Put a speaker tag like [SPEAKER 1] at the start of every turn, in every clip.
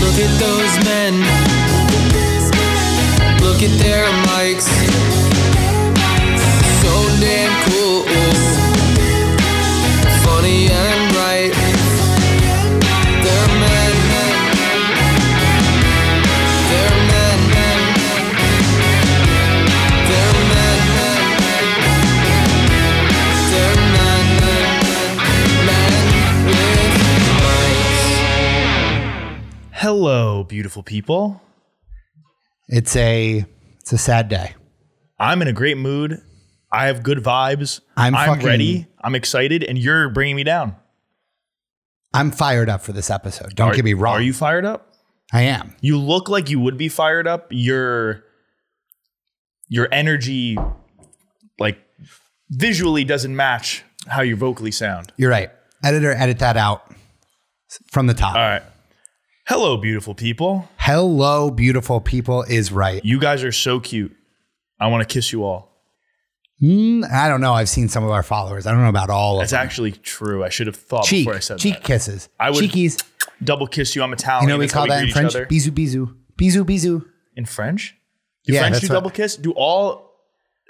[SPEAKER 1] Look at those men. Look at their mics. So damn cool. Funny and bright. They're men. They're men. They're men. They're men. Men with mics.
[SPEAKER 2] Hello, beautiful people.
[SPEAKER 3] It's a it's a sad day.
[SPEAKER 2] I'm in a great mood. I have good vibes.
[SPEAKER 3] I'm fucking-
[SPEAKER 2] ready. I'm excited, and you're bringing me down.
[SPEAKER 3] I'm fired up for this episode. Don't
[SPEAKER 2] Are-
[SPEAKER 3] get me wrong.
[SPEAKER 2] Are you fired up?
[SPEAKER 3] I am.
[SPEAKER 2] You look like you would be fired up. Your your energy, like visually, doesn't match how you vocally sound.
[SPEAKER 3] You're right. Editor, edit that out from the top.
[SPEAKER 2] All right. Hello, beautiful people.
[SPEAKER 3] Hello, beautiful people is right.
[SPEAKER 2] You guys are so cute. I want to kiss you all.
[SPEAKER 3] Mm, I don't know. I've seen some of our followers. I don't know about all of
[SPEAKER 2] That's
[SPEAKER 3] them.
[SPEAKER 2] actually true. I should have thought
[SPEAKER 3] Cheek,
[SPEAKER 2] before I said
[SPEAKER 3] cheek
[SPEAKER 2] that.
[SPEAKER 3] kisses.
[SPEAKER 2] I would-
[SPEAKER 3] Cheekies.
[SPEAKER 2] Double kiss you. I'm Italian.
[SPEAKER 3] You know what we
[SPEAKER 2] That's how
[SPEAKER 3] call that
[SPEAKER 2] greet
[SPEAKER 3] in
[SPEAKER 2] each
[SPEAKER 3] French?
[SPEAKER 2] other.
[SPEAKER 3] Bisou, bisou. Bisou, bisou.
[SPEAKER 2] in French? Do
[SPEAKER 3] Yeah,
[SPEAKER 2] French
[SPEAKER 3] that's
[SPEAKER 2] do
[SPEAKER 3] what-
[SPEAKER 2] double kiss? Do all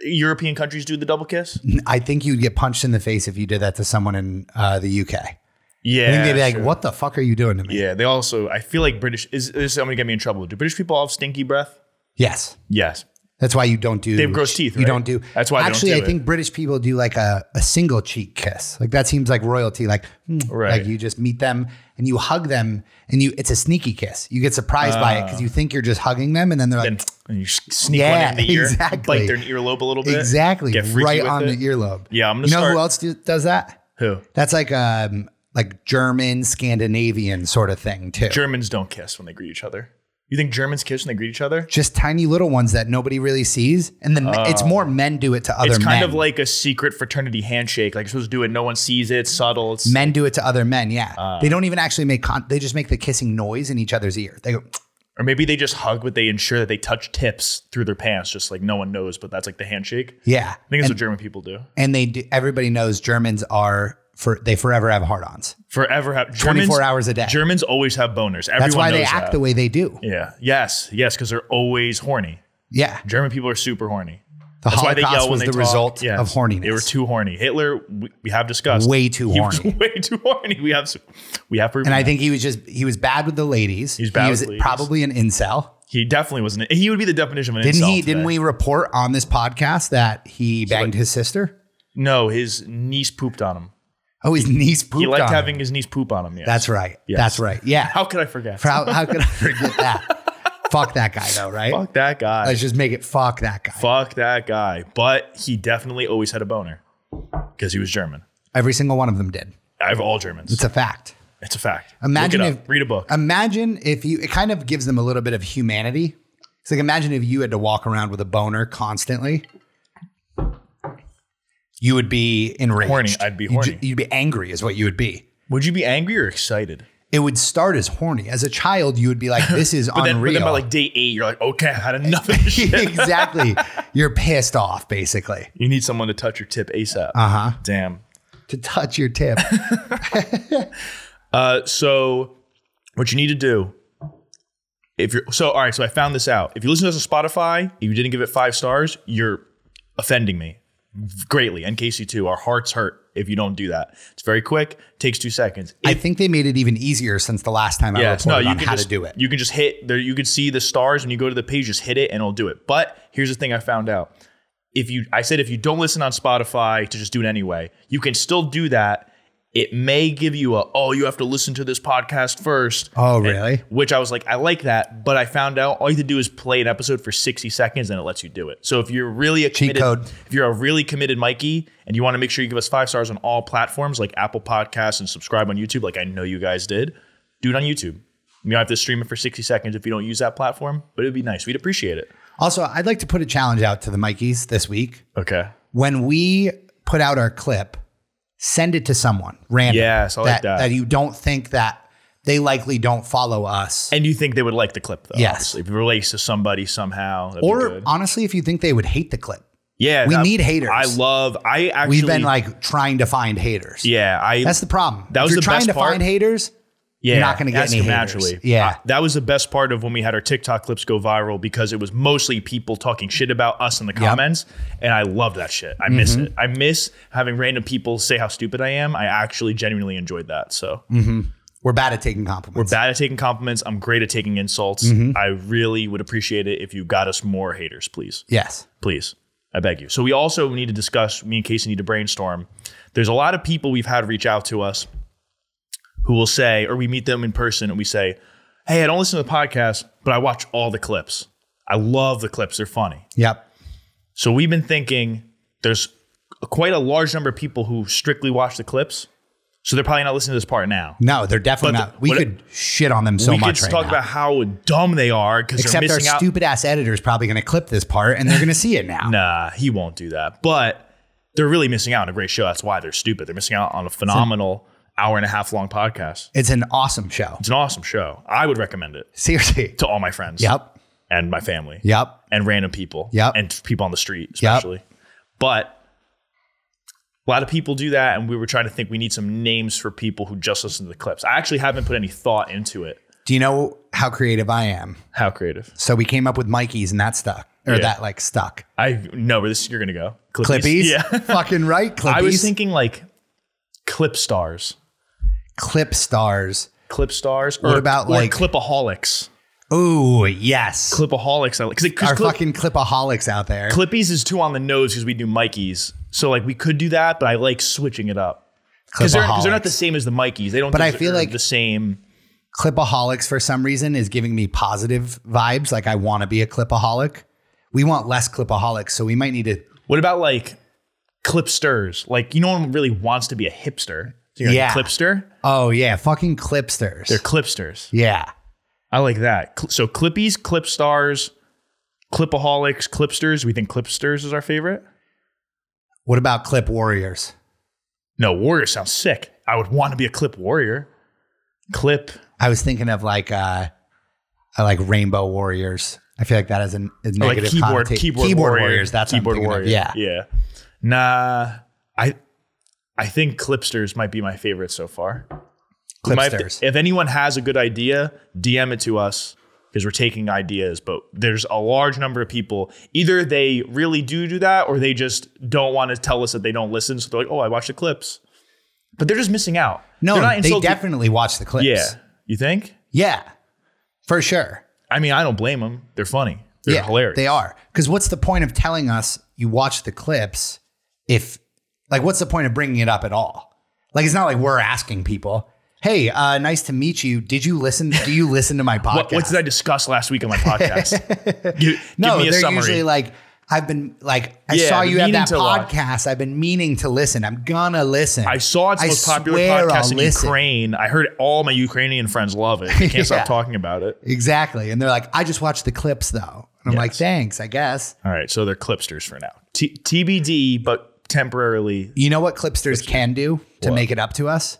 [SPEAKER 2] European countries do the double kiss?
[SPEAKER 3] I think you'd get punched in the face if you did that to someone in uh, the UK.
[SPEAKER 2] Yeah.
[SPEAKER 3] I think they'd be like,
[SPEAKER 2] sure.
[SPEAKER 3] what the fuck are you doing to me?
[SPEAKER 2] Yeah, they also. I feel like British is. This is going to get me in trouble. Do British people all have stinky breath?
[SPEAKER 3] Yes.
[SPEAKER 2] Yes.
[SPEAKER 3] That's why you don't do.
[SPEAKER 2] They have gross teeth,
[SPEAKER 3] You
[SPEAKER 2] right?
[SPEAKER 3] don't do.
[SPEAKER 2] That's why they don't
[SPEAKER 3] Actually,
[SPEAKER 2] do
[SPEAKER 3] I
[SPEAKER 2] it.
[SPEAKER 3] think British people do like a, a single cheek kiss. Like that seems like royalty. Like, mm,
[SPEAKER 2] Right.
[SPEAKER 3] like you just meet them and you hug them and you. It's a sneaky kiss. You get surprised by
[SPEAKER 2] Ah.
[SPEAKER 3] it because you think you're just hugging them and then they're like,
[SPEAKER 2] And, and you s- sneak
[SPEAKER 3] Uh,
[SPEAKER 2] one
[SPEAKER 3] Yeah,
[SPEAKER 2] in the ear,
[SPEAKER 3] exactly.
[SPEAKER 2] bite their earlobe a little bit.
[SPEAKER 3] exactly,
[SPEAKER 2] Get freaky
[SPEAKER 3] right
[SPEAKER 2] with
[SPEAKER 3] on
[SPEAKER 2] it.
[SPEAKER 3] the earlobe.
[SPEAKER 2] Yeah, I'm gonna
[SPEAKER 3] You know
[SPEAKER 2] start-
[SPEAKER 3] who else do, does that?
[SPEAKER 2] Who?
[SPEAKER 3] That's like um like German Scandinavian sort of thing too.
[SPEAKER 2] Germans don't kiss when they greet each other. You think Germans kiss when they greet each other?
[SPEAKER 3] just tiny little ones that nobody really sees, and then it's more men do it to other
[SPEAKER 2] Ah. It's kind
[SPEAKER 3] men.
[SPEAKER 2] of like a secret fraternity handshake. Like you're supposed to do it, no one sees it. It's subtle. It's
[SPEAKER 3] men do it to other men. Yeah,
[SPEAKER 2] uh.
[SPEAKER 3] they don't even actually make con- they just make the kissing noise in each other's ear. They go,
[SPEAKER 2] or maybe they just hug, but they ensure that they touch tips through their pants, just like no one knows. But that's like the handshake.
[SPEAKER 3] yeah,
[SPEAKER 2] I think that's
[SPEAKER 3] and,
[SPEAKER 2] what German people do.
[SPEAKER 3] and they do, everybody knows Germans are for they forever have hard-ons.
[SPEAKER 2] Forever have Germans,
[SPEAKER 3] 24 hours a day.
[SPEAKER 2] Germans always have boners. Everyone
[SPEAKER 3] That's why they
[SPEAKER 2] knows
[SPEAKER 3] act
[SPEAKER 2] that.
[SPEAKER 3] the way they do.
[SPEAKER 2] Yeah. Yes. Yes. Because they're always horny.
[SPEAKER 3] Yeah,
[SPEAKER 2] German people are super horny.
[SPEAKER 3] the
[SPEAKER 2] That's why they
[SPEAKER 3] Holocaust
[SPEAKER 2] yell when
[SPEAKER 3] was
[SPEAKER 2] they
[SPEAKER 3] the
[SPEAKER 2] talk.
[SPEAKER 3] result
[SPEAKER 2] Yes.
[SPEAKER 3] of horniness.
[SPEAKER 2] They were too horny. Hitler, we, we have discussed.
[SPEAKER 3] Way too
[SPEAKER 2] He was
[SPEAKER 3] horny.
[SPEAKER 2] way too horny. We have. We have.
[SPEAKER 3] and I think he was just he was bad with the ladies.
[SPEAKER 2] He's bad
[SPEAKER 3] he
[SPEAKER 2] with
[SPEAKER 3] was
[SPEAKER 2] ladies.
[SPEAKER 3] probably an incel.
[SPEAKER 2] he definitely wasn't. He would be the definition of an
[SPEAKER 3] Didn't
[SPEAKER 2] insult
[SPEAKER 3] he?
[SPEAKER 2] today.
[SPEAKER 3] Didn't we report on this podcast that he banged his sister?
[SPEAKER 2] No, his niece pooped on him.
[SPEAKER 3] Oh, his niece pooped
[SPEAKER 2] He liked
[SPEAKER 3] on
[SPEAKER 2] having
[SPEAKER 3] Him.
[SPEAKER 2] his niece poop on him. Yes.
[SPEAKER 3] That's right.
[SPEAKER 2] Yes.
[SPEAKER 3] That's right. Yeah.
[SPEAKER 2] How could I forget?
[SPEAKER 3] how, how could I forget that? fuck that guy though, right?
[SPEAKER 2] Fuck that guy.
[SPEAKER 3] Let's just make it fuck that guy.
[SPEAKER 2] Fuck that guy. But he definitely always had a boner because he was German.
[SPEAKER 3] Every single one of them did.
[SPEAKER 2] I have all Germans.
[SPEAKER 3] It's a fact.
[SPEAKER 2] It's a fact.
[SPEAKER 3] Imagine
[SPEAKER 2] Look it up.
[SPEAKER 3] if-
[SPEAKER 2] read a book.
[SPEAKER 3] Imagine if you, it kind of gives them a little bit of humanity. It's like, imagine if you had to walk around with a boner constantly. You would be enraged.
[SPEAKER 2] Horny. I'd be
[SPEAKER 3] You'd ju-
[SPEAKER 2] horny.
[SPEAKER 3] You'd, be angry, is what you would be.
[SPEAKER 2] Would you be angry or excited?
[SPEAKER 3] It would start as horny. As a child, you would be like, this is
[SPEAKER 2] But then, but
[SPEAKER 3] unreal.
[SPEAKER 2] then by like day eight, you're like, okay, I had enough of this shit.
[SPEAKER 3] exactly. You're pissed off, basically,
[SPEAKER 2] You need someone to touch your tip ASAP. Uh
[SPEAKER 3] Uh-huh.
[SPEAKER 2] huh. Damn.
[SPEAKER 3] to touch your tip.
[SPEAKER 2] Uh, so, what you need to do, if you're so, all right, so I found this out. If you listen to us on Spotify, if you didn't give it five stars, you're offending me greatly. And KC2, our hearts hurt if you don't do that. It's very quick, takes two seconds.
[SPEAKER 3] I think they made it even easier since the last time I
[SPEAKER 2] Yes.
[SPEAKER 3] reported on
[SPEAKER 2] can
[SPEAKER 3] how
[SPEAKER 2] just,
[SPEAKER 3] to do it.
[SPEAKER 2] You can just hit there. You can see the stars when you go to the page. Just hit it, and it'll do it. But here's the thing: I found out. If you, I said if you don't listen on Spotify to just do it anyway, you can still do that. It may give you a oh, you have to listen to this podcast first.
[SPEAKER 3] Oh, really?
[SPEAKER 2] Which I was like, I like that, but I found out all you have to do is play an episode for 60 seconds and it lets you do it. So if you're really a committed,
[SPEAKER 3] code.
[SPEAKER 2] if you're a really committed Mikey and you want to make sure you give us five stars on all platforms like Apple Podcasts and subscribe on YouTube, like I know you guys did, do it on YouTube. You don't have to stream it for 60 seconds if you don't use that platform, but it'd be nice. We'd appreciate it.
[SPEAKER 3] Also, I'd like to put a challenge out to the Mikeys this week.
[SPEAKER 2] Okay.
[SPEAKER 3] When we put out our clip, send it to someone random.
[SPEAKER 2] Yes, I like that.
[SPEAKER 3] That you don't think that they likely don't follow us.
[SPEAKER 2] And you think they would like the clip though?
[SPEAKER 3] Yes.
[SPEAKER 2] obviously. If it relates to somebody somehow. that'd be
[SPEAKER 3] or
[SPEAKER 2] good.
[SPEAKER 3] honestly, if you think they would hate the clip,
[SPEAKER 2] yeah,
[SPEAKER 3] we need haters.
[SPEAKER 2] I love. I actually
[SPEAKER 3] we've been like trying to find haters.
[SPEAKER 2] yeah. I
[SPEAKER 3] That's the problem.
[SPEAKER 2] That
[SPEAKER 3] If
[SPEAKER 2] was
[SPEAKER 3] you're
[SPEAKER 2] the
[SPEAKER 3] trying
[SPEAKER 2] best
[SPEAKER 3] to
[SPEAKER 2] part.
[SPEAKER 3] find haters,
[SPEAKER 2] Yeah,
[SPEAKER 3] not gonna get
[SPEAKER 2] ask
[SPEAKER 3] any
[SPEAKER 2] him
[SPEAKER 3] haters.
[SPEAKER 2] naturally.
[SPEAKER 3] Yeah.
[SPEAKER 2] Uh, that was the best part of when we had our TikTok clips go viral because it was mostly people talking shit about us in the comments, and I love that shit. I miss
[SPEAKER 3] Mm-hmm.
[SPEAKER 2] it. I miss having random people say how stupid I am. I actually genuinely enjoyed that. So
[SPEAKER 3] We're bad at taking compliments.
[SPEAKER 2] bad at taking compliments. I'm great at taking insults.
[SPEAKER 3] Mm-hmm.
[SPEAKER 2] I really would appreciate it if you got us more haters, please.
[SPEAKER 3] Yes.
[SPEAKER 2] Please. I beg you. So we also need to discuss, me and Casey need to brainstorm. There's a lot of people we've had reach out to us who will say, or we meet them in person and we say, Hey, I don't listen to the podcast, but I watch all the clips. I love the clips. They're funny.
[SPEAKER 3] Yep.
[SPEAKER 2] So we've been thinking there's quite a large number of people who strictly watch the clips. So they're probably not listening to this part now.
[SPEAKER 3] No, they're definitely
[SPEAKER 2] But the-
[SPEAKER 3] not. We
[SPEAKER 2] what-
[SPEAKER 3] could shit on them so
[SPEAKER 2] we could
[SPEAKER 3] much
[SPEAKER 2] just
[SPEAKER 3] right
[SPEAKER 2] talk
[SPEAKER 3] now.
[SPEAKER 2] about how dumb they are because they're
[SPEAKER 3] Except our
[SPEAKER 2] missing out.
[SPEAKER 3] stupid ass editor's probably going to clip this part and they're going to see it now.
[SPEAKER 2] Nah, he won't do that. But they're really missing out on a great show. That's why they're stupid. They're missing out on a phenomenal hour and a half long podcast.
[SPEAKER 3] It's an awesome show.
[SPEAKER 2] It's an awesome show. I would recommend it
[SPEAKER 3] Seriously.
[SPEAKER 2] to all my friends.
[SPEAKER 3] Yep.
[SPEAKER 2] And my family.
[SPEAKER 3] Yep.
[SPEAKER 2] And random people.
[SPEAKER 3] Yep.
[SPEAKER 2] And people on the street, especially. But a lot of people do that, and we were trying to think we need some names for people who just listen to the clips. I actually haven't put any thought into it.
[SPEAKER 3] Do you know how creative I am?
[SPEAKER 2] How creative.
[SPEAKER 3] So we came up with Mikey's and that stuck or
[SPEAKER 2] Yeah.
[SPEAKER 3] that like stuck.
[SPEAKER 2] I know where this you're gonna go.
[SPEAKER 3] Clippies?
[SPEAKER 2] Yeah.
[SPEAKER 3] Fucking right. Clippies.
[SPEAKER 2] I was thinking like clip stars.
[SPEAKER 3] clip stars.
[SPEAKER 2] clip stars
[SPEAKER 3] What
[SPEAKER 2] or,
[SPEAKER 3] about,
[SPEAKER 2] or
[SPEAKER 3] like-
[SPEAKER 2] clipaholics
[SPEAKER 3] Ooh, yes.
[SPEAKER 2] clipaholics I like because
[SPEAKER 3] Our
[SPEAKER 2] clip,
[SPEAKER 3] fucking clipaholics out there.
[SPEAKER 2] clippies is too on the nose because we do Mikey's so like we could do that but I like switching it up because they're, 'cause they're not the same as the Mikey's they don't
[SPEAKER 3] But I
[SPEAKER 2] deserve
[SPEAKER 3] feel like-
[SPEAKER 2] the same
[SPEAKER 3] clipaholics for some reason is giving me positive vibes. Like I want to be a clipaholic. We want less clipaholics, so we might need to.
[SPEAKER 2] what about like clipsters like you know one really wants to be a hipster so you're
[SPEAKER 3] Yeah.
[SPEAKER 2] like a clipster
[SPEAKER 3] Oh yeah, fucking clipsters.
[SPEAKER 2] they're clipsters
[SPEAKER 3] yeah,
[SPEAKER 2] I like that Cl- so clippies clip stars clipaholics clipsters we think clipsters is our favorite
[SPEAKER 3] What about Clip Warriors?
[SPEAKER 2] no warrior sounds sick I would want to be a clip warrior clip
[SPEAKER 3] I was thinking of like uh, I like Rainbow Warriors. I feel like that is a, a negative
[SPEAKER 2] Or Oh, like keyboard,
[SPEAKER 3] connotation.
[SPEAKER 2] keyboard, warrior.
[SPEAKER 3] warriors. That's
[SPEAKER 2] keyboard
[SPEAKER 3] what I'm
[SPEAKER 2] warrior.
[SPEAKER 3] thinking Of. Yeah.
[SPEAKER 2] yeah. Nah, I, I think clipsters might be my favorite so far. We might have to-
[SPEAKER 3] Clipsters.
[SPEAKER 2] if anyone has a good idea, DM it to us because we're taking ideas. But there's a large number of people. Either they really do do that, or they just don't want to tell us that they don't listen. So they're like, "Oh, I watch the clips," but they're just missing out.
[SPEAKER 3] no,
[SPEAKER 2] They're not
[SPEAKER 3] they
[SPEAKER 2] insulting-
[SPEAKER 3] definitely watch the clips.
[SPEAKER 2] Yeah, you think?
[SPEAKER 3] yeah, for sure.
[SPEAKER 2] I mean, I don't blame them. They're funny. They're
[SPEAKER 3] yeah,
[SPEAKER 2] hilarious.
[SPEAKER 3] They are. Because what's the point of telling us you watch the clips if, like, what's the point of bringing it up at all? Like, it's not like we're asking people, hey, uh, nice to meet you. Did you listen? Do you listen to my podcast?
[SPEAKER 2] What, what did I discuss last week on my podcast? Give-
[SPEAKER 3] no,
[SPEAKER 2] give me a
[SPEAKER 3] they're
[SPEAKER 2] summary.
[SPEAKER 3] usually like, I've been like, I
[SPEAKER 2] Yeah,
[SPEAKER 3] saw
[SPEAKER 2] I've been
[SPEAKER 3] you have
[SPEAKER 2] meaning
[SPEAKER 3] that
[SPEAKER 2] to watch.
[SPEAKER 3] podcast. I've been meaning to listen. I'm gonna listen.
[SPEAKER 2] I saw it's the most popular
[SPEAKER 3] swear I'll
[SPEAKER 2] podcast in
[SPEAKER 3] listen.
[SPEAKER 2] Ukraine. I heard all my Ukrainian friends love it. They can't
[SPEAKER 3] Yeah.
[SPEAKER 2] stop talking about it.
[SPEAKER 3] Exactly. And they're like, I just watched the clips though. And I'm like,
[SPEAKER 2] Yes.
[SPEAKER 3] thanks, I guess.
[SPEAKER 2] All right, so they're clipsters for now. T- TBD, but temporarily
[SPEAKER 3] You know what clipsters can do to
[SPEAKER 2] What?
[SPEAKER 3] make it up to us?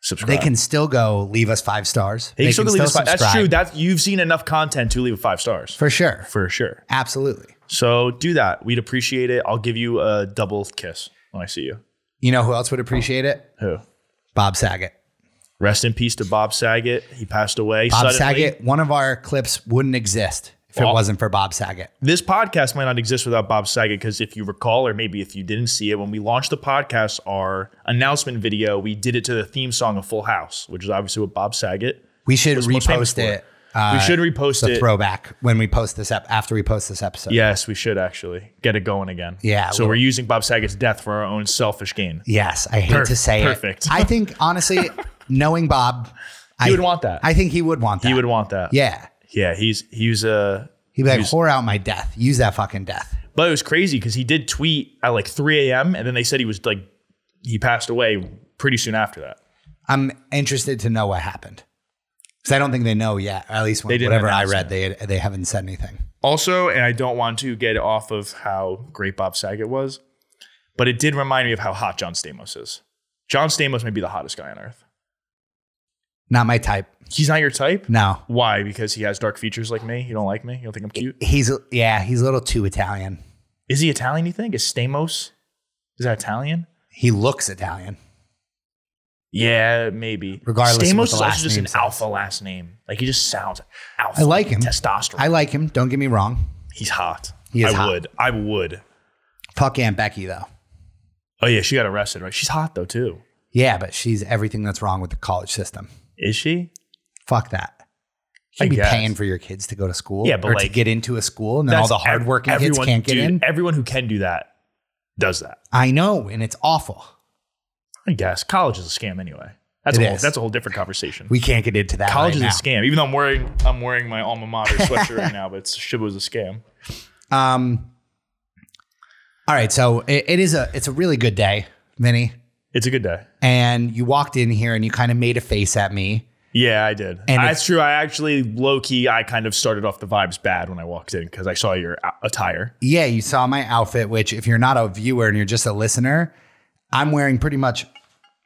[SPEAKER 2] subscribe.
[SPEAKER 3] They can still go leave us five stars.
[SPEAKER 2] They still can leave us five- That's
[SPEAKER 3] subscribe.
[SPEAKER 2] true. That's you've seen enough content to leave it five stars
[SPEAKER 3] for sure.
[SPEAKER 2] for sure.
[SPEAKER 3] Absolutely.
[SPEAKER 2] So do that. We'd appreciate it. I'll give you a double kiss when I see you.
[SPEAKER 3] You know who else would appreciate it?
[SPEAKER 2] Who?
[SPEAKER 3] Bob Saget.
[SPEAKER 2] Rest in peace to Bob Saget. He passed away.
[SPEAKER 3] Bob
[SPEAKER 2] suddenly.
[SPEAKER 3] Saget, one of our clips wouldn't exist if it
[SPEAKER 2] Well-
[SPEAKER 3] wasn't for Bob Saget.
[SPEAKER 2] this podcast might not exist without Bob Saget because if you recall, or maybe if you didn't see it, when we launched the podcast, our announcement video, we did it to the theme song of Full House, which is obviously what Bob Saget.
[SPEAKER 3] We should
[SPEAKER 2] was most famous
[SPEAKER 3] repost
[SPEAKER 2] for
[SPEAKER 3] it. uh,
[SPEAKER 2] it. we should repost
[SPEAKER 3] The
[SPEAKER 2] it.
[SPEAKER 3] throwback when we post this up after we post this episode.
[SPEAKER 2] Yes, we should actually get it going again.
[SPEAKER 3] Yeah,
[SPEAKER 2] So
[SPEAKER 3] we'll-
[SPEAKER 2] we're using Bob Saget's death for our own selfish gain.
[SPEAKER 3] Yes, I hate to
[SPEAKER 2] Perf-
[SPEAKER 3] say
[SPEAKER 2] perfect.
[SPEAKER 3] it. I think honestly, knowing Bob, I
[SPEAKER 2] He would want that.
[SPEAKER 3] I think he would want that.
[SPEAKER 2] he would want that.
[SPEAKER 3] Yeah,
[SPEAKER 2] Yeah. He's he was a.
[SPEAKER 3] he'd be like, "Whore out my death. Use that fucking death."
[SPEAKER 2] But it was crazy because he did tweet at like 3 a.m. and then they said he was like he passed away pretty soon after that.
[SPEAKER 3] I'm interested to know what happened because I don't think they know yet. At least when,
[SPEAKER 2] didn't
[SPEAKER 3] whatever I
[SPEAKER 2] announce
[SPEAKER 3] read, they they haven't said anything.
[SPEAKER 2] Also, and I don't want to get off of how great Bob Saget was, but it did remind me of how hot John Stamos is. John Stamos may be the hottest guy on earth.
[SPEAKER 3] Not my type.
[SPEAKER 2] He's not your type?
[SPEAKER 3] No,
[SPEAKER 2] Why? Because he has dark features like me? You don't like me? You don't think I'm cute?
[SPEAKER 3] he's yeah, he's a little too Italian.
[SPEAKER 2] Is he Italian, you think? Is Stamos? Is that Italian?
[SPEAKER 3] He looks Italian.
[SPEAKER 2] Yeah, maybe.
[SPEAKER 3] Regardless of what
[SPEAKER 2] Stamos
[SPEAKER 3] the
[SPEAKER 2] is
[SPEAKER 3] last
[SPEAKER 2] also just
[SPEAKER 3] name
[SPEAKER 2] an
[SPEAKER 3] says.
[SPEAKER 2] alpha last name. Like he just sounds alpha.
[SPEAKER 3] I like him.
[SPEAKER 2] Testosterone.
[SPEAKER 3] I like him. Don't get me wrong.
[SPEAKER 2] He's hot.
[SPEAKER 3] He is
[SPEAKER 2] I
[SPEAKER 3] hot.
[SPEAKER 2] would. I would.
[SPEAKER 3] Fuck Aunt Becky though.
[SPEAKER 2] Oh yeah, she got arrested, right? She's hot though too.
[SPEAKER 3] Yeah, but she's everything that's wrong with the college system.
[SPEAKER 2] Is she?
[SPEAKER 3] Fuck that.
[SPEAKER 2] I
[SPEAKER 3] You'd be
[SPEAKER 2] guess.
[SPEAKER 3] paying for your kids to go to school.
[SPEAKER 2] Yeah, but
[SPEAKER 3] or to
[SPEAKER 2] like-
[SPEAKER 3] get into a school, and then all the
[SPEAKER 2] That's ev-
[SPEAKER 3] hardworking kids
[SPEAKER 2] everyone-
[SPEAKER 3] can't get
[SPEAKER 2] dude,
[SPEAKER 3] in.
[SPEAKER 2] Everyone who can do that does that.
[SPEAKER 3] I know, and it's awful.
[SPEAKER 2] I guess college is a scam anyway. That's
[SPEAKER 3] It
[SPEAKER 2] a whole,
[SPEAKER 3] is.
[SPEAKER 2] that's a whole different conversation.
[SPEAKER 3] We can't get into that.
[SPEAKER 2] college
[SPEAKER 3] right
[SPEAKER 2] is a scam. Even though I'm wearing I'm wearing my alma mater sweatshirt right now, but it's, shit was a scam.
[SPEAKER 3] now. Um. All right, so it, it is a it's a really good day, Vinny.
[SPEAKER 2] It's a good day.
[SPEAKER 3] And you walked in here and you kind of made a face at me.
[SPEAKER 2] Yeah, I did.
[SPEAKER 3] And
[SPEAKER 2] that's true. I actually low key I kind of started off the vibes bad when I walked in because I saw your a- attire.
[SPEAKER 3] Yeah, you saw my outfit, which if you're not a viewer and you're just a listener, I'm wearing pretty much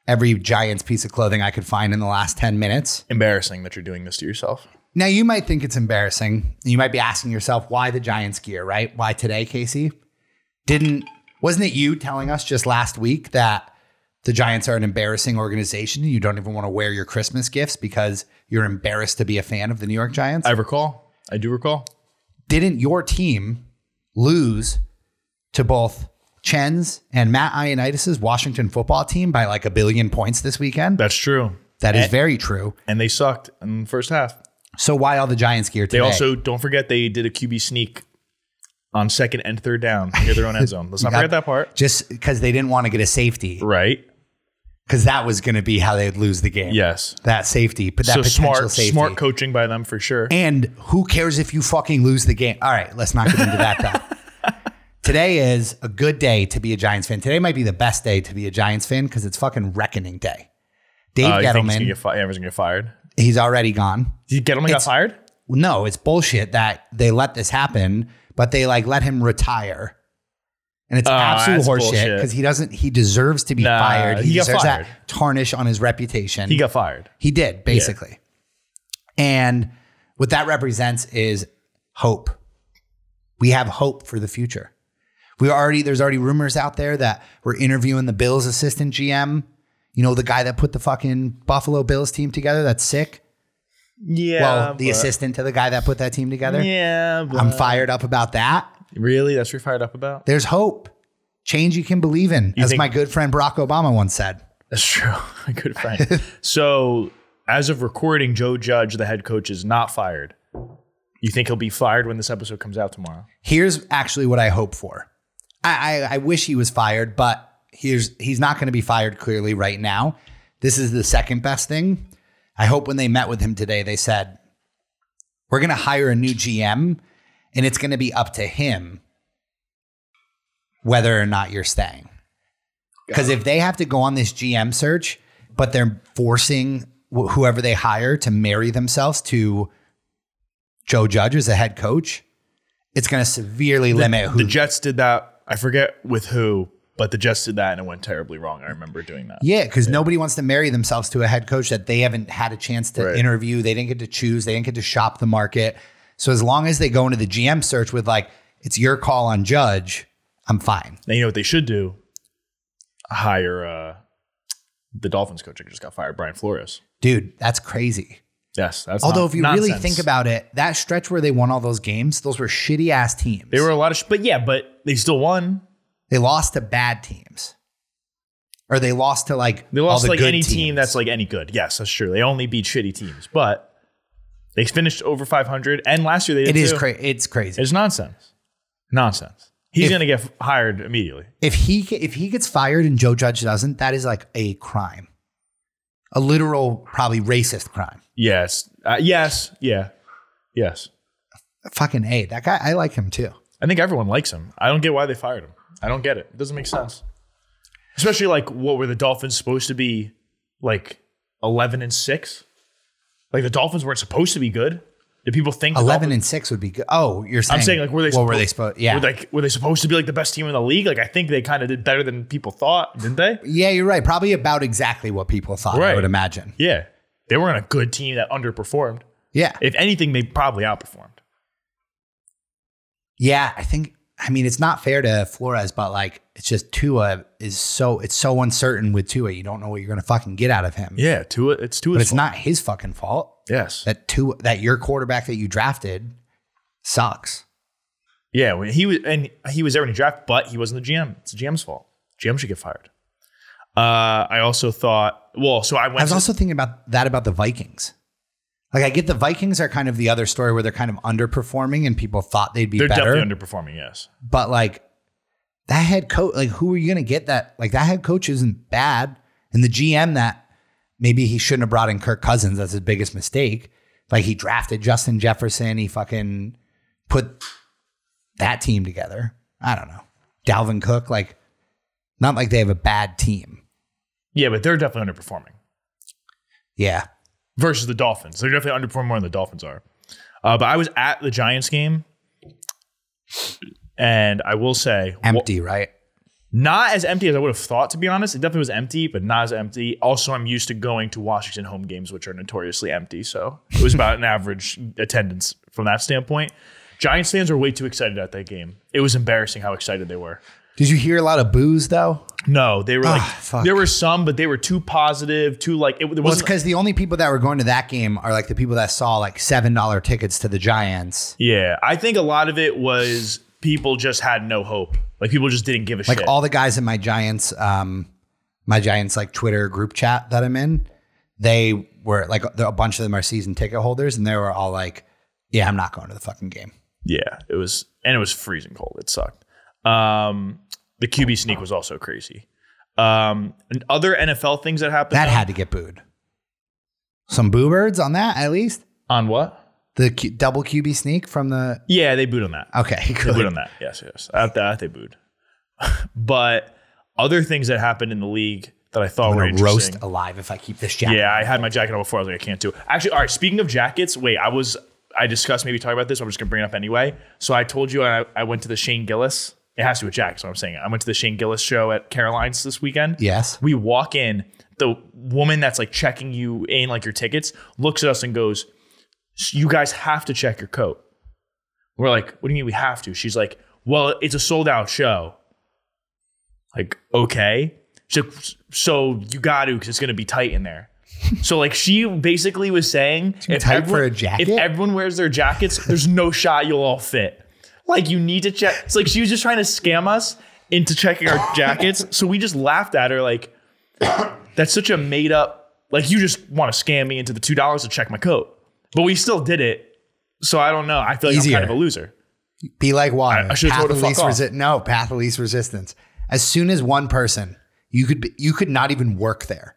[SPEAKER 3] every Giants piece of clothing I could find in the last 10 minutes.
[SPEAKER 2] Embarrassing that you're doing this to yourself.
[SPEAKER 3] Now, you might think it's embarrassing. You might be asking yourself, why the Giants gear, right? Why today, Casey? Didn't, wasn't it you telling us just last week that the Giants are an embarrassing organization and you don't even want to wear your Christmas gifts because you're embarrassed to be a fan of the New York Giants?
[SPEAKER 2] I recall. I do recall.
[SPEAKER 3] didn't your team lose to both Chen's and Matt Ioannidis' Washington football team by like a billion points this weekend?
[SPEAKER 2] That's true.
[SPEAKER 3] That is very true.
[SPEAKER 2] And they sucked in the first half.
[SPEAKER 3] So why all the Giants gear
[SPEAKER 2] They
[SPEAKER 3] today?
[SPEAKER 2] also don't forget they did a QB sneak on second and third down near their own end zone. Let's not
[SPEAKER 3] got-
[SPEAKER 2] forget that part.
[SPEAKER 3] just because they didn't want to get a safety,
[SPEAKER 2] Right.
[SPEAKER 3] because that was going to be how they'd lose the game.
[SPEAKER 2] Yes.
[SPEAKER 3] that safety, but that
[SPEAKER 2] so
[SPEAKER 3] potential
[SPEAKER 2] smart,
[SPEAKER 3] safety.
[SPEAKER 2] smart coaching by them for sure.
[SPEAKER 3] And who cares if you fucking lose the game? All right, let's not get into that though. Today is a good day to be a Giants fan. Today might be the best day to be a Giants fan because it's fucking reckoning day. Dave
[SPEAKER 2] Uh, you think he's
[SPEAKER 3] Gettleman,
[SPEAKER 2] gonna get fi- everyone's gonna get fired.
[SPEAKER 3] he's already gone.
[SPEAKER 2] Did Gettleman got fired?
[SPEAKER 3] No, it's bullshit that they let this happen, but they like let him retire. And it's
[SPEAKER 2] Oh,
[SPEAKER 3] absolute
[SPEAKER 2] that's
[SPEAKER 3] horseshit
[SPEAKER 2] bullshit.
[SPEAKER 3] because he doesn't he deserves to be
[SPEAKER 2] Nah,
[SPEAKER 3] fired. He,
[SPEAKER 2] he got
[SPEAKER 3] deserves
[SPEAKER 2] fired.
[SPEAKER 3] that tarnish on his reputation.
[SPEAKER 2] He got fired.
[SPEAKER 3] He did, basically. And what that represents is hope. We have hope for the future. We already there's already rumors out there that we're interviewing the Bills assistant GM, you know, the guy that put the fucking Buffalo Bills team together that's sick.
[SPEAKER 2] Yeah.
[SPEAKER 3] well, the assistant to the guy that put that team together.
[SPEAKER 2] Yeah. But
[SPEAKER 3] I'm fired up about that.
[SPEAKER 2] really? That's what you're fired up about?
[SPEAKER 3] There's hope. Change you can believe in, as
[SPEAKER 2] think-
[SPEAKER 3] my good friend Barack Obama once said.
[SPEAKER 2] That's true. A good friend. so as of recording, Joe Judge, the head coach, is not fired. You think he'll be fired when this episode comes out tomorrow?
[SPEAKER 3] here's actually what I hope for. I, I, I wish he was fired, but here's he's not going to be fired clearly right now. This is the second best thing. I hope when they met with him today, they said, We're going to hire a new GM and it's going to be up to him whether or not you're staying. Because if they have to go on this GM search, but they're forcing wh- whoever they hire to marry themselves to Joe Judge as a head coach, it's going to severely limit who
[SPEAKER 2] The Jets did that. I forget with who, but the Jets did that and it went terribly wrong. I remember doing that.
[SPEAKER 3] Yeah, because nobody wants to marry themselves to a head coach that they haven't had a chance to
[SPEAKER 2] Right.
[SPEAKER 3] interview. They didn't get to choose. They didn't get to shop the market. So as long as they go into the GM search with like, it's your call on Judge, I'm fine.
[SPEAKER 2] Now you know what they should do? Hire uh, the Dolphins coach who just got fired, Brian Flores.
[SPEAKER 3] Dude, that's crazy.
[SPEAKER 2] Yes, that's
[SPEAKER 3] Although
[SPEAKER 2] non-
[SPEAKER 3] if you really
[SPEAKER 2] nonsense.
[SPEAKER 3] think about it, that stretch where they won all those games, those were shitty ass teams.
[SPEAKER 2] they were a lot of, sh- but yeah, but they still won.
[SPEAKER 3] they lost to bad teams. Or they lost to like
[SPEAKER 2] They
[SPEAKER 3] all
[SPEAKER 2] lost
[SPEAKER 3] the
[SPEAKER 2] like
[SPEAKER 3] good
[SPEAKER 2] any team
[SPEAKER 3] teams.
[SPEAKER 2] that's like any good. Yes, that's true. They only beat shitty teams, but they finished over 500. And last year they did
[SPEAKER 3] it is
[SPEAKER 2] too.
[SPEAKER 3] crazy. It's crazy.
[SPEAKER 2] It's nonsense. Nonsense. He's
[SPEAKER 3] If-
[SPEAKER 2] gonna get f- hired immediately.
[SPEAKER 3] if he ca- if he gets fired and Joe Judge doesn't, that is like a crime, a literal probably racist crime.
[SPEAKER 2] Yes. Uh, yes. Yeah. Yes.
[SPEAKER 3] Fucking a that guy. I like him too.
[SPEAKER 2] I think everyone likes him. I don't get why they fired him. I don't get it. It doesn't make sense. Especially like what were the Dolphins supposed to be like 11 and 6? Like the Dolphins weren't supposed to be good. Did people think the
[SPEAKER 3] Eleven
[SPEAKER 2] Dolphins-
[SPEAKER 3] and six would be good. Oh, you're saying
[SPEAKER 2] I'm saying like were they
[SPEAKER 3] What were they
[SPEAKER 2] suppo-
[SPEAKER 3] supposed? Yeah,
[SPEAKER 2] Were like were they supposed to be like the best team in the league? Like I think they kind of did better than people thought, didn't they?
[SPEAKER 3] yeah, you're right. Probably about exactly what people thought. I
[SPEAKER 2] Right.
[SPEAKER 3] would imagine.
[SPEAKER 2] Yeah. They weren't a good team that underperformed.
[SPEAKER 3] Yeah,
[SPEAKER 2] If anything, they probably outperformed.
[SPEAKER 3] yeah. I think I mean, it's not fair to Flores, but like, it's just Tua is so it's so uncertain with Tua. You don't know what you're gonna fucking get out of him.
[SPEAKER 2] Yeah, Tua. It's Tua's
[SPEAKER 3] but it's
[SPEAKER 2] fault.
[SPEAKER 3] not his fucking fault
[SPEAKER 2] Yes.
[SPEAKER 3] that Tua that your quarterback that you drafted sucks.
[SPEAKER 2] yeah, when he was and he was there when he drafted, but he wasn't the GM. It's the GM's fault. GM should get fired. Uh, I also thought. Well, so I went.
[SPEAKER 3] I was
[SPEAKER 2] to-
[SPEAKER 3] also thinking about that about the Vikings. Like, I get the Vikings are kind of the other story where they're kind of underperforming and people thought they'd be
[SPEAKER 2] they're
[SPEAKER 3] better.
[SPEAKER 2] definitely underperforming. Yes.
[SPEAKER 3] but like that head coach, like who are you going to get that? Like that head coach isn't bad, and the GM that maybe he shouldn't have brought in Kirk Cousins. That's his biggest mistake. Like he drafted Justin Jefferson, he fucking put that team together. I don't know. Dalvin Cook, like not like they have a bad team.
[SPEAKER 2] Yeah, but they're definitely underperforming
[SPEAKER 3] Yeah,
[SPEAKER 2] versus the Dolphins. They're definitely underperforming more than the Dolphins are. Uh, but I was at the Giants game, and I will say, wh-
[SPEAKER 3] empty, right?
[SPEAKER 2] not as empty as I would have thought, to be honest. It definitely was empty, but not as empty. Also, I'm used to going to Washington home games, which are notoriously empty. So it was about an average attendance from that standpoint. Giants fans were way too excited at that game. It was embarrassing how excited they were.
[SPEAKER 3] Did you hear a lot of boos though?
[SPEAKER 2] No, they were like,
[SPEAKER 3] Ah, fuck.
[SPEAKER 2] there were some, but they were too positive, too like, it, there
[SPEAKER 3] Well, it's
[SPEAKER 2] wasn't.
[SPEAKER 3] because the only people that were going to that game are like the people that saw like seven dollar tickets to the Giants.
[SPEAKER 2] yeah, I think a lot of it was people just had no hope. Like people just didn't give a
[SPEAKER 3] Like
[SPEAKER 2] shit.
[SPEAKER 3] all the guys in my Giants, um, my Giants like Twitter group chat that I'm in, they were like a bunch of them are season ticket holders, and they were all like, "Yeah, I'm not going to the fucking game."
[SPEAKER 2] yeah, it was, and it was freezing cold. It sucked. Um, the QB sneak was also crazy. Um, and other NFL things that happened
[SPEAKER 3] That had to get booed. Some boo birds on that at least.
[SPEAKER 2] on what?
[SPEAKER 3] The Q- double QB sneak from the
[SPEAKER 2] Yeah, they booed on that.
[SPEAKER 3] Oh, okay,
[SPEAKER 2] They booed
[SPEAKER 3] good.
[SPEAKER 2] on that. Yes, yes. At that, they booed. but other things that happened in the league that I thought
[SPEAKER 3] I'm
[SPEAKER 2] were
[SPEAKER 3] gonna
[SPEAKER 2] interesting.
[SPEAKER 3] roast alive if I keep this jacket.
[SPEAKER 2] Yeah, I had my jacket on before. I was like, I can't do it. Actually, all right. Speaking of jackets, wait, I was I discussed maybe talking about this. I'm just gonna bring it up anyway. So I told you I, I went to the Shane Gillis. It has to do with Jack. So I'm saying it. I went to the Shane Gillis show at Caroline's this weekend.
[SPEAKER 3] Yes.
[SPEAKER 2] We walk in. The woman that's like checking you in, like your tickets, looks at us and goes, "You guys have to check your coat." We're like, "What do you mean we have to?" She's like, "Well, it's a sold out show." Like, okay. She's like, so you got to because it's gonna be tight in there. So like she basically was saying, if
[SPEAKER 3] tight for a jacket?
[SPEAKER 2] if everyone wears their jackets, there's no shot you'll all fit. Like you need to check. It's like she was just trying to scam us into checking our jackets. So we just laughed at her like, that's such a made up. Like you just want to scam me into the two dollars to check my coat, but we still did it. So I don't know. I feel like
[SPEAKER 3] Easier.
[SPEAKER 2] I'm kind of a loser.
[SPEAKER 3] Be like water.
[SPEAKER 2] I should've
[SPEAKER 3] path
[SPEAKER 2] told her
[SPEAKER 3] of
[SPEAKER 2] to
[SPEAKER 3] least
[SPEAKER 2] fuck off.
[SPEAKER 3] resi- No, path of least resistance. As soon as one person, you could be, you could not even work there.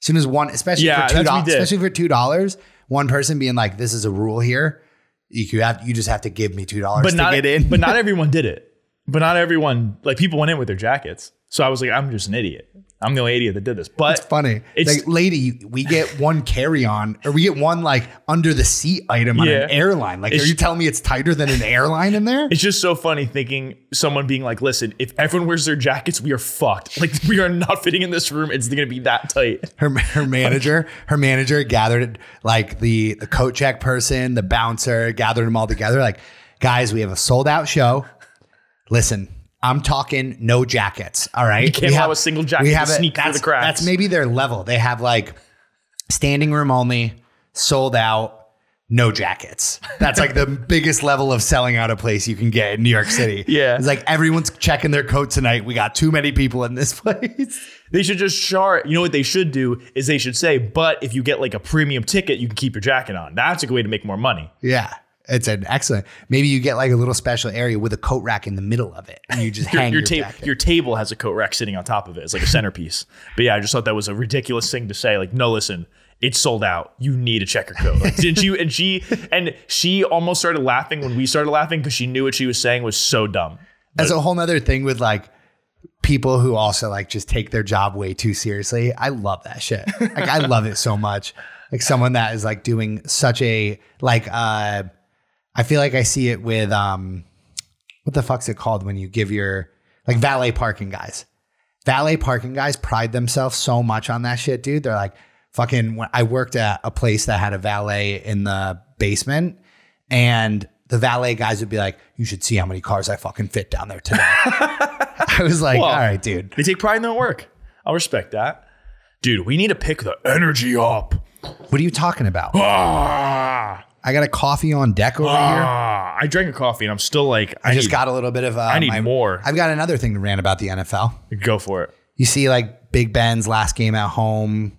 [SPEAKER 3] As soon as one, especially
[SPEAKER 2] Yeah,
[SPEAKER 3] for two
[SPEAKER 2] that's what we
[SPEAKER 3] dollars,
[SPEAKER 2] did.
[SPEAKER 3] especially for two dollars, one person being like, "This is a rule here. You could have you just have to give me two dollars
[SPEAKER 2] But
[SPEAKER 3] to
[SPEAKER 2] not
[SPEAKER 3] get in."
[SPEAKER 2] but not everyone did it. But not everyone like people went in with their jackets. So I was like, I'm just an idiot. I'm the only idiot that did this. But
[SPEAKER 3] it's funny.
[SPEAKER 2] It's-
[SPEAKER 3] like, lady, we get one carry on, or we get one like under the seat item on
[SPEAKER 2] Yeah.
[SPEAKER 3] an airline. Like,
[SPEAKER 2] It's-
[SPEAKER 3] are you telling me it's tighter than an airline in there?
[SPEAKER 2] It's just so funny thinking someone being like, listen, if everyone wears their jackets, we are fucked. Like we are not fitting in this room. It's gonna be that tight.
[SPEAKER 3] her, her manager her manager gathered like the the coat check person the bouncer gathered them all together like guys we have a sold out show listen i'm talking no jackets all right we
[SPEAKER 2] can't allow a single jacket to sneak through
[SPEAKER 3] that's,
[SPEAKER 2] the cracks.
[SPEAKER 3] that's maybe their level they have like standing room only sold out no jackets. That's like the biggest level of selling out a place you can get in New York City.
[SPEAKER 2] Yeah.
[SPEAKER 3] It's like everyone's checking their coat tonight. We got too many people in this place.
[SPEAKER 2] They should just chart. You know what they should do is they should say, but if you get like a premium ticket, you can keep your jacket on. That's a good way to make more money.
[SPEAKER 3] Yeah. It's an excellent. Maybe you get like a little special area with a coat rack in the middle of it, and you just
[SPEAKER 2] Your,
[SPEAKER 3] hang your,
[SPEAKER 2] your, ta-
[SPEAKER 3] jacket.
[SPEAKER 2] your table has a coat rack sitting on top of it. It's like a centerpiece. but yeah, I just thought that was a ridiculous thing to say. Like, no, listen, it's sold out. You need a checker coat. Like, didn't you? And she and she almost started laughing when we started laughing because she knew what she was saying was so dumb.
[SPEAKER 3] That's a whole nother thing with like people who also like just take their job way too seriously. I love that shit. Like I love it so much. Like someone that is like doing such a like. uh I feel like I see it with um, what the fuck's it called when you give your like valet parking guys. valet parking guys pride themselves so much on that shit, dude. They're like, fucking, when I worked at a place that had a valet in the basement and the valet guys would be like, "You should see how many cars I fucking fit down there today." I was like, "All right, dude."
[SPEAKER 2] They take pride in their work. I'll respect that. Dude, we need to pick the energy up.
[SPEAKER 3] What are you talking about?
[SPEAKER 2] Ah,
[SPEAKER 3] I got a coffee on deck over here.
[SPEAKER 2] ah. I drank a coffee and I'm still like, I,
[SPEAKER 3] I just
[SPEAKER 2] need-
[SPEAKER 3] got a little bit of. Uh, I
[SPEAKER 2] need more.
[SPEAKER 3] I've got another thing to rant about the NFL.
[SPEAKER 2] go for it.
[SPEAKER 3] You see, like Big Ben's last game at home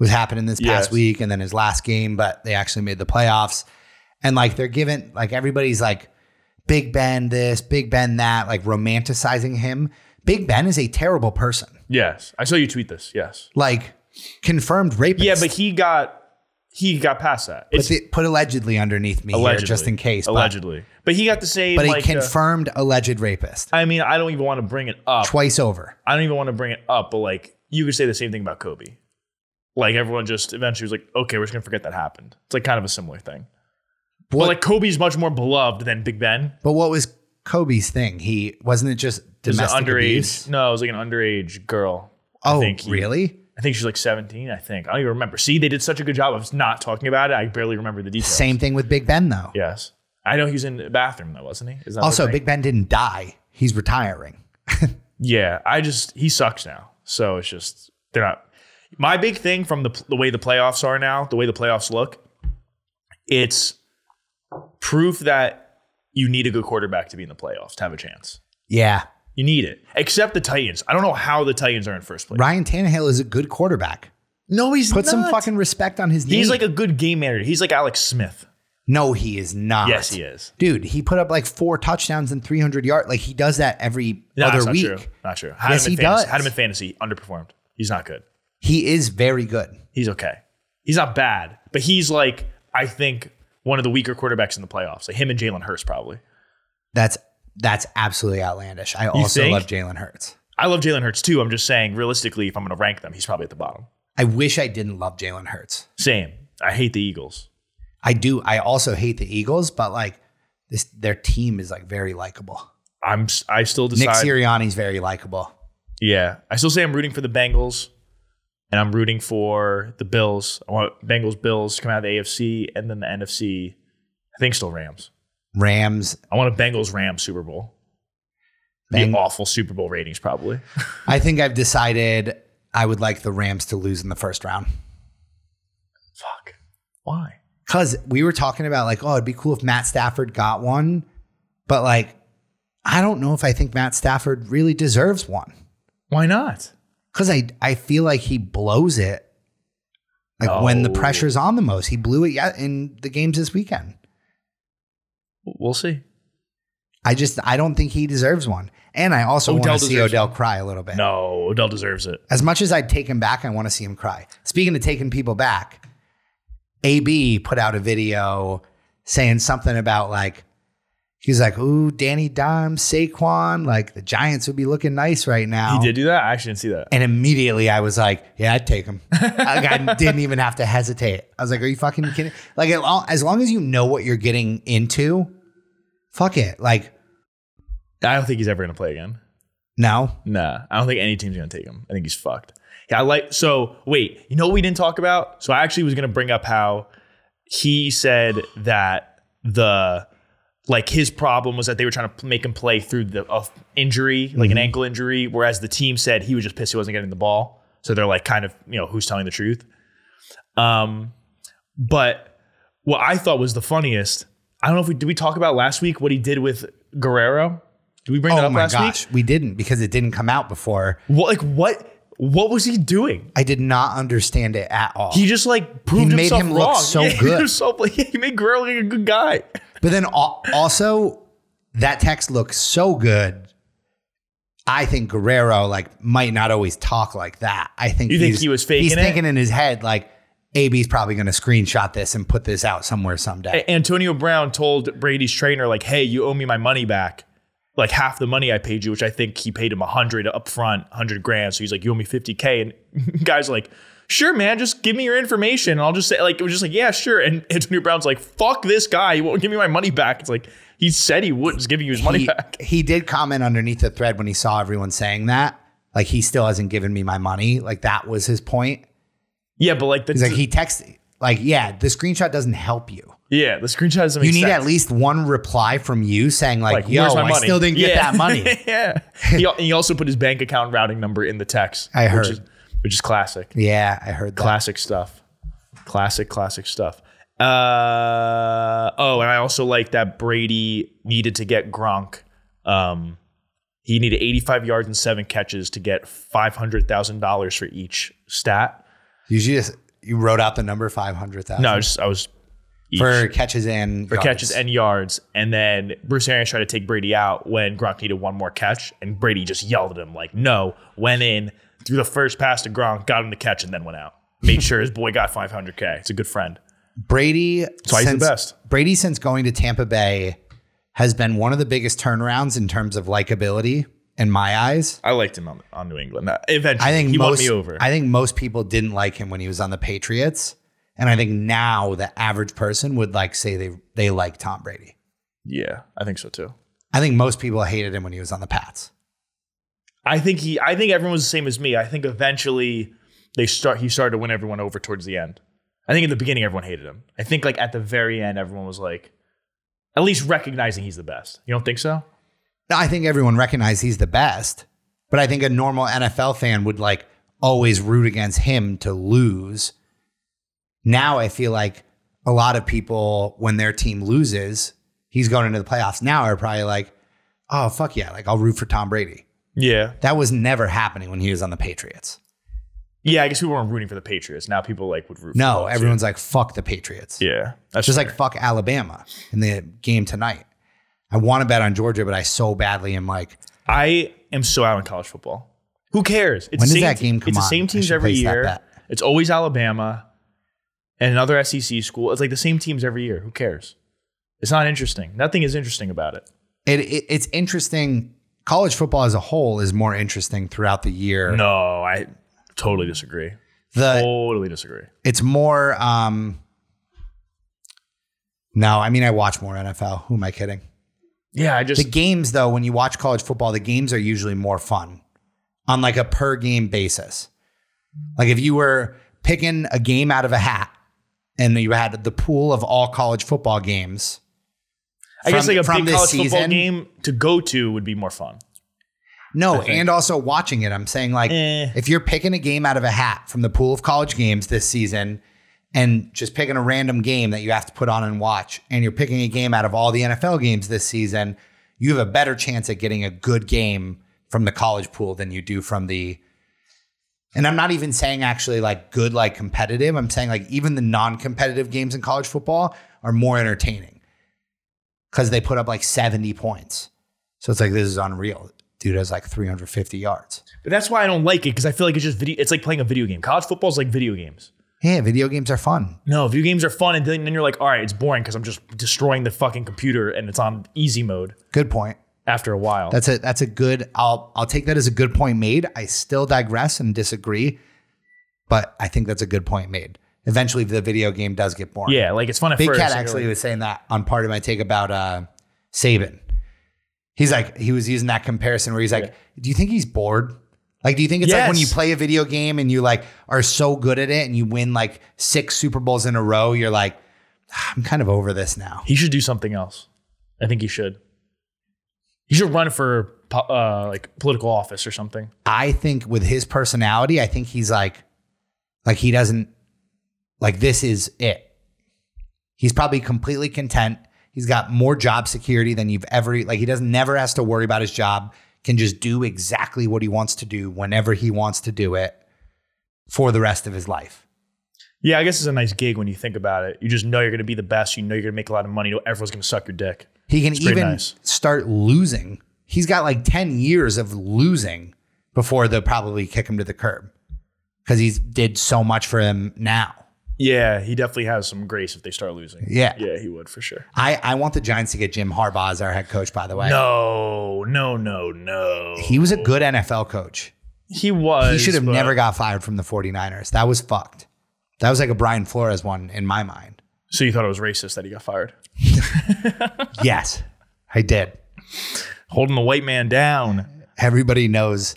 [SPEAKER 3] was happening this past
[SPEAKER 2] Yes.
[SPEAKER 3] week, and then his last game, but they actually made the playoffs. And like they're given, like everybody's like Big Ben this, Big Ben that, like romanticizing him. Big Ben is a terrible person,
[SPEAKER 2] Yes. I saw you tweet this. Yes.
[SPEAKER 3] like confirmed rapist.
[SPEAKER 2] Yeah, but he got he got past that.
[SPEAKER 3] But
[SPEAKER 2] It's
[SPEAKER 3] they- put allegedly underneath me
[SPEAKER 2] allegedly,
[SPEAKER 3] here, just in case. but-
[SPEAKER 2] Allegedly. But, he got the same
[SPEAKER 3] but,
[SPEAKER 2] like
[SPEAKER 3] a
[SPEAKER 2] uh,
[SPEAKER 3] confirmed alleged rapist
[SPEAKER 2] I mean, I don't even want to bring it up.
[SPEAKER 3] twice over.
[SPEAKER 2] I don't even want to bring it up, but like you could say the same thing about Kobe. Like everyone just eventually was like, okay, we're just gonna forget that happened. It's like kind of a similar thing.
[SPEAKER 3] What-
[SPEAKER 2] But like Kobe's much more beloved than Big Ben.
[SPEAKER 3] But what was Kobe's thing? He wasn't it just
[SPEAKER 2] It was an
[SPEAKER 3] domestic
[SPEAKER 2] underage.
[SPEAKER 3] abuse?
[SPEAKER 2] No, it was like an underage girl. I
[SPEAKER 3] Oh,
[SPEAKER 2] think he-
[SPEAKER 3] really?
[SPEAKER 2] I think she's like 17, I think. I don't even remember. See, they did such a good job of not talking about it. I barely remember the details.
[SPEAKER 3] Same thing with Big Ben though.
[SPEAKER 2] Yes. I know he was in the bathroom though, wasn't he? Is that the
[SPEAKER 3] Also,
[SPEAKER 2] thing?
[SPEAKER 3] Big Ben didn't die. He's retiring.
[SPEAKER 2] Yeah, I just he sucks now. So it's just they're not. My big thing from the the way the playoffs are now, the way the playoffs look, it's proof that you need a good quarterback to be in the playoffs to have a chance.
[SPEAKER 3] Yeah.
[SPEAKER 2] You need it. Except the Titans. I don't know how the Titans are in first place.
[SPEAKER 3] Ryan Tannehill is a good quarterback.
[SPEAKER 2] No, he's
[SPEAKER 3] Put some
[SPEAKER 2] not.
[SPEAKER 3] fucking respect on his name.
[SPEAKER 2] He's like a good game manager. He's like Alex Smith.
[SPEAKER 3] no, he is not.
[SPEAKER 2] Yes, he is.
[SPEAKER 3] Dude, he put up like four touchdowns and 300 yard. Like he does that every
[SPEAKER 2] No, that's
[SPEAKER 3] other
[SPEAKER 2] not
[SPEAKER 3] week.
[SPEAKER 2] true. Not true. Had
[SPEAKER 3] Yes,
[SPEAKER 2] him in
[SPEAKER 3] he
[SPEAKER 2] fantasy.
[SPEAKER 3] does.
[SPEAKER 2] Had him in fantasy. Underperformed. He's not good.
[SPEAKER 3] He is very good.
[SPEAKER 2] he's okay. He's not bad, but he's like I think one of the weaker quarterbacks in the playoffs. Like him and Jalen Hurts probably.
[SPEAKER 3] That's that's absolutely outlandish. I also
[SPEAKER 2] think?
[SPEAKER 3] love Jalen Hurts.
[SPEAKER 2] I love Jalen Hurts too. I'm just saying realistically, if I'm going to rank them, he's probably at the bottom.
[SPEAKER 3] I wish I didn't love Jalen Hurts.
[SPEAKER 2] Same. I hate the Eagles.
[SPEAKER 3] I do. I also hate the Eagles, but like this, their team is like very likable.
[SPEAKER 2] I'm s- I still
[SPEAKER 3] Nick
[SPEAKER 2] decide.
[SPEAKER 3] Sirianni's very likable.
[SPEAKER 2] yeah, I still say I'm rooting for the Bengals, and I'm rooting for the Bills. I want Bengals Bills to come out of the AFC and then the NFC. I think still Rams.
[SPEAKER 3] Rams.
[SPEAKER 2] I want a Bengals Rams Super Bowl.
[SPEAKER 3] Bang-
[SPEAKER 2] the awful Super Bowl ratings probably.
[SPEAKER 3] I think I've decided I would like the Rams to lose in the first round.
[SPEAKER 2] Fuck. Why?
[SPEAKER 3] Cause we were talking about like, oh, it'd be cool if Matt Stafford got one, but like, I don't know if I think Matt Stafford really deserves one.
[SPEAKER 2] Why not?
[SPEAKER 3] Cause I I feel like he blows it, like when the
[SPEAKER 2] No.
[SPEAKER 3] pressure's on the most. He blew it yeah, in the games this weekend.
[SPEAKER 2] We'll see.
[SPEAKER 3] I just I don't think he deserves one. And I also
[SPEAKER 2] Odell
[SPEAKER 3] want to see
[SPEAKER 2] deserves
[SPEAKER 3] Odell cry a little bit.
[SPEAKER 2] No, Odell deserves it.
[SPEAKER 3] As much as I'd take him back, I want to see him cry. Speaking of taking people back, AB put out a video saying something about like he's like, "Ooh, Danny Dimes, Saquon, like the Giants would be looking nice right now."
[SPEAKER 2] He did do that. I actually didn't see that.
[SPEAKER 3] And immediately I was like, "Yeah, I'd take him." like I didn't even have to hesitate. I was like, "Are you fucking kidding?" Like as long- as long as you know what you're getting into, fuck it. Like
[SPEAKER 2] I don't think he's ever gonna play again.
[SPEAKER 3] no,
[SPEAKER 2] Nah, I don't think any team's gonna take him. I think he's fucked. Yeah, I like. So wait, you know what we didn't talk about? So I actually was gonna bring up how he said that the like his problem was that they were trying to make him play through the uh, injury, like
[SPEAKER 3] Mm-hmm.
[SPEAKER 2] an ankle injury, whereas the team said he was just pissed he wasn't getting the ball. So they're like, kind of, you know, who's telling the truth? Um, but what I thought was the funniest. I don't know if we did we talk about last week what he did with Guerrero. Did we bring that
[SPEAKER 3] Oh
[SPEAKER 2] up
[SPEAKER 3] my
[SPEAKER 2] last week?
[SPEAKER 3] gosh, we didn't because it didn't come out before.
[SPEAKER 2] What like what what was he doing?
[SPEAKER 3] I did not understand it at all.
[SPEAKER 2] He just like proved
[SPEAKER 3] He made
[SPEAKER 2] himself
[SPEAKER 3] him look
[SPEAKER 2] wrong.
[SPEAKER 3] so
[SPEAKER 2] Yeah, he
[SPEAKER 3] good.
[SPEAKER 2] was so- yeah, he made Guerrero like a good guy.
[SPEAKER 3] but then al- also, that text looks so good. I think Guerrero like might not always talk like that. I think
[SPEAKER 2] You think
[SPEAKER 3] he's-
[SPEAKER 2] he was faking
[SPEAKER 3] He's
[SPEAKER 2] it?
[SPEAKER 3] thinking in his head like, "AB's probably going to screenshot this and put this out somewhere someday."
[SPEAKER 2] A- Antonio Brown told Brady's trainer like, "Hey, you owe me my money back." Like half the money I paid you, which I think he paid him a hundred up front, hundred grand. So he's like, "You owe me fifty k." And guys like, "Sure, man, just give me your information." And I'll just say, like, it was just like, "Yeah, sure." And Antonio Brown's like, "Fuck this guy, he won't give me my money back." It's like he said he would, just giving you his money
[SPEAKER 3] he,
[SPEAKER 2] back.
[SPEAKER 3] he did comment underneath the thread when he saw everyone saying that. Like he still hasn't given me my money. Like that was his point.
[SPEAKER 2] Yeah, but like, the,
[SPEAKER 3] He's like he texted like, "Yeah, the screenshot doesn't help you."
[SPEAKER 2] Yeah, the screenshot doesn't make
[SPEAKER 3] You need
[SPEAKER 2] sense.
[SPEAKER 3] at least one reply from you saying like,
[SPEAKER 2] like,
[SPEAKER 3] "Yo,
[SPEAKER 2] where's my
[SPEAKER 3] I
[SPEAKER 2] money?
[SPEAKER 3] still didn't get
[SPEAKER 2] Yeah.
[SPEAKER 3] that money."
[SPEAKER 2] yeah. He, al- he also put his bank account routing number in the text.
[SPEAKER 3] I
[SPEAKER 2] Which
[SPEAKER 3] heard.
[SPEAKER 2] is, which is classic.
[SPEAKER 3] yeah, I heard that.
[SPEAKER 2] Classic stuff. Classic, classic stuff. Uh, oh, and I also like that Brady needed to get Gronk. Um, he needed 85 yards and seven catches to get $500,000 for each stat.
[SPEAKER 3] You should just you wrote out the number five hundred thousand.
[SPEAKER 2] No, I, just, I was each.
[SPEAKER 3] for catches and
[SPEAKER 2] for catches and yards. And then Bruce Arians tried to take Brady out when Gronk needed one more catch, and Brady just yelled at him like, "No!" Went in, threw the first pass to Gronk, got him the catch, and then went out. Made sure his boy got 500k. It's a good friend.
[SPEAKER 3] Brady.
[SPEAKER 2] why he's the
[SPEAKER 3] since-
[SPEAKER 2] best.
[SPEAKER 3] Brady since going to Tampa Bay has been one of the biggest turnarounds in terms of likability in my eyes.
[SPEAKER 2] I liked him on, on New England. Uh, Eventually,
[SPEAKER 3] I think
[SPEAKER 2] he
[SPEAKER 3] most
[SPEAKER 2] won me over.
[SPEAKER 3] I think most people didn't like him when he was on the Patriots, and I think now the average person would like say they they like Tom Brady.
[SPEAKER 2] yeah, I think so too.
[SPEAKER 3] I think most people hated him when he was on the Pats.
[SPEAKER 2] I think he. I think everyone was the same as me. I think eventually they start. He started to win everyone over towards the end. I think in the beginning everyone hated him. I think like at the very end everyone was like, at least recognizing he's the best. You don't think so?
[SPEAKER 3] Now, I think everyone recognized he's the best, but I think a normal NFL fan would like always root against him to lose. Now I feel like a lot of people, when their team loses, he's going into the playoffs now, are probably like, oh, fuck yeah, like I'll root for Tom Brady.
[SPEAKER 2] Yeah.
[SPEAKER 3] That was never happening when he was on the Patriots.
[SPEAKER 2] Yeah, I guess we weren't rooting for the Patriots. Now people like would root. for
[SPEAKER 3] No,
[SPEAKER 2] those,
[SPEAKER 3] everyone's like, fuck the Patriots.
[SPEAKER 2] Yeah, Yeah, that's
[SPEAKER 3] Just
[SPEAKER 2] fair.
[SPEAKER 3] like fuck Alabama in the game tonight. I want to bet on Georgia, but I so badly am like,
[SPEAKER 2] I am so out on college football. Who cares? It's
[SPEAKER 3] When
[SPEAKER 2] the
[SPEAKER 3] does
[SPEAKER 2] same
[SPEAKER 3] that game
[SPEAKER 2] te-
[SPEAKER 3] come
[SPEAKER 2] It's the
[SPEAKER 3] on? I
[SPEAKER 2] same teams
[SPEAKER 3] should
[SPEAKER 2] every
[SPEAKER 3] place that
[SPEAKER 2] year.
[SPEAKER 3] bet.
[SPEAKER 2] It's always Alabama and another SEC school. It's like the same teams every year. Who cares? It's not interesting. Nothing is interesting about it.
[SPEAKER 3] it, it it's interesting. College football as a whole is more interesting throughout the year.
[SPEAKER 2] No, I totally disagree.
[SPEAKER 3] The
[SPEAKER 2] Totally disagree.
[SPEAKER 3] it's more. Um, no, I mean I watch more NFL. Who am I kidding?
[SPEAKER 2] Yeah, I
[SPEAKER 3] The
[SPEAKER 2] just
[SPEAKER 3] games though, when you watch college football, the games are usually more fun on like a per game basis. Like if you were picking a game out of a hat and you had the pool of all college football games,
[SPEAKER 2] I guess
[SPEAKER 3] from-
[SPEAKER 2] like a
[SPEAKER 3] from
[SPEAKER 2] big
[SPEAKER 3] this
[SPEAKER 2] college football
[SPEAKER 3] season-
[SPEAKER 2] game to go to would be more fun.
[SPEAKER 3] No,
[SPEAKER 2] think.
[SPEAKER 3] and also watching it. I'm saying like
[SPEAKER 2] Eh.
[SPEAKER 3] if you're picking a game out of a hat from the pool of college games this season and just picking a random game that you have to put on and watch and you're picking a game out of all the NFL games this season, you have a better chance at getting a good game from the college pool than you do from the and I'm not even saying actually like good like competitive. I'm saying like even the non-competitive games in college football are more entertaining cuz they put up like 70 points. So it's like this is unreal. Dude has like 350 yards.
[SPEAKER 2] But that's why I don't like it because I feel like it's just video. It's like playing a video game. College football is like video games.
[SPEAKER 3] Yeah, video games are fun.
[SPEAKER 2] No, video games are fun, and then, then you're like, all right, it's boring because I'm just destroying the fucking computer, and it's on easy mode
[SPEAKER 3] Good point.
[SPEAKER 2] after a while.
[SPEAKER 3] That's a that's a good. I'll I'll take that as a good point made. I still digress and disagree, but I think that's a good point made. Eventually, the video game does get boring.
[SPEAKER 2] yeah, like it's fun at
[SPEAKER 3] Big
[SPEAKER 2] first.
[SPEAKER 3] Cat
[SPEAKER 2] and you're
[SPEAKER 3] actually
[SPEAKER 2] like,
[SPEAKER 3] was saying that on part of my take about uh, Saban. He's like he was using that comparison where he's like, "Do you think he's bored? Like, do you think it's like when you
[SPEAKER 2] Yes.
[SPEAKER 3] play a video game and you like are so good at it and you win like six Super Bowls in a row? You're like, "Ah, I'm kind of over this now.
[SPEAKER 2] he should do something else. I think he should. He should run for po- uh, like political office or something.
[SPEAKER 3] I think with his personality, I think he's like, like he doesn't, like this is it. He's probably completely content. He's got more job security than you've ever, like he doesn't never has to worry about his job, can just do exactly what he wants to do whenever he wants to do it for the rest of his life.
[SPEAKER 2] Yeah, I guess it's a nice gig when you think about it. You just know you're going to be the best. You know you're going to make a lot of money. You know everyone's going to suck your dick.
[SPEAKER 3] He can
[SPEAKER 2] pretty
[SPEAKER 3] even
[SPEAKER 2] nice.
[SPEAKER 3] start losing. He's got like 10 years of losing before they'll probably kick him to the curb because he's did so much for him now.
[SPEAKER 2] Yeah, he definitely has some grace if they start losing.
[SPEAKER 3] Yeah.
[SPEAKER 2] yeah, he would for sure.
[SPEAKER 3] I, I want the Giants to get Jim Harbaugh as our head coach, by the way.
[SPEAKER 2] No, no, no, no.
[SPEAKER 3] He was a good NFL coach.
[SPEAKER 2] He was.
[SPEAKER 3] He should have
[SPEAKER 2] but-
[SPEAKER 3] never got fired from the 49ers. That was fucked. That was like a Brian Flores one in my mind.
[SPEAKER 2] So you thought it was racist that he got fired?
[SPEAKER 3] Yes, I did.
[SPEAKER 2] holding the white man down.
[SPEAKER 3] Everybody knows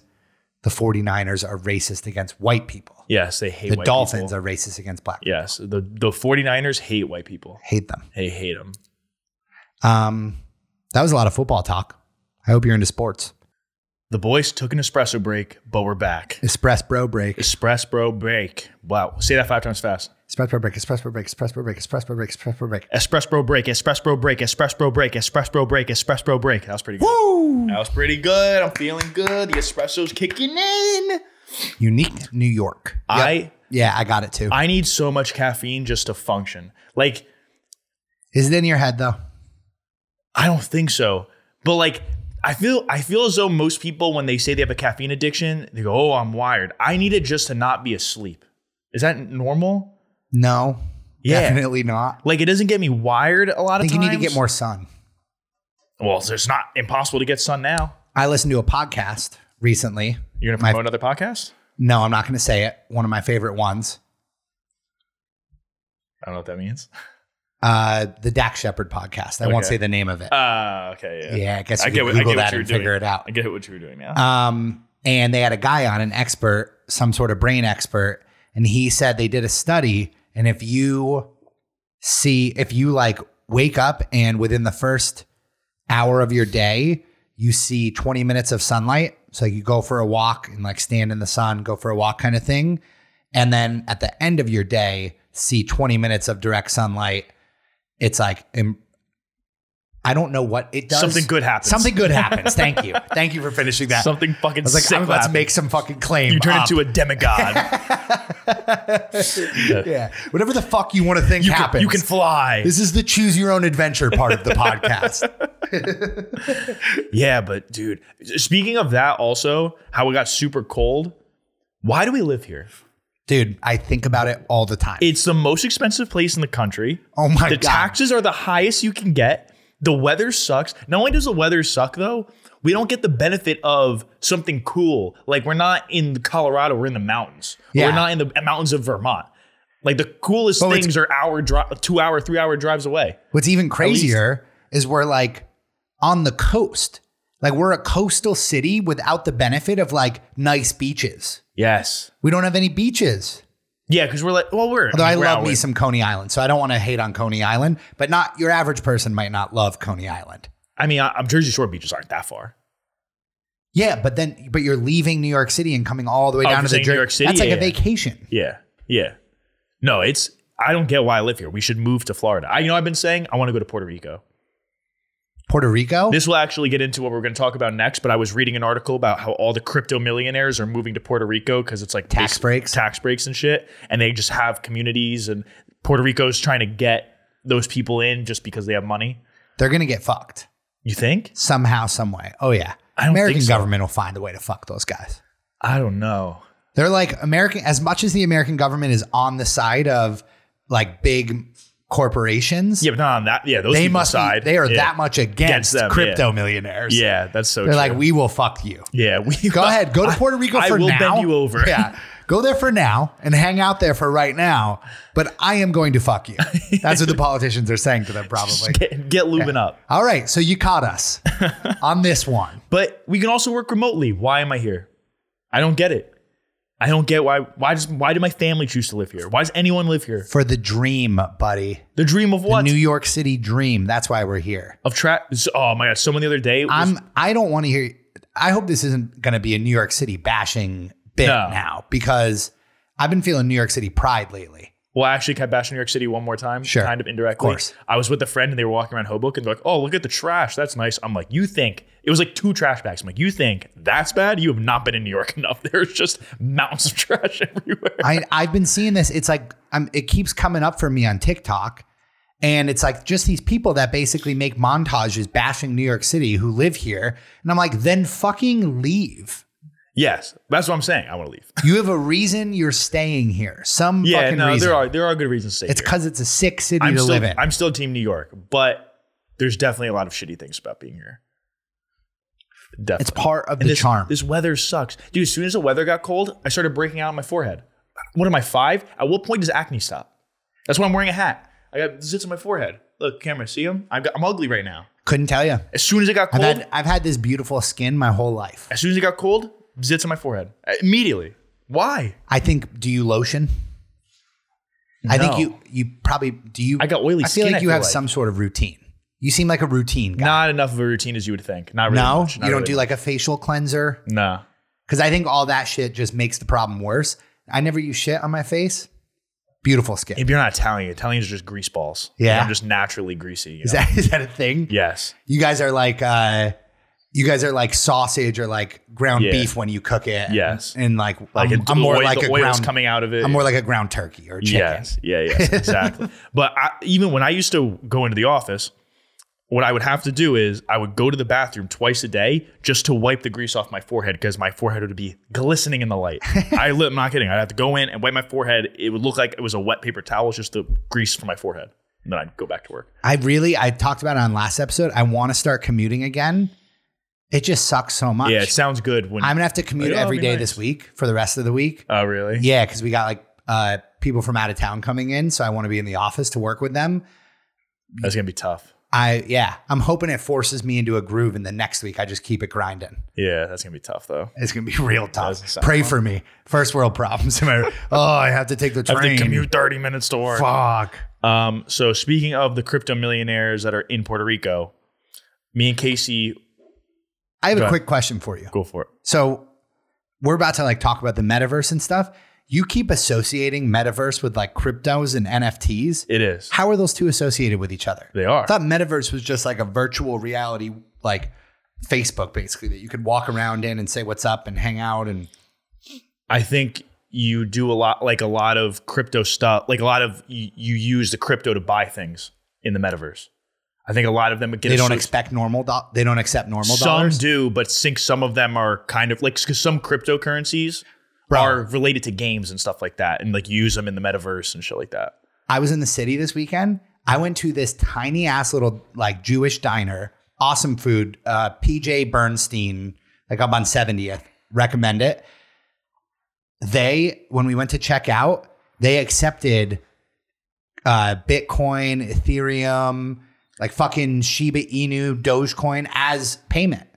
[SPEAKER 3] the 49ers are racist against white people.
[SPEAKER 2] Yes, they hate
[SPEAKER 3] The
[SPEAKER 2] white
[SPEAKER 3] Dolphins
[SPEAKER 2] people.
[SPEAKER 3] are racist against black. people.
[SPEAKER 2] Yes, the the 49ers hate white people.
[SPEAKER 3] Hate them.
[SPEAKER 2] They hate them.
[SPEAKER 3] Um, that was a lot of football talk. I hope you're into sports.
[SPEAKER 2] The boys took an espresso break, but we're back.
[SPEAKER 3] Espresso bro break.
[SPEAKER 2] Espresso bro break. Wow, say that five times fast.
[SPEAKER 3] Espresso bro break. Espresso bro break. Espresso bro break. Espresso bro break. Espresso bro break.
[SPEAKER 2] Espresso bro break. Espresso bro break. Espresso bro break. Espresso bro break. Espresso bro break. That was pretty good.
[SPEAKER 3] Woo!
[SPEAKER 2] That was pretty good. I'm feeling good. The espresso's kicking in.
[SPEAKER 3] Unique New York.
[SPEAKER 2] I
[SPEAKER 3] Yeah, I got it too.
[SPEAKER 2] I need so much caffeine just to function. Like
[SPEAKER 3] Is it in your head though?
[SPEAKER 2] I don't think so. But like I feel I feel as though most people when they say they have a caffeine addiction, they go, "Oh, I'm wired. I need it just to not be asleep." Is that normal?
[SPEAKER 3] No.
[SPEAKER 2] Yeah.
[SPEAKER 3] Definitely not.
[SPEAKER 2] Like it doesn't get me wired a lot
[SPEAKER 3] I
[SPEAKER 2] of
[SPEAKER 3] think you
[SPEAKER 2] times.
[SPEAKER 3] need to get more sun.
[SPEAKER 2] Well, it's not impossible to get sun now.
[SPEAKER 3] I listened to a podcast recently.
[SPEAKER 2] You're gonna
[SPEAKER 3] My-
[SPEAKER 2] promote another podcast?
[SPEAKER 3] No, I'm not going to say it. One of my favorite ones.
[SPEAKER 2] I don't know what that means.
[SPEAKER 3] Uh, the Dak Shepherd podcast. I won't
[SPEAKER 2] Okay.
[SPEAKER 3] say the name of it.
[SPEAKER 2] Ah, okay, yeah.
[SPEAKER 3] yeah, I guess
[SPEAKER 2] I
[SPEAKER 3] you
[SPEAKER 2] get
[SPEAKER 3] can
[SPEAKER 2] what- I
[SPEAKER 3] Google
[SPEAKER 2] get what
[SPEAKER 3] that
[SPEAKER 2] you're
[SPEAKER 3] and
[SPEAKER 2] doing.
[SPEAKER 3] figure it out.
[SPEAKER 2] I get what you were doing now.
[SPEAKER 3] Um, and they had a guy on, an expert, some sort of brain expert, and he said they did a study, and if you see, if you like wake up and within the first hour of your day, you see 20 minutes of sunlight. So you go for a walk and like stand in the sun, go for a walk kind of thing. And then at the end of your day, see 20 minutes of direct sunlight. It's like, im- I don't know what it does.
[SPEAKER 2] Something good happens.
[SPEAKER 3] Something good happens. Thank you. Thank you for finishing that.
[SPEAKER 2] Something fucking
[SPEAKER 3] I was like,
[SPEAKER 2] sick
[SPEAKER 3] I'm about
[SPEAKER 2] happened.
[SPEAKER 3] to make some fucking claim.
[SPEAKER 2] You turn
[SPEAKER 3] up.
[SPEAKER 2] into a demigod.
[SPEAKER 3] yeah. Whatever the fuck you want to think
[SPEAKER 2] you, can,
[SPEAKER 3] happens.
[SPEAKER 2] you can fly.
[SPEAKER 3] This is the choose your own adventure part of the podcast.
[SPEAKER 2] Yeah, but dude, speaking of that, also how it got super cold. Why do we live here?
[SPEAKER 3] Dude, I think about it all the time.
[SPEAKER 2] It's the most expensive place in the country.
[SPEAKER 3] oh my
[SPEAKER 2] the
[SPEAKER 3] god.
[SPEAKER 2] taxes are the highest you can get. The weather sucks. Not only does the weather suck, though, we don't get the benefit of something cool. Like we're not in Colorado, we're in the mountains. Or
[SPEAKER 3] Yeah.
[SPEAKER 2] We're not in the mountains of Vermont. Like the coolest
[SPEAKER 3] But it's-
[SPEAKER 2] things are hour drive, two hour, three hour drives away.
[SPEAKER 3] What's even crazier is we're like on the coast. Like we're a coastal city without the benefit of like nice beaches.
[SPEAKER 2] Yes.
[SPEAKER 3] We don't have any beaches.
[SPEAKER 2] Yeah, because we're like, well, we're.
[SPEAKER 3] Although I
[SPEAKER 2] we're
[SPEAKER 3] love
[SPEAKER 2] out
[SPEAKER 3] me
[SPEAKER 2] with-
[SPEAKER 3] some Coney Island, so I don't want to hate on Coney Island, but not your average person might not love Coney Island.
[SPEAKER 2] I mean, I, I'm Jersey Shore beaches aren't that far.
[SPEAKER 3] Yeah, but then but you're leaving New York City and coming all the way
[SPEAKER 2] Oh,
[SPEAKER 3] down to
[SPEAKER 2] you're
[SPEAKER 3] the
[SPEAKER 2] saying New
[SPEAKER 3] Jer-
[SPEAKER 2] York City?
[SPEAKER 3] That's like
[SPEAKER 2] Yeah,
[SPEAKER 3] a
[SPEAKER 2] yeah.
[SPEAKER 3] vacation.
[SPEAKER 2] Yeah. Yeah. No, it's I don't get why I live here. We should move to Florida. I you know I've been saying I want to go to Puerto Rico.
[SPEAKER 3] Puerto Rico?
[SPEAKER 2] This will actually get into what we're going to talk about next, but I was reading an article about how all the crypto millionaires are moving to Puerto Rico cuz it's like
[SPEAKER 3] Tax
[SPEAKER 2] basic-
[SPEAKER 3] breaks?
[SPEAKER 2] tax breaks and shit and they just have communities and Puerto Rico's trying to get those people in just because they have money.
[SPEAKER 3] They're gonna get fucked
[SPEAKER 2] You think?
[SPEAKER 3] somehow, some way. Oh yeah.
[SPEAKER 2] I don't
[SPEAKER 3] American
[SPEAKER 2] think so.
[SPEAKER 3] government will find a way to fuck those guys.
[SPEAKER 2] I don't know.
[SPEAKER 3] They're like American as much as the American government is on the side of like big corporations,
[SPEAKER 2] Yeah, but not on that. Yeah, those
[SPEAKER 3] they
[SPEAKER 2] people
[SPEAKER 3] must be-
[SPEAKER 2] side.
[SPEAKER 3] they are
[SPEAKER 2] yeah.
[SPEAKER 3] that much against,
[SPEAKER 2] them,
[SPEAKER 3] crypto millionaires.
[SPEAKER 2] Yeah, that's so
[SPEAKER 3] They're
[SPEAKER 2] true.
[SPEAKER 3] like, we will fuck you.
[SPEAKER 2] yeah, we
[SPEAKER 3] Go ahead, go to Puerto Rico
[SPEAKER 2] I
[SPEAKER 3] for
[SPEAKER 2] will
[SPEAKER 3] now.
[SPEAKER 2] bend you over.
[SPEAKER 3] Yeah. Go there for now and hang out there for right now, but I am going to fuck you. That's what the politicians are saying to them, probably.
[SPEAKER 2] Get, get lubing up.
[SPEAKER 3] All right, so you caught us on this one.
[SPEAKER 2] But we can also work remotely. Why am I here? I don't get it. I don't get why. Why does why did my family choose to live here? Why does anyone live here?
[SPEAKER 3] For the dream, buddy.
[SPEAKER 2] The dream of
[SPEAKER 3] The
[SPEAKER 2] what?
[SPEAKER 3] New York City dream. That's why we're here.
[SPEAKER 2] of trap. Oh my god! Someone the other day. Was,
[SPEAKER 3] I'm I don't want to hear I hope this isn't gonna be a New York City bashing bit
[SPEAKER 2] No.
[SPEAKER 3] now because I've been feeling New York City pride lately.
[SPEAKER 2] well, actually, can I bash New York City one more time?
[SPEAKER 3] Sure.
[SPEAKER 2] Kind of indirectly.
[SPEAKER 3] Of course.
[SPEAKER 2] I was with a friend and they were walking around Hoboken. They're like, "Oh, look at the trash. That's nice." I'm like, "You think it was like two trash bags?" I'm like, "You think that's bad? You have not been in New York enough. There's just mountains of trash everywhere."
[SPEAKER 3] I I've been seeing this. It's like I'm, it keeps coming up for me on TikTok, and it's like just these people that basically make montages bashing New York City who live here, and I'm like, then fucking leave.
[SPEAKER 2] yes, that's what I'm saying. I want to leave.
[SPEAKER 3] You have a reason you're staying here. Some
[SPEAKER 2] Yeah,
[SPEAKER 3] fucking
[SPEAKER 2] no,
[SPEAKER 3] reason.
[SPEAKER 2] there are there are good reasons to stay
[SPEAKER 3] It's
[SPEAKER 2] here.
[SPEAKER 3] because it's a sick city
[SPEAKER 2] I'm
[SPEAKER 3] to
[SPEAKER 2] still,
[SPEAKER 3] live in.
[SPEAKER 2] I'm still Team New York, but there's definitely a lot of shitty things about being here. Definitely.
[SPEAKER 3] it's part of
[SPEAKER 2] And
[SPEAKER 3] the
[SPEAKER 2] this,
[SPEAKER 3] charm.
[SPEAKER 2] This weather sucks. Dude, as soon as the weather got cold, I started breaking out on my forehead. What am I, five? At what point does acne stop? That's why I'm wearing a hat. I got zits on my forehead. Look, camera, see them? I've got, I'm ugly right now.
[SPEAKER 3] Couldn't tell you.
[SPEAKER 2] As soon as it got
[SPEAKER 3] I've
[SPEAKER 2] cold,
[SPEAKER 3] had I've had this beautiful skin my whole life.
[SPEAKER 2] as soon as it got cold, zits on my forehead immediately. Why?
[SPEAKER 3] I think. Do you lotion? I think
[SPEAKER 2] No.
[SPEAKER 3] you you probably do you.
[SPEAKER 2] I got oily
[SPEAKER 3] I feel
[SPEAKER 2] skin, I
[SPEAKER 3] like you
[SPEAKER 2] feel
[SPEAKER 3] have
[SPEAKER 2] like.
[SPEAKER 3] some sort of routine. You seem like a routine guy.
[SPEAKER 2] Not enough of a routine as you would think. Not really.
[SPEAKER 3] no,
[SPEAKER 2] much.
[SPEAKER 3] you
[SPEAKER 2] Not
[SPEAKER 3] don't
[SPEAKER 2] really
[SPEAKER 3] do like a facial cleanser
[SPEAKER 2] much. Nah.
[SPEAKER 3] because I think all that shit just makes the problem worse. I never use shit on my face. Beautiful skin.
[SPEAKER 2] If you're not Italian, Italians are just grease balls.
[SPEAKER 3] Yeah.
[SPEAKER 2] I'm just naturally greasy. you
[SPEAKER 3] Is
[SPEAKER 2] know?
[SPEAKER 3] that is that a thing?
[SPEAKER 2] yes.
[SPEAKER 3] You guys are like uh you guys are like sausage or like ground
[SPEAKER 2] Yeah.
[SPEAKER 3] beef when you cook it.
[SPEAKER 2] Yes.
[SPEAKER 3] And like,
[SPEAKER 2] Like
[SPEAKER 3] I'm,
[SPEAKER 2] it-
[SPEAKER 3] I'm
[SPEAKER 2] the
[SPEAKER 3] more
[SPEAKER 2] oil-
[SPEAKER 3] like
[SPEAKER 2] the
[SPEAKER 3] a
[SPEAKER 2] oil's
[SPEAKER 3] ground
[SPEAKER 2] coming out of it.
[SPEAKER 3] I'm more like a ground turkey or chicken.
[SPEAKER 2] Yes. Yeah. Yes. Exactly. but I, even when I used to go into the office, what I would have to do is I would go to the bathroom twice a day just to wipe the grease off my forehead because my forehead would be glistening in the light. I li- I'm not kidding. I'd have to go in and wipe my forehead. It would look like it was a wet paper towel, it's just the grease from my forehead. And then I'd go back to work.
[SPEAKER 3] I really I talked about it on last episode. I want to start commuting again. It just sucks so much.
[SPEAKER 2] Yeah, it sounds good when.
[SPEAKER 3] I'm gonna have to commute
[SPEAKER 2] Like, oh,
[SPEAKER 3] every
[SPEAKER 2] it'd be
[SPEAKER 3] day
[SPEAKER 2] nice.
[SPEAKER 3] this week for the rest of the week.
[SPEAKER 2] oh, really?
[SPEAKER 3] Yeah, because we got like uh people from out of town coming in, so I want to be in the office to work with them.
[SPEAKER 2] That's gonna be tough.
[SPEAKER 3] I yeah, I'm hoping it forces me into a groove, and the next week I just keep it grinding.
[SPEAKER 2] Yeah, that's gonna be tough though.
[SPEAKER 3] It's gonna be real
[SPEAKER 2] Doesn't
[SPEAKER 3] tough.
[SPEAKER 2] sound
[SPEAKER 3] Pray for me. First world problems. Am I- oh, I have to take the
[SPEAKER 2] I have
[SPEAKER 3] train.
[SPEAKER 2] to commute 30 minutes to work.
[SPEAKER 3] Fuck.
[SPEAKER 2] Um, so speaking of the crypto millionaires that are in Puerto Rico, me and Casey
[SPEAKER 3] I have
[SPEAKER 2] Go
[SPEAKER 3] a
[SPEAKER 2] ahead.
[SPEAKER 3] quick question for you.
[SPEAKER 2] go for it.
[SPEAKER 3] So we're about to like talk about the metaverse and stuff. You keep associating metaverse with like cryptos and NFTs.
[SPEAKER 2] It is.
[SPEAKER 3] How are those two associated with each other?
[SPEAKER 2] They are.
[SPEAKER 3] I thought metaverse was just like a virtual reality, like Facebook, basically that you could walk around in and say what's up and hang out and
[SPEAKER 2] I think you do a lot, like a lot of crypto stuff, like a lot of you, you use the crypto to buy things in the metaverse. I think a lot of them get
[SPEAKER 3] they don't
[SPEAKER 2] asso-
[SPEAKER 3] expect normal. Do- they don't accept normal
[SPEAKER 2] some
[SPEAKER 3] dollars.
[SPEAKER 2] do, but think some of them are kind of like because some cryptocurrencies
[SPEAKER 3] Bro.
[SPEAKER 2] are related to games and stuff like that, and like use them in the metaverse and shit like that.
[SPEAKER 3] I was in the city this weekend. I went to this tiny ass little like Jewish diner, awesome food. Uh, PJ Bernstein, like up on 70th, recommend it. They, when we went to check out, they accepted uh, Bitcoin, Ethereum, like fucking Shiba Inu, Dogecoin as payment.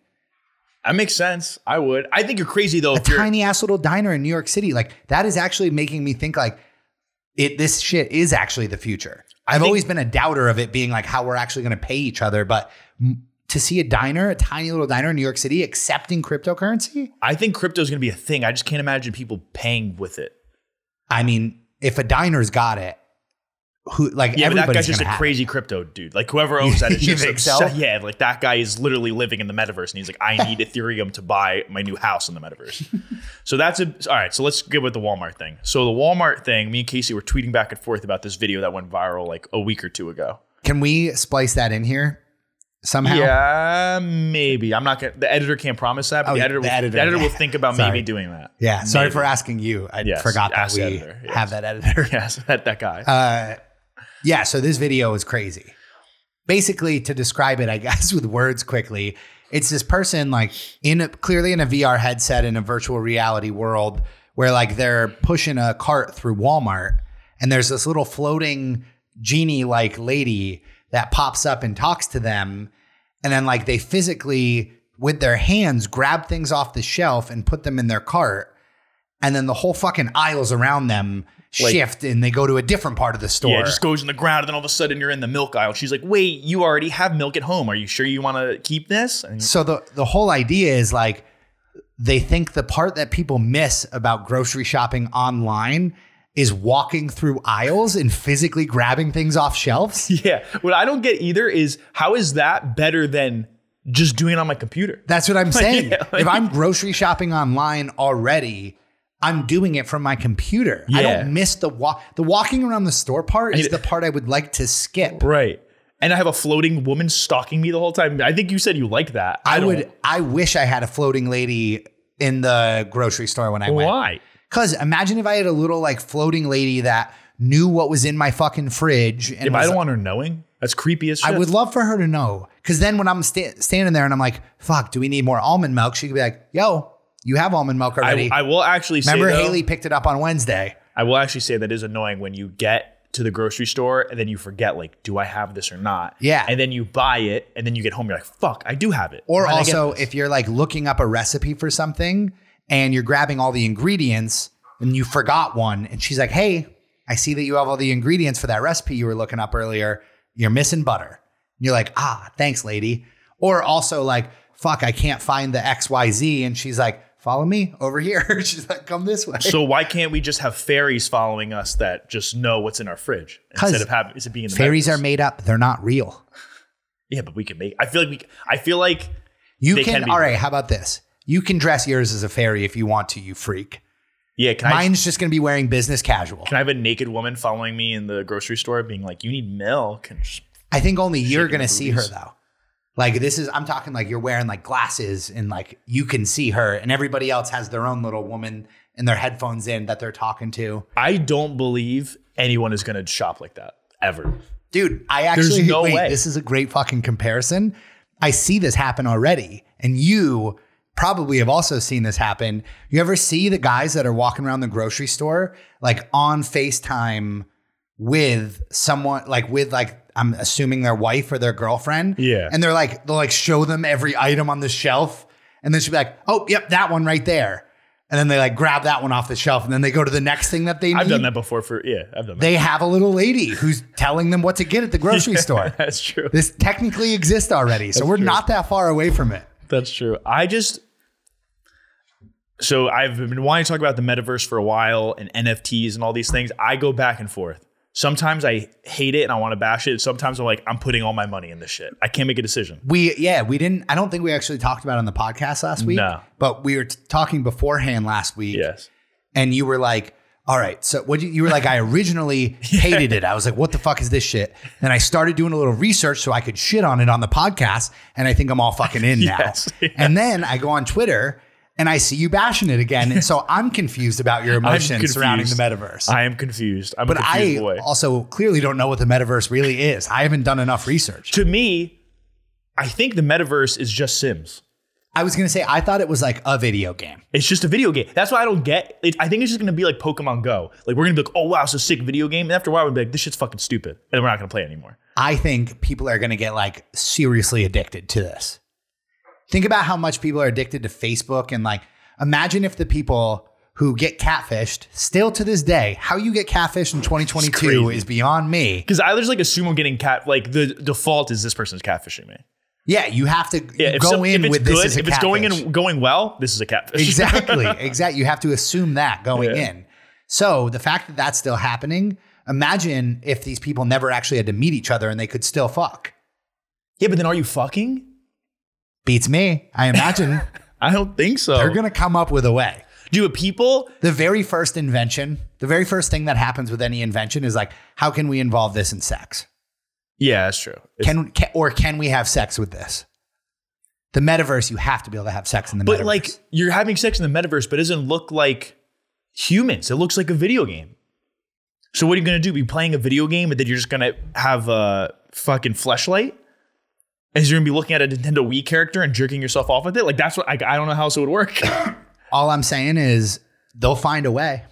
[SPEAKER 2] That makes sense. I would. I think you're crazy though.
[SPEAKER 3] A
[SPEAKER 2] if you're,
[SPEAKER 3] tiny ass little diner in New York City. Like that is actually making me think like it this shit is actually the future. I've
[SPEAKER 2] think-
[SPEAKER 3] always been a doubter of it being like how we're actually going to pay each other, but m- to see a diner, a tiny little diner in New York City accepting cryptocurrency?
[SPEAKER 2] I think crypto is going to be a thing. I just can't imagine people paying with it.
[SPEAKER 3] I mean, if a diner's got it, who like
[SPEAKER 2] Yeah, but that
[SPEAKER 3] everybody's
[SPEAKER 2] guy's just a
[SPEAKER 3] gonna have it.
[SPEAKER 2] crazy crypto dude. Like whoever owns that is
[SPEAKER 3] You
[SPEAKER 2] just
[SPEAKER 3] think so?
[SPEAKER 2] obsessed. Yeah, like that guy is literally living in the metaverse, and he's like, I need Ethereum to buy my new house in the metaverse. so that's a all right. So let's get with the Walmart thing. So the Walmart thing, me and Casey were tweeting back and forth about this video that went viral like a week or two ago.
[SPEAKER 3] Can we splice that in here somehow?
[SPEAKER 2] Yeah, maybe. I'm not gonna. The editor can't promise that, but
[SPEAKER 3] Oh,
[SPEAKER 2] the editor,
[SPEAKER 3] the
[SPEAKER 2] will,
[SPEAKER 3] editor,
[SPEAKER 2] the editor
[SPEAKER 3] yeah.
[SPEAKER 2] will think about
[SPEAKER 3] Sorry.
[SPEAKER 2] maybe doing that.
[SPEAKER 3] Yeah, Sorry
[SPEAKER 2] Maybe.
[SPEAKER 3] for asking you. I
[SPEAKER 2] Yes,
[SPEAKER 3] forgot that
[SPEAKER 2] ask
[SPEAKER 3] we
[SPEAKER 2] the editor, yes.
[SPEAKER 3] have that editor. Uh,
[SPEAKER 2] Yes, that that guy.
[SPEAKER 3] Yeah, so this video is crazy. Basically, to describe it, I guess, with words quickly, it's this person like in a, clearly in a VR headset in a virtual reality world where like they're pushing a cart through Walmart and there's this little floating genie like lady that pops up and talks to them. And then like they physically with their hands grab things off the shelf and put them in their cart. And then the whole fucking aisles around them
[SPEAKER 2] Like-
[SPEAKER 3] shift and they go to a different part of the store.
[SPEAKER 2] Yeah, it just goes in the ground, and then all of a sudden you're in the milk aisle. She's like, "Wait, you already have milk at home. Are you sure you want to keep this?" And
[SPEAKER 3] So the the whole idea is like they think the part that people miss about grocery shopping online is walking through aisles and physically grabbing things off shelves.
[SPEAKER 2] yeah, what I don't get either is how is that better than just doing it on my computer?
[SPEAKER 3] That's what I'm saying.
[SPEAKER 2] Yeah, like-
[SPEAKER 3] if I'm grocery shopping online already, I'm doing it from my computer. I
[SPEAKER 2] Yeah.
[SPEAKER 3] don't miss the walk. The walking around the store part is the part I would like to skip.
[SPEAKER 2] Right. And I have a floating woman stalking me the whole time. I think you said you like that.
[SPEAKER 3] I,
[SPEAKER 2] don't-
[SPEAKER 3] would. I wish I had a floating lady in the grocery store when I went.
[SPEAKER 2] Why?
[SPEAKER 3] Cause imagine if I had a little like floating lady that knew what was in my fucking fridge, and
[SPEAKER 2] If I
[SPEAKER 3] was-
[SPEAKER 2] don't want her knowing, that's creepy as shit.
[SPEAKER 3] I would love for her to know. Cause then when I'm sta- standing there and I'm like, "Fuck, do we need more almond milk?" She could be like, "Yo, you have almond milk
[SPEAKER 2] I,
[SPEAKER 3] already."
[SPEAKER 2] I will actually say
[SPEAKER 3] Remember
[SPEAKER 2] though-
[SPEAKER 3] Haley picked it up on Wednesday.
[SPEAKER 2] I will actually say that is annoying when you get to the grocery store and then you forget like, do I have this or not?
[SPEAKER 3] Yeah.
[SPEAKER 2] And then you buy it and then you get home, you're like, fuck, I do have it.
[SPEAKER 3] Or
[SPEAKER 2] And I get
[SPEAKER 3] also, if you're like looking up a recipe for something and you're grabbing all the ingredients and you forgot one. And she's like, Hey, I see that you have all the ingredients for that recipe you were looking up earlier. You're missing butter. And you're like, Ah, thanks, lady. Or also, like, Fuck, I can't find the XYZ. And she's like, Follow me over here. she's like, Come this way.
[SPEAKER 2] So why can't we just have fairies following us that just know what's in our fridge
[SPEAKER 3] 'Cause
[SPEAKER 2] instead of having is it being in the
[SPEAKER 3] Fairies are
[SPEAKER 2] memories?
[SPEAKER 3] made up, they're not real.
[SPEAKER 2] Yeah, but we can make. I feel like we. I feel like
[SPEAKER 3] You
[SPEAKER 2] They
[SPEAKER 3] can,
[SPEAKER 2] can be
[SPEAKER 3] all
[SPEAKER 2] real.
[SPEAKER 3] right, how about this? You can dress yours as a fairy if you want to, you freak.
[SPEAKER 2] yeah. Can I
[SPEAKER 3] Mine's just going to be wearing business casual.
[SPEAKER 2] can I have a naked woman following me in the grocery store, being like, "You need milk," and sh-
[SPEAKER 3] I think only you're
[SPEAKER 2] Shaking
[SPEAKER 3] gonna
[SPEAKER 2] her
[SPEAKER 3] see her
[SPEAKER 2] boobies.
[SPEAKER 3] though. Like this is I'm talking like you're wearing like glasses and like you can see her and everybody else has their own little woman and their headphones in that they're talking to.
[SPEAKER 2] I don't believe anyone is going to shop like that ever.
[SPEAKER 3] Dude, I actually
[SPEAKER 2] no
[SPEAKER 3] wait,
[SPEAKER 2] way.
[SPEAKER 3] this is a great fucking comparison. I see this happen already. And you probably have also seen this happen. You ever see the guys that are walking around the grocery store like on FaceTime with someone like with like I'm assuming their wife or their girlfriend.
[SPEAKER 2] Yeah.
[SPEAKER 3] And they're like, they'll like show them every item on the shelf. And then she'll be like, oh, yep, that one right there. And then they like grab that one off the shelf and then they go to the next thing that they need
[SPEAKER 2] I've done that before. For yeah, I've done that.
[SPEAKER 3] they have a little lady who's telling them what to get at the grocery store.
[SPEAKER 2] That's true.
[SPEAKER 3] This technically exists already, so we're
[SPEAKER 2] true.
[SPEAKER 3] not that far away from it.
[SPEAKER 2] That's true. I just so I've been wanting to talk about the metaverse for a while and NFTs and all these things. I go back and forth. Sometimes I hate it and I want to bash it. Sometimes I'm like, I'm putting all my money in this shit. I can't make a decision.
[SPEAKER 3] We yeah, we didn't. I don't think we actually talked about it on the podcast last week.
[SPEAKER 2] No.
[SPEAKER 3] but we were t- talking beforehand last week,
[SPEAKER 2] Yes.
[SPEAKER 3] and you were like. All right, so what you, you were like? I originally hated it. I was like, "What the fuck is this shit?" Then I started doing a little research so I could shit on it on the podcast, and I think I'm all fucking in
[SPEAKER 2] Yes,
[SPEAKER 3] now.
[SPEAKER 2] yeah.
[SPEAKER 3] And then I go on Twitter and I see you bashing it again, and so I'm confused about your emotions surrounding the
[SPEAKER 2] confused.
[SPEAKER 3] metaverse.
[SPEAKER 2] I am confused. I'm
[SPEAKER 3] But
[SPEAKER 2] a confused
[SPEAKER 3] I
[SPEAKER 2] boy.
[SPEAKER 3] also clearly don't know what the metaverse really is. I haven't done enough research.
[SPEAKER 2] to me, I think the metaverse is just Sims.
[SPEAKER 3] I was gonna say I thought it was like a video game.
[SPEAKER 2] It's just a video game. That's why I don't get it. I think it's just gonna be like Pokemon Go. Like we're gonna be like, oh wow, it's a sick video game. And after a while, we'll be like, this shit's fucking stupid, and we're not gonna play it anymore.
[SPEAKER 3] I think people are gonna get like seriously addicted to this. Think about how much people are addicted to Facebook and like imagine if the people who get catfished still to this day, how you get catfished in 2022
[SPEAKER 2] crazy.
[SPEAKER 3] is beyond me.
[SPEAKER 2] Because I just like assume I'm getting cat. Like the default is this person's catfishing me.
[SPEAKER 3] Yeah, you have to
[SPEAKER 2] Yeah, if
[SPEAKER 3] go
[SPEAKER 2] some- if
[SPEAKER 3] in
[SPEAKER 2] it's
[SPEAKER 3] with
[SPEAKER 2] good,
[SPEAKER 3] this as a
[SPEAKER 2] if it's going
[SPEAKER 3] catfish.
[SPEAKER 2] in going well, this is a catfish.
[SPEAKER 3] exactly exactly you have to assume that going
[SPEAKER 2] Yeah.
[SPEAKER 3] in so the fact that that's still happening imagine if these people never actually had to meet each other and they could still fuck
[SPEAKER 2] yeah, but then are you fucking?
[SPEAKER 3] beats me i imagine
[SPEAKER 2] I don't think so.
[SPEAKER 3] they're gonna come up with a way
[SPEAKER 2] do it, people.
[SPEAKER 3] the very first invention the very first thing that happens with any invention is like how can we involve this in sex
[SPEAKER 2] Yeah, that's true. It's-
[SPEAKER 3] can, can or can we have sex with this the metaverse you have to be able to have sex in the
[SPEAKER 2] but
[SPEAKER 3] metaverse
[SPEAKER 2] like you're having sex in the metaverse, but it doesn't look like humans. It looks like a video game. So what are you gonna do? Be playing a video game, and then you're just gonna have a fucking fleshlight? Is you're gonna be looking at a Nintendo Wii character and jerking yourself off with it? Like that's what I, I don't know how else it would work.
[SPEAKER 3] All I'm saying is they'll find a way.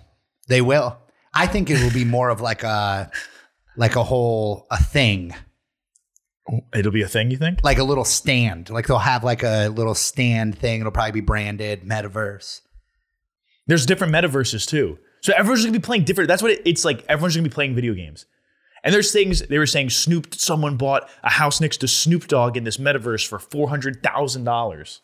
[SPEAKER 3] They will. I think it will be more of like a like a whole a thing,
[SPEAKER 2] It'll be a thing, you think?
[SPEAKER 3] like a little stand. Like they'll have like a little stand thing. It'll probably be branded metaverse.
[SPEAKER 2] There's different metaverses too. So everyone's gonna be playing different. That's what it, it's like. Everyone's gonna be playing video games. And there's things they were saying. Snoop, someone bought a house next to Snoop Dogg in this metaverse for four hundred thousand dollars.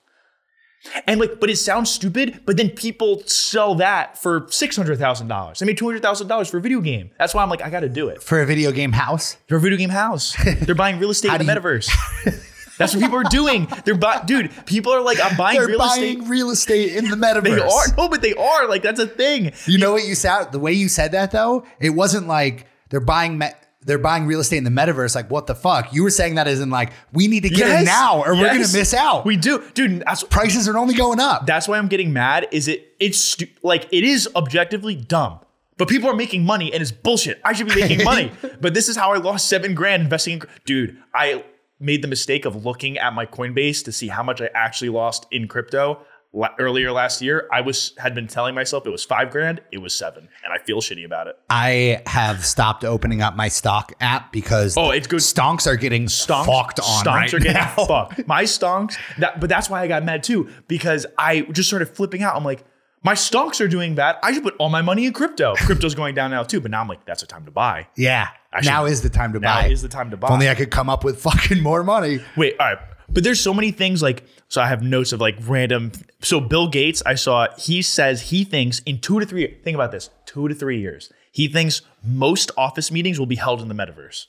[SPEAKER 2] And like, but it sounds stupid. But then people sell that for six hundred thousand dollars. They made two hundred thousand dollars for a video game. That's why I'm like, I gotta do it
[SPEAKER 3] For a video game house,
[SPEAKER 2] for a video game house. They're buying real estate in the
[SPEAKER 3] do you-
[SPEAKER 2] metaverse. That's what people are doing. They're bu- dude. People are like, I'm buying
[SPEAKER 3] they're
[SPEAKER 2] real
[SPEAKER 3] buying
[SPEAKER 2] estate.
[SPEAKER 3] real estate in the metaverse.
[SPEAKER 2] They are no, but they are like that's a thing.
[SPEAKER 3] You know what you sound the way you said that though? It wasn't like they're buying me- they're buying real estate in the metaverse. Like what the fuck? You were saying that as in like we need to get
[SPEAKER 2] Yes.
[SPEAKER 3] it now or we're gonna
[SPEAKER 2] Yes.
[SPEAKER 3] miss out.
[SPEAKER 2] We do, dude. That's
[SPEAKER 3] Prices are only going up.
[SPEAKER 2] that's why I'm getting mad. Is it? It's stu- like it is objectively dumb, but people are making money and it's bullshit. I should be making money, but this is how I lost seven grand investing. In, dude, I made the mistake of looking at my Coinbase to see how much I actually lost in crypto. La- earlier last year, I was had been telling myself it was five grand. It was seven, and I feel shitty about it.
[SPEAKER 3] I have stopped opening up my stock app because
[SPEAKER 2] Oh, it's good.
[SPEAKER 3] stonks are getting
[SPEAKER 2] stonks,
[SPEAKER 3] fucked on
[SPEAKER 2] stonks
[SPEAKER 3] right
[SPEAKER 2] are getting
[SPEAKER 3] now.
[SPEAKER 2] fucked. My stonks, that, but that's why I got mad too because I just started flipping out. I'm like, My stocks are doing bad. I should put all my money in crypto. Crypto's going down now too, but now I'm like, that's a time to buy.
[SPEAKER 3] Yeah.
[SPEAKER 2] should-
[SPEAKER 3] now is the time to
[SPEAKER 2] Now
[SPEAKER 3] buy.
[SPEAKER 2] is the time to buy.
[SPEAKER 3] if only I could come up with fucking more money.
[SPEAKER 2] Wait, all right. But there's so many things like so I have notes of like random so Bill Gates, I saw he says he thinks in 2 to 3 think about this, 2 to 3 years. He thinks most office meetings will be held in the metaverse.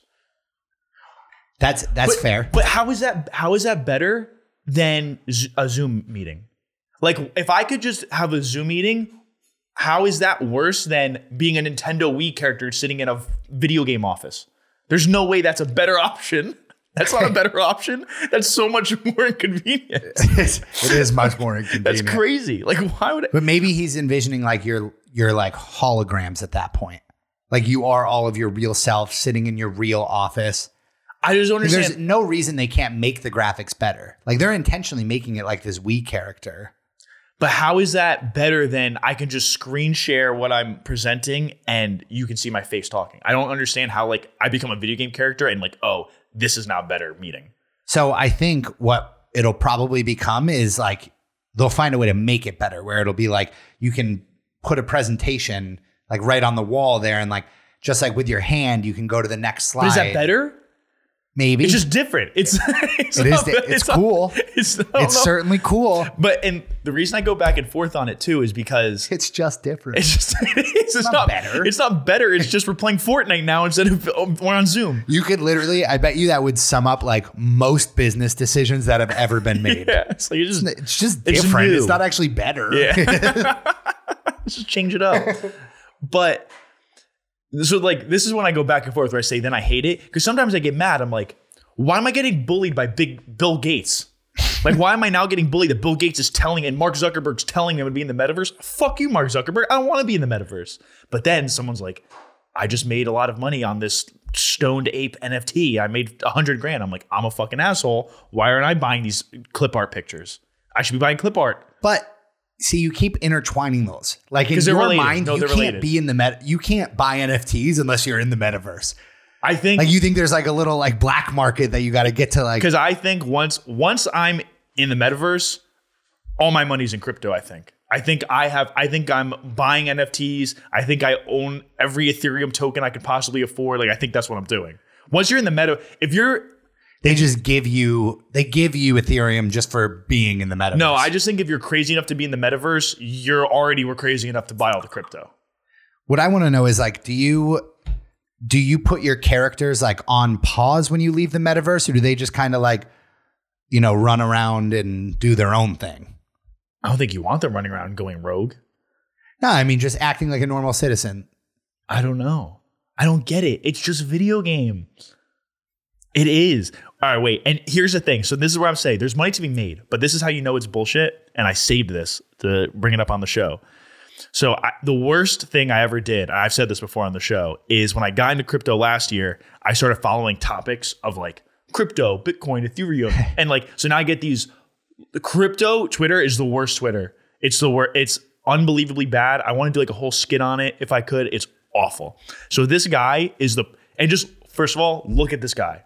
[SPEAKER 3] That's that's fair.
[SPEAKER 2] But how is that how is that better than Z- a Zoom meeting? Like if I could just have a Zoom meeting, how is that worse than being a Nintendo Wii character sitting in a video game office? There's no way that's a better option. That's not a better option. That's so much more inconvenient.
[SPEAKER 3] it is much more inconvenient.
[SPEAKER 2] That's crazy. Like why would I-
[SPEAKER 3] But maybe he's envisioning like your your like holograms at that point. Like you are all of your real self sitting in your real office.
[SPEAKER 2] I just don't
[SPEAKER 3] There's
[SPEAKER 2] understand?
[SPEAKER 3] no reason they can't make the graphics better. Like they're intentionally making it like this Wii character.
[SPEAKER 2] But how is that better than I can just screen share what I'm presenting and you can see my face talking? I don't understand how like I become a video game character and like oh this is now a better meeting.
[SPEAKER 3] So I think what it'll probably become is like they'll find a way to make it better where it'll be like you can put a presentation like right on the wall there and like just like with your hand you can go to the next slide.
[SPEAKER 2] But is that better?
[SPEAKER 3] Maybe.
[SPEAKER 2] It's just different. It's it's,
[SPEAKER 3] It is
[SPEAKER 2] not
[SPEAKER 3] di-
[SPEAKER 2] bad-
[SPEAKER 3] it's
[SPEAKER 2] not-
[SPEAKER 3] cool.
[SPEAKER 2] it's I don't
[SPEAKER 3] it's
[SPEAKER 2] know.
[SPEAKER 3] certainly cool.
[SPEAKER 2] But and the reason I go back and forth on it too is because
[SPEAKER 3] It's just different.
[SPEAKER 2] it's just it's, just
[SPEAKER 3] not
[SPEAKER 2] not,
[SPEAKER 3] better.
[SPEAKER 2] It's not better. It's just we're playing Fortnite now instead of um, we're on Zoom.
[SPEAKER 3] You could literally, I bet you that would sum up like most business decisions that have ever been made.
[SPEAKER 2] Yeah, so you just
[SPEAKER 3] It's just
[SPEAKER 2] It's
[SPEAKER 3] different.
[SPEAKER 2] new.
[SPEAKER 3] It's not actually better.
[SPEAKER 2] Yeah. just change it up. but so like this is when I go back and forth where I say then I hate it because sometimes I get mad. I'm like, why am I getting bullied by big Bill Gates? Like, why am I now getting bullied that Bill Gates is telling and Mark Zuckerberg's telling him to be in the metaverse? Fuck you, Mark Zuckerberg. I don't want to be in the metaverse. But then someone's like, I just made a lot of money on this stoned ape NFT. I made a hundred grand. I'm like, I'm a fucking asshole. Why aren't I buying these clip art pictures? I should be buying clip art.
[SPEAKER 3] But see, you keep intertwining those. Like in
[SPEAKER 2] 'Cause
[SPEAKER 3] your
[SPEAKER 2] they're related.
[SPEAKER 3] mind,
[SPEAKER 2] No,
[SPEAKER 3] you
[SPEAKER 2] they're
[SPEAKER 3] can't
[SPEAKER 2] related.
[SPEAKER 3] be in the meta. You can't buy NFTs unless you're in the metaverse.
[SPEAKER 2] I think
[SPEAKER 3] Like you think there's like a little like black market that you got to get to like.
[SPEAKER 2] because I think once once I'm in the metaverse, all my money's in crypto. I think. I think I have. I think I'm buying NFTs. I think I own every Ethereum token I could possibly afford. Like I think that's what I'm doing. Once you're in the meta, if you're
[SPEAKER 3] They just give you they give you Ethereum just for being in the metaverse.
[SPEAKER 2] no, I just think if you're crazy enough to be in the metaverse, you're already were crazy enough to buy all the crypto.
[SPEAKER 3] what I want to know is like, do you do you put your characters like on pause when you leave the metaverse, or do they just kind of like, you know, run around and do their own thing?
[SPEAKER 2] I don't think you want them running around going rogue.
[SPEAKER 3] No, I mean just acting like a normal citizen.
[SPEAKER 2] I don't know. I don't get it. It's just video game. It is. All right, wait. And here's the thing. So this is where I'm saying there's money to be made, but this is how you know it's bullshit. And I saved this to bring it up on the show. So I, the worst thing I ever did, and I've said this before on the show, is when I got into crypto last year, I started following topics of like crypto, Bitcoin, Ethereum, and like so now I get these the crypto Twitter is the worst Twitter. It's the worst. It's unbelievably bad. I want to do like a whole skit on it if I could. It's awful. So this guy is the and just first of all, look at this guy.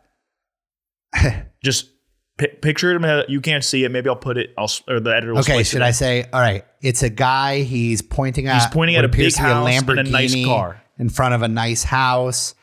[SPEAKER 2] just pi picture him. uh, You can't see it. Maybe I'll put it. I'll s- or the editor. Will
[SPEAKER 3] Okay,
[SPEAKER 2] splice
[SPEAKER 3] should
[SPEAKER 2] it
[SPEAKER 3] I
[SPEAKER 2] in.
[SPEAKER 3] say, all right, it's a guy. He's pointing at
[SPEAKER 2] He's pointing at
[SPEAKER 3] what
[SPEAKER 2] a big
[SPEAKER 3] appears to be
[SPEAKER 2] house and a nice car.
[SPEAKER 3] in front of a nice house.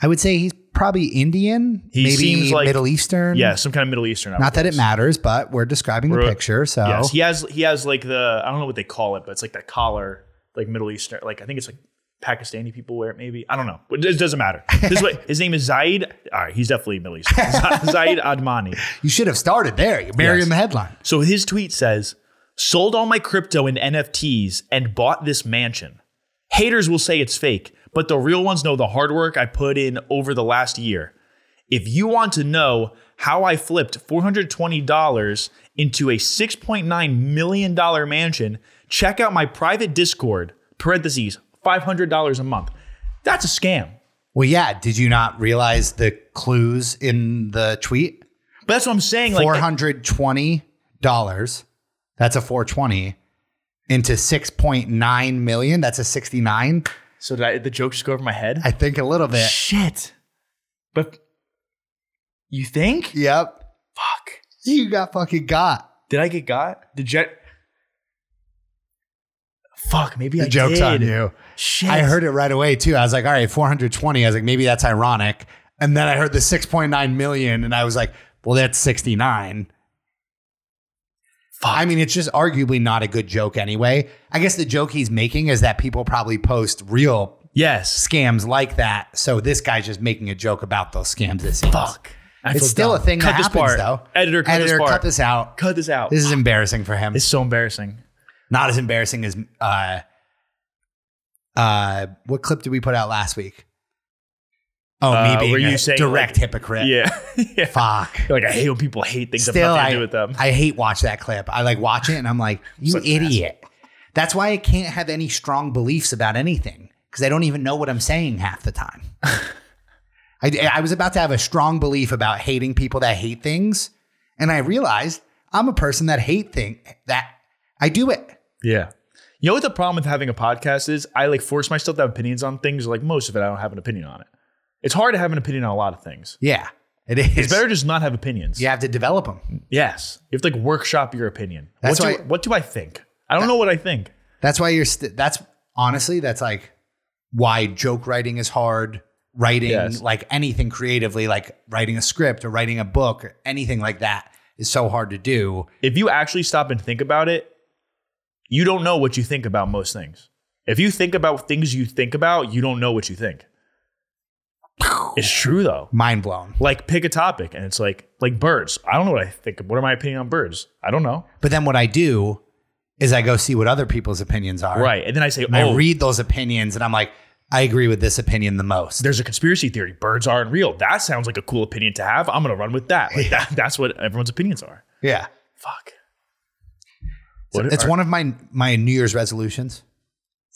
[SPEAKER 3] I would say he's probably Indian,
[SPEAKER 2] He
[SPEAKER 3] maybe
[SPEAKER 2] seems like-
[SPEAKER 3] Middle Eastern.
[SPEAKER 2] Yeah, some kind of Middle Eastern. I
[SPEAKER 3] Not that it
[SPEAKER 2] guess.
[SPEAKER 3] matters, but we're describing the
[SPEAKER 2] We're-
[SPEAKER 3] picture. So
[SPEAKER 2] Yes, he has. He has like the I don't know what they call it, but it's like that collar, like Middle Eastern. Like I think it's like Pakistani people wear it. Maybe I don't know. But it doesn't matter. This way, his name is Zaid. All right, he's definitely Middle Eastern. Zaid Admani.
[SPEAKER 3] you should have started there. You bury
[SPEAKER 2] Yes.
[SPEAKER 3] him in the headline.
[SPEAKER 2] So his tweet says, "Sold all my crypto and NFTs and bought this mansion." Haters will say it's fake, but the real ones know the hard work I put in over the last year. If you want to know how I flipped $420 into a $6.9 million mansion, check out my private Discord, parentheses, $500 a month. That's a scam.
[SPEAKER 3] Well, yeah. Did you not realize the clues in the tweet?
[SPEAKER 2] But that's what I'm saying.
[SPEAKER 3] Four
[SPEAKER 2] Like,
[SPEAKER 3] hundred twenty dollars. That's a four twenty into six point nine million. That's a sixty nine.
[SPEAKER 2] so did I, the joke just go over my head?
[SPEAKER 3] I think a little bit.
[SPEAKER 2] Shit. But you think?
[SPEAKER 3] Yep.
[SPEAKER 2] Fuck.
[SPEAKER 3] You got fucking got.
[SPEAKER 2] Did I get got? Did Jet? Fuck, maybe I
[SPEAKER 3] The joke's
[SPEAKER 2] did.
[SPEAKER 3] on you.
[SPEAKER 2] Shit.
[SPEAKER 3] I heard it right away too. I was like, all right, 420. I was like, maybe that's ironic. And then I heard the 6.9 million, and I was like, well, that's 69. I mean, it's just arguably not a good joke anyway. I guess the joke he's making is that people probably post real
[SPEAKER 2] Yes.
[SPEAKER 3] scams like that. So this guy's just making a joke about those scams. It seems.
[SPEAKER 2] Fuck. I feel
[SPEAKER 3] It's still
[SPEAKER 2] dumb.
[SPEAKER 3] a thing
[SPEAKER 2] Cut
[SPEAKER 3] that
[SPEAKER 2] this
[SPEAKER 3] happens
[SPEAKER 2] part.
[SPEAKER 3] though.
[SPEAKER 2] Editor, cut this part.
[SPEAKER 3] cut this out.
[SPEAKER 2] Cut this out.
[SPEAKER 3] This is embarrassing for him.
[SPEAKER 2] it's so embarrassing.
[SPEAKER 3] not as embarrassing as uh uh what clip did we put out last week? Oh,
[SPEAKER 2] Uh,
[SPEAKER 3] me being
[SPEAKER 2] were you
[SPEAKER 3] a
[SPEAKER 2] saying,
[SPEAKER 3] direct
[SPEAKER 2] like-
[SPEAKER 3] hypocrite.
[SPEAKER 2] Yeah. yeah.
[SPEAKER 3] Fuck.
[SPEAKER 2] Like I hate when people hate things that have
[SPEAKER 3] Still,
[SPEAKER 2] nothing to
[SPEAKER 3] I,
[SPEAKER 2] do with them.
[SPEAKER 3] I hate watch that clip. I like watch it and I'm like, you
[SPEAKER 2] Such an
[SPEAKER 3] idiot. That's why I can't have any strong beliefs about anything because I don't even know what I'm saying half the time. I, I was about to have a strong belief about hating people that hate things, and I realized I'm a person that hate thing that I do it.
[SPEAKER 2] Yeah. You know what the problem with having a podcast is? I like force myself to have opinions on things. Like most of it, I don't have an opinion on it. It's hard to have an opinion on a lot of things.
[SPEAKER 3] Yeah, it is.
[SPEAKER 2] It's better to just not have opinions.
[SPEAKER 3] You have to develop them.
[SPEAKER 2] Yes. You have to like workshop your opinion.
[SPEAKER 3] That's
[SPEAKER 2] what, do,
[SPEAKER 3] why-
[SPEAKER 2] what do I think? I don't know what I think.
[SPEAKER 3] That's why you're. St- that's honestly, that's like why joke writing is hard. Writing
[SPEAKER 2] Yes.
[SPEAKER 3] like anything creatively, like writing a script or writing a book or anything like that, is so hard to do.
[SPEAKER 2] If you actually stop and think about it, you don't know what you think about most things. If you think about things you think about, you don't know what you think. It's true though.
[SPEAKER 3] Mind blown.
[SPEAKER 2] Like pick a topic and it's like like birds. I don't know what I think. What are my opinion on birds? I don't know.
[SPEAKER 3] But then what I do is I go see what other people's opinions are.
[SPEAKER 2] Right. And then I say,
[SPEAKER 3] And
[SPEAKER 2] oh,
[SPEAKER 3] I read those opinions and I'm like, I agree with this opinion the most.
[SPEAKER 2] there's a conspiracy theory. Birds aren't real. That sounds like a cool opinion to have. I'm gonna run with that. Like that that's what everyone's opinions are.
[SPEAKER 3] Yeah.
[SPEAKER 2] Fuck. What
[SPEAKER 3] It's
[SPEAKER 2] are-
[SPEAKER 3] one of my my New Year's resolutions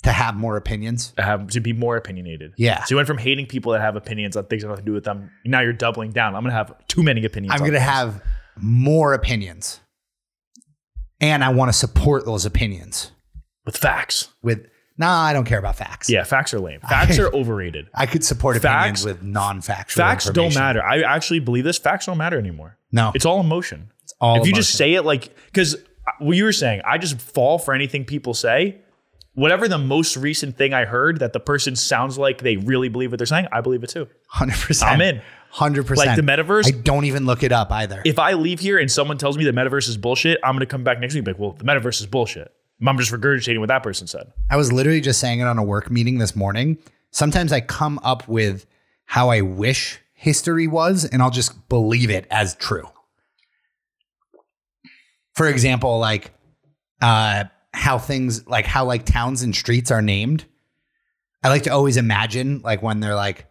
[SPEAKER 3] to have more opinions.
[SPEAKER 2] have to be more opinionated.
[SPEAKER 3] Yeah.
[SPEAKER 2] So you went from hating people that have opinions on things that have nothing to do with them. Now you're doubling down. I'm gonna have too many opinions.
[SPEAKER 3] I'm
[SPEAKER 2] on
[SPEAKER 3] going to
[SPEAKER 2] things.
[SPEAKER 3] have more opinions. And I want to support those opinions
[SPEAKER 2] with facts.
[SPEAKER 3] with, nah, I don't care about facts.
[SPEAKER 2] Yeah, facts are lame. Facts are overrated.
[SPEAKER 3] I could support
[SPEAKER 2] Facts-
[SPEAKER 3] opinions with non factual.
[SPEAKER 2] Facts don't matter. I actually believe this. Facts don't matter anymore.
[SPEAKER 3] No.
[SPEAKER 2] It's all emotion. It's
[SPEAKER 3] Oh. all
[SPEAKER 2] If you just
[SPEAKER 3] emotion.
[SPEAKER 2] say it like, because what you were saying, I just fall for anything people say. Whatever the most recent thing I heard that the person sounds like they really believe what they're saying, I believe it too.
[SPEAKER 3] 100%.
[SPEAKER 2] I'm in.
[SPEAKER 3] 100%.
[SPEAKER 2] Like the metaverse-
[SPEAKER 3] I don't even look it up either.
[SPEAKER 2] if I leave here and someone tells me the metaverse is bullshit, I'm gonna come back next week and be like, well, the metaverse is bullshit. I'm just regurgitating what that person said.
[SPEAKER 3] I was literally just saying it on a work meeting this morning. Sometimes I come up with how I wish history was, and I'll just believe it as true. For example, like uh, how things, like how like towns and streets are named. I like to always imagine, like when they're like,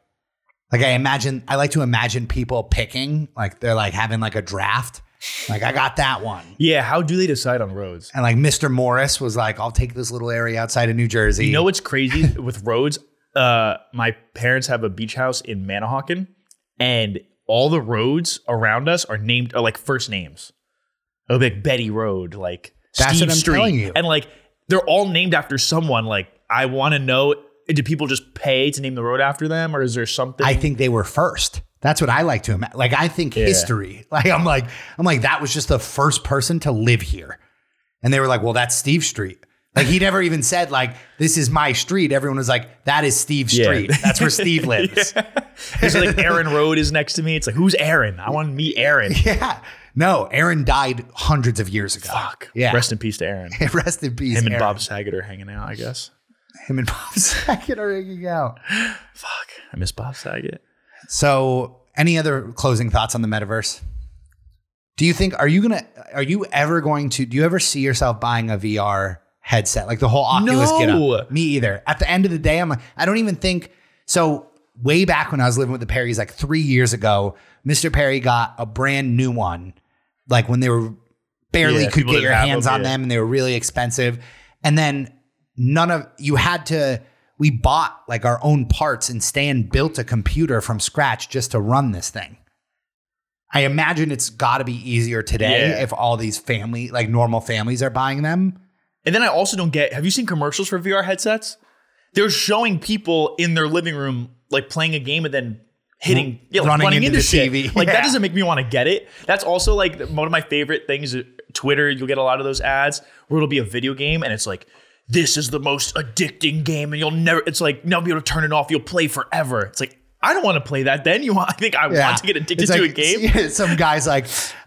[SPEAKER 3] like I imagine, I like to imagine people picking, like they're like having like a draft. Like I got that one.
[SPEAKER 2] Yeah, how do they decide on roads?
[SPEAKER 3] And like Mr. Morris was like, I'll take this little area outside of New Jersey.
[SPEAKER 2] You know what's crazy with roads? Uh, my parents have a beach house in Manahawkin, and all the roads around us are named are like first names. It'll be like Betty Road, like
[SPEAKER 3] That's
[SPEAKER 2] Steve
[SPEAKER 3] what I'm
[SPEAKER 2] Street,
[SPEAKER 3] telling you.
[SPEAKER 2] and like they're all named after someone. Like I want to know, do people just pay to name the road after them, or is there something?
[SPEAKER 3] I think they were first. That's what I like to imagine. Like I think history. Like I'm like I'm like that was just the first person to live here, and they were like, well, that's Steve Street. Like he never even said like this is my street. Everyone was like, that is Steve
[SPEAKER 2] Yeah.
[SPEAKER 3] Street. That's where Steve lives. Yeah.
[SPEAKER 2] There's like Aaron Road is next to me. It's like who's Aaron? I want to meet Aaron.
[SPEAKER 3] No, Aaron died hundreds of years ago.
[SPEAKER 2] Fuck.
[SPEAKER 3] Yeah.
[SPEAKER 2] Rest in peace to Aaron. Him
[SPEAKER 3] Rest in peace.
[SPEAKER 2] and
[SPEAKER 3] Aaron.
[SPEAKER 2] Bob Saget are hanging out. I guess.
[SPEAKER 3] Him and Bob Saget are hanging out.
[SPEAKER 2] Fuck. I miss Bob Saget.
[SPEAKER 3] So, any other closing thoughts on the metaverse? Do you think are you gonna are you ever going to do you ever see yourself buying a VR headset like the whole Oculus
[SPEAKER 2] No.
[SPEAKER 3] get up? Me either. At the end of the day, I'm like, I don't even think so. Way back when I was living with the Perrys, like three years ago, Mr. Perry got a brand new one, like when they were barely
[SPEAKER 2] Yeah,
[SPEAKER 3] could
[SPEAKER 2] people
[SPEAKER 3] get
[SPEAKER 2] didn't
[SPEAKER 3] your
[SPEAKER 2] have
[SPEAKER 3] hands
[SPEAKER 2] them,
[SPEAKER 3] on
[SPEAKER 2] yeah.
[SPEAKER 3] them, and they were really expensive. And then none of you had to we bought like our own parts and stan built a computer from scratch just to run this thing i imagine it's got to be easier today
[SPEAKER 2] Yeah.
[SPEAKER 3] if all these family like normal families are buying them
[SPEAKER 2] And then I also don't get. Have you seen commercials for VR headsets? They're showing people in their living room like playing a game and then hitting, yeah, like, running,
[SPEAKER 3] running
[SPEAKER 2] into,
[SPEAKER 3] into the
[SPEAKER 2] shit.
[SPEAKER 3] TV.
[SPEAKER 2] Like that
[SPEAKER 3] Yeah.
[SPEAKER 2] doesn't make me want to get it. That's also uh, like one of my favorite things. Twitter, you'll get a lot of those ads where it'll be a video game and it's like this is the most addicting game and you'll never it's like you'll never be able to turn it off you'll play forever it's like i don't want to play that then you want i think i want to get addicted
[SPEAKER 3] It's
[SPEAKER 2] to a
[SPEAKER 3] like-
[SPEAKER 2] game
[SPEAKER 3] Some guys like,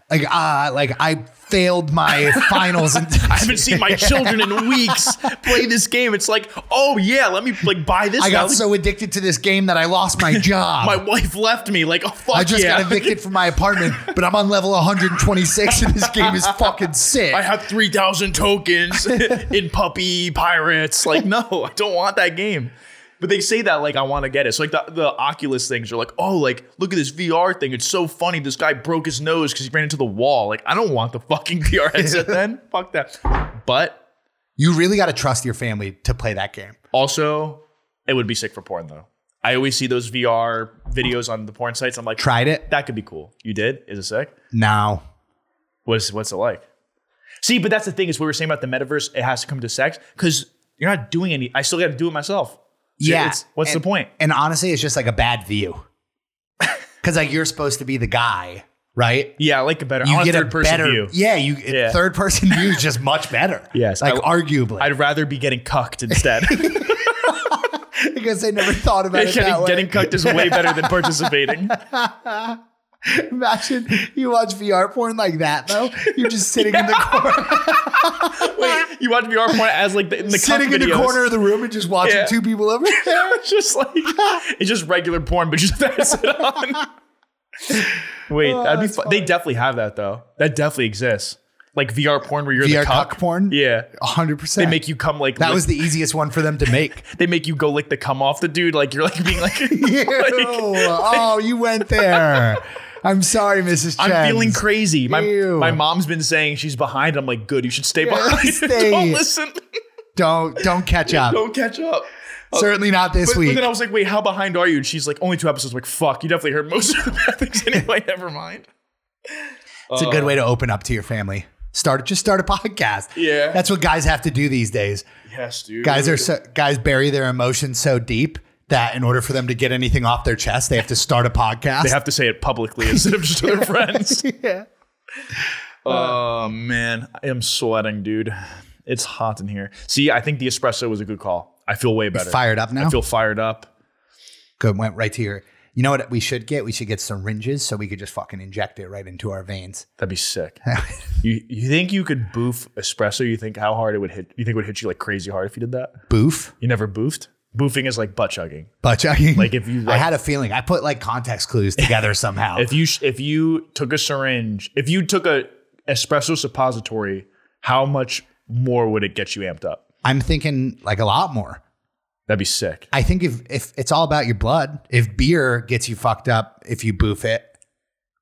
[SPEAKER 3] like ah, like I failed my finals and
[SPEAKER 2] I haven't seen my children in weeks play this game. It's like, oh yeah, let me like buy this.
[SPEAKER 3] I
[SPEAKER 2] now.
[SPEAKER 3] got so addicted to this game that I lost my job.
[SPEAKER 2] my wife left me. Like, oh fuck
[SPEAKER 3] I just
[SPEAKER 2] yeah.
[SPEAKER 3] got evicted from my apartment, but I'm on level 126, and this game is fucking sick.
[SPEAKER 2] I have 3,000 tokens in Puppy Pirates. Like, no, I don't want that game. But they say that, like, I want to get it. So, like, the, the Oculus things are like, oh, like, look at this VR thing. It's so funny. This guy broke his nose because he ran into the wall. Like, I don't want the fucking VR headset then. Fuck that. But
[SPEAKER 3] You really got to trust your family to play that game.
[SPEAKER 2] also, it would be sick for porn, though. I always see those VR videos on the porn sites. I'm like,
[SPEAKER 3] Tried it?
[SPEAKER 2] that could be cool. You did? Is it sick?
[SPEAKER 3] No.
[SPEAKER 2] What's what's it like? See, but that's the thing is we were saying about the metaverse. It has to come to sex because you're not doing any. I still got to do it myself. So
[SPEAKER 3] Yeah.
[SPEAKER 2] it's- what's
[SPEAKER 3] And-
[SPEAKER 2] the point?
[SPEAKER 3] And honestly, it's just like a bad view. Because like you're supposed to be the guy, right?
[SPEAKER 2] Yeah, I like it better. I
[SPEAKER 3] You
[SPEAKER 2] want
[SPEAKER 3] get
[SPEAKER 2] a third
[SPEAKER 3] a
[SPEAKER 2] person
[SPEAKER 3] better
[SPEAKER 2] view.
[SPEAKER 3] Yeah, you
[SPEAKER 2] Yeah.
[SPEAKER 3] third person view is just much better.
[SPEAKER 2] Yes, I
[SPEAKER 3] like arguably
[SPEAKER 2] I'd rather be getting cucked instead.
[SPEAKER 3] because they never thought about it that
[SPEAKER 2] getting,
[SPEAKER 3] way.
[SPEAKER 2] getting cucked is way better than participating.
[SPEAKER 3] Imagine you watch VR porn like that though. You're just sitting in the corner,
[SPEAKER 2] Wait, you watch VR porn as like the, in the cuck
[SPEAKER 3] sitting in the
[SPEAKER 2] videos.
[SPEAKER 3] corner of the room and just watching
[SPEAKER 2] Yeah.
[SPEAKER 3] two people over there.
[SPEAKER 2] It's just like it's just regular porn, but just that's it on. Wait, that'd be
[SPEAKER 3] Oh, that's
[SPEAKER 2] fun. They definitely have that though. That definitely exists. Like VR porn where you're
[SPEAKER 3] VR
[SPEAKER 2] the cuck.
[SPEAKER 3] cock porn.
[SPEAKER 2] Yeah.
[SPEAKER 3] hundred
[SPEAKER 2] They
[SPEAKER 3] percent.
[SPEAKER 2] make you come like
[SPEAKER 3] that
[SPEAKER 2] lick-
[SPEAKER 3] was the easiest one for them to make.
[SPEAKER 2] they make you go lick the cum off the dude. Like you're like being like,
[SPEAKER 3] Ew.
[SPEAKER 2] like,
[SPEAKER 3] oh, you went there. I'm sorry, Mrs. Chen.
[SPEAKER 2] I'm feeling crazy. My
[SPEAKER 3] Ew.
[SPEAKER 2] my mom's been saying she's behind. I'm like, good. You should stay behind.
[SPEAKER 3] stay.
[SPEAKER 2] Don't listen.
[SPEAKER 3] Don't don't catch up.
[SPEAKER 2] Don't catch up.
[SPEAKER 3] Certainly not this
[SPEAKER 2] Oh. But, but
[SPEAKER 3] week.
[SPEAKER 2] then I was like, wait, how behind are you? And she's like, only two episodes. I'm like, fuck, you definitely heard most of the bad things anyway. Never mind.
[SPEAKER 3] it's a good way to
[SPEAKER 2] Uh,
[SPEAKER 3] open up to your family. Start just start a podcast.
[SPEAKER 2] Yeah.
[SPEAKER 3] that's what guys have to do these days.
[SPEAKER 2] Yes, dude.
[SPEAKER 3] Guys are so, guys bury their emotions so deep that in order for them to get anything off their chest, they have to start a podcast.
[SPEAKER 2] They have to say it publicly instead of just to their friends.
[SPEAKER 3] yeah.
[SPEAKER 2] Oh man, I am sweating, dude. It's hot in here. See, I think the espresso was a good call. I feel way better.
[SPEAKER 3] fired up now?
[SPEAKER 2] I feel fired up.
[SPEAKER 3] Good. Went right to your. You know what we should get? We should get syringes so we could just fucking inject it right into our veins.
[SPEAKER 2] That'd be sick. you you think you could boof espresso? You think how hard it would hit? You think it would hit you like crazy hard if you did that?
[SPEAKER 3] Boof.
[SPEAKER 2] You never boofed. Boofing is like butt chugging.
[SPEAKER 3] But chugging.
[SPEAKER 2] Like, if you,
[SPEAKER 3] I
[SPEAKER 2] like-
[SPEAKER 3] had a feeling. I put like context clues together somehow.
[SPEAKER 2] If you sh- if you took a syringe, if you took a espresso suppository, how much more would it get you amped up?
[SPEAKER 3] I'm thinking like a lot more.
[SPEAKER 2] That'd be sick.
[SPEAKER 3] I think if if it's all about your blood, if beer gets you fucked up, if you boof it,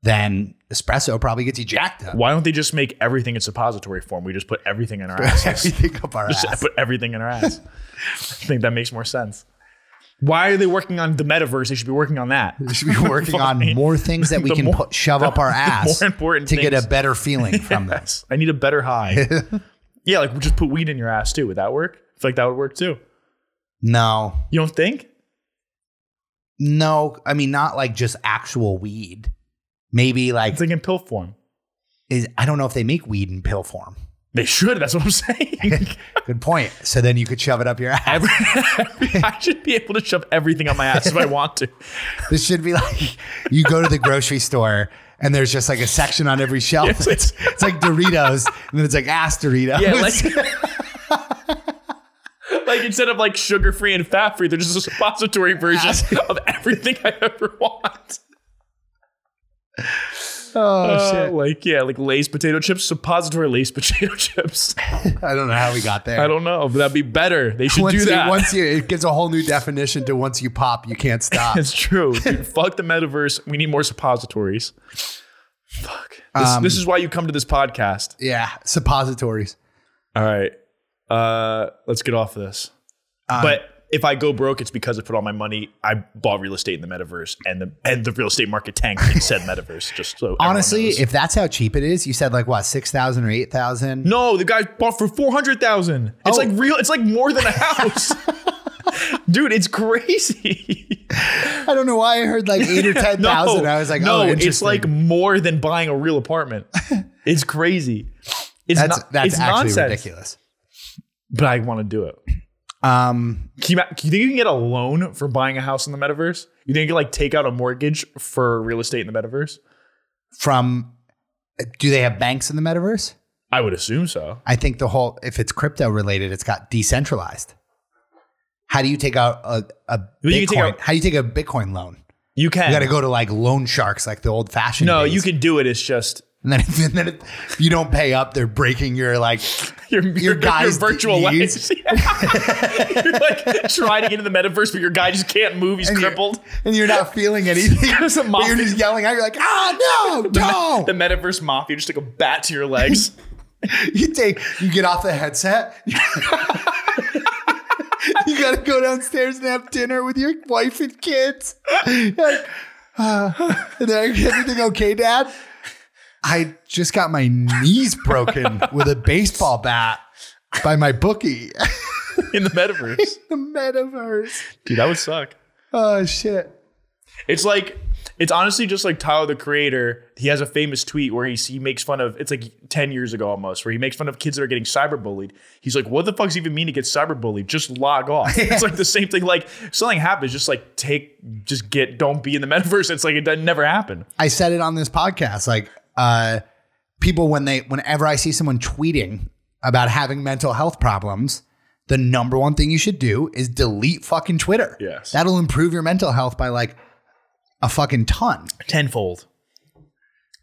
[SPEAKER 3] then espresso probably gets you jacked up.
[SPEAKER 2] Why don't they just make everything in suppository form? We just put everything in our asses.
[SPEAKER 3] Everything up our
[SPEAKER 2] Just
[SPEAKER 3] ass.
[SPEAKER 2] put everything in our ass. I think that makes more sense. Why are they working on the metaverse? They should be working on that.
[SPEAKER 3] We should be working on more things that we
[SPEAKER 2] The
[SPEAKER 3] can
[SPEAKER 2] more-
[SPEAKER 3] put, shove up our ass
[SPEAKER 2] more important
[SPEAKER 3] to get
[SPEAKER 2] things.
[SPEAKER 3] a better feeling from this.
[SPEAKER 2] I need a better high. yeah, like just put weed in your ass too. Would that work? I feel like that would work too.
[SPEAKER 3] No,
[SPEAKER 2] You don't think?
[SPEAKER 3] no. I mean, not like just actual weed. Maybe like
[SPEAKER 2] It's like in pill form.
[SPEAKER 3] is, I don't know if they make weed in pill form.
[SPEAKER 2] They should. That's what I'm saying.
[SPEAKER 3] Good point. So then you could shove it up your ass.
[SPEAKER 2] Every- I should be able to shove everything on my ass if I want to.
[SPEAKER 3] This should be like you go to the grocery store and there's just like a section on every shelf.
[SPEAKER 2] Yes,
[SPEAKER 3] it's,
[SPEAKER 2] it's-
[SPEAKER 3] it's like Doritos and then it's like ass Doritos.
[SPEAKER 2] Yeah, like. Like instead of like sugar free and fat free, they're just a suppository version of everything I ever want.
[SPEAKER 3] oh
[SPEAKER 2] Uh,
[SPEAKER 3] shit.
[SPEAKER 2] like yeah, like Lay's potato chips, suppository Lay's potato chips.
[SPEAKER 3] I don't know how we got there.
[SPEAKER 2] I don't know, but that'd be better. They should
[SPEAKER 3] once
[SPEAKER 2] do
[SPEAKER 3] you,
[SPEAKER 2] that.
[SPEAKER 3] Once you, it gives a whole new definition to once you pop, you can't stop.
[SPEAKER 2] It's true. Dude, fuck the metaverse. We need more suppositories. Fuck. This,
[SPEAKER 3] Um,
[SPEAKER 2] this is why you come to this podcast.
[SPEAKER 3] yeah, suppositories.
[SPEAKER 2] All right. Uh, let's get off this.
[SPEAKER 3] Um,
[SPEAKER 2] but if I go broke, it's because I put all my money. I bought real estate in the metaverse, and the and the real estate market tanked in said metaverse. Just so everyone
[SPEAKER 3] Honestly,
[SPEAKER 2] knows.
[SPEAKER 3] if that's how cheap it is, you said like what six thousand or eight thousand.
[SPEAKER 2] no, the guy bought for four hundred thousand. It's
[SPEAKER 3] Oh.
[SPEAKER 2] like real. It's like more than a house, dude. It's crazy.
[SPEAKER 3] I don't know why I heard like eight or ten thousand. I was like,
[SPEAKER 2] no,
[SPEAKER 3] oh,
[SPEAKER 2] it's like
[SPEAKER 3] interesting.
[SPEAKER 2] more than buying a real apartment. it's crazy. It's
[SPEAKER 3] that's
[SPEAKER 2] not,
[SPEAKER 3] that's
[SPEAKER 2] it's
[SPEAKER 3] actually
[SPEAKER 2] nonsense.
[SPEAKER 3] ridiculous.
[SPEAKER 2] but I want to do it.
[SPEAKER 3] Um,
[SPEAKER 2] Can you, ma- can you think you can get a loan for buying a house in the metaverse? You think you can like take out a mortgage for real estate in the metaverse?
[SPEAKER 3] from do they have banks in the metaverse?
[SPEAKER 2] I would assume so.
[SPEAKER 3] I think the whole if it's crypto related, it's got decentralized. How do you take out a, a
[SPEAKER 2] you
[SPEAKER 3] Bitcoin?
[SPEAKER 2] can take out-
[SPEAKER 3] how do you take a Bitcoin loan?
[SPEAKER 2] You can.
[SPEAKER 3] You got to go to like loan sharks, like the old fashioned.
[SPEAKER 2] No, you can do it. It's just
[SPEAKER 3] And then, if, and then if you don't pay up, they're breaking your like.
[SPEAKER 2] your, your,
[SPEAKER 3] guy's
[SPEAKER 2] your virtual
[SPEAKER 3] knees.
[SPEAKER 2] legs. you're like trying to get in the metaverse, but your guy just can't move. He's
[SPEAKER 3] and you're-
[SPEAKER 2] crippled.
[SPEAKER 3] and you're not feeling anything.
[SPEAKER 2] There's a
[SPEAKER 3] but you're
[SPEAKER 2] mafia-
[SPEAKER 3] just yelling out. You're like, ah, no, no.
[SPEAKER 2] The metaverse mafia just took a bat to your legs.
[SPEAKER 3] you take, you get off the headset. you gotta go downstairs and have dinner with your wife and kids. Like, uh, and they're like, everything okay, Dad? I just got my knees broken with a baseball bat by my bookie.
[SPEAKER 2] in the metaverse.
[SPEAKER 3] the metaverse.
[SPEAKER 2] Dude, that would suck.
[SPEAKER 3] Oh shit.
[SPEAKER 2] It's like it's honestly just like Tyler the Creator. He has a famous tweet where he's, he makes fun of it's like ten years ago almost, where he makes fun of kids that are getting cyberbullied. He's like, "What the fuck's even mean to get cyberbullied? Just log off." It's like the same thing. Like something happens, just like take, just get, don't be in the metaverse. It's like it doesn't never happen.
[SPEAKER 3] I said it on this podcast. Like, uh, people when they whenever I see someone tweeting about having mental health problems, the number one thing you should do is delete fucking Twitter.
[SPEAKER 2] Yes.
[SPEAKER 3] that'll improve your mental health by like a fucking ton.
[SPEAKER 2] Tenfold.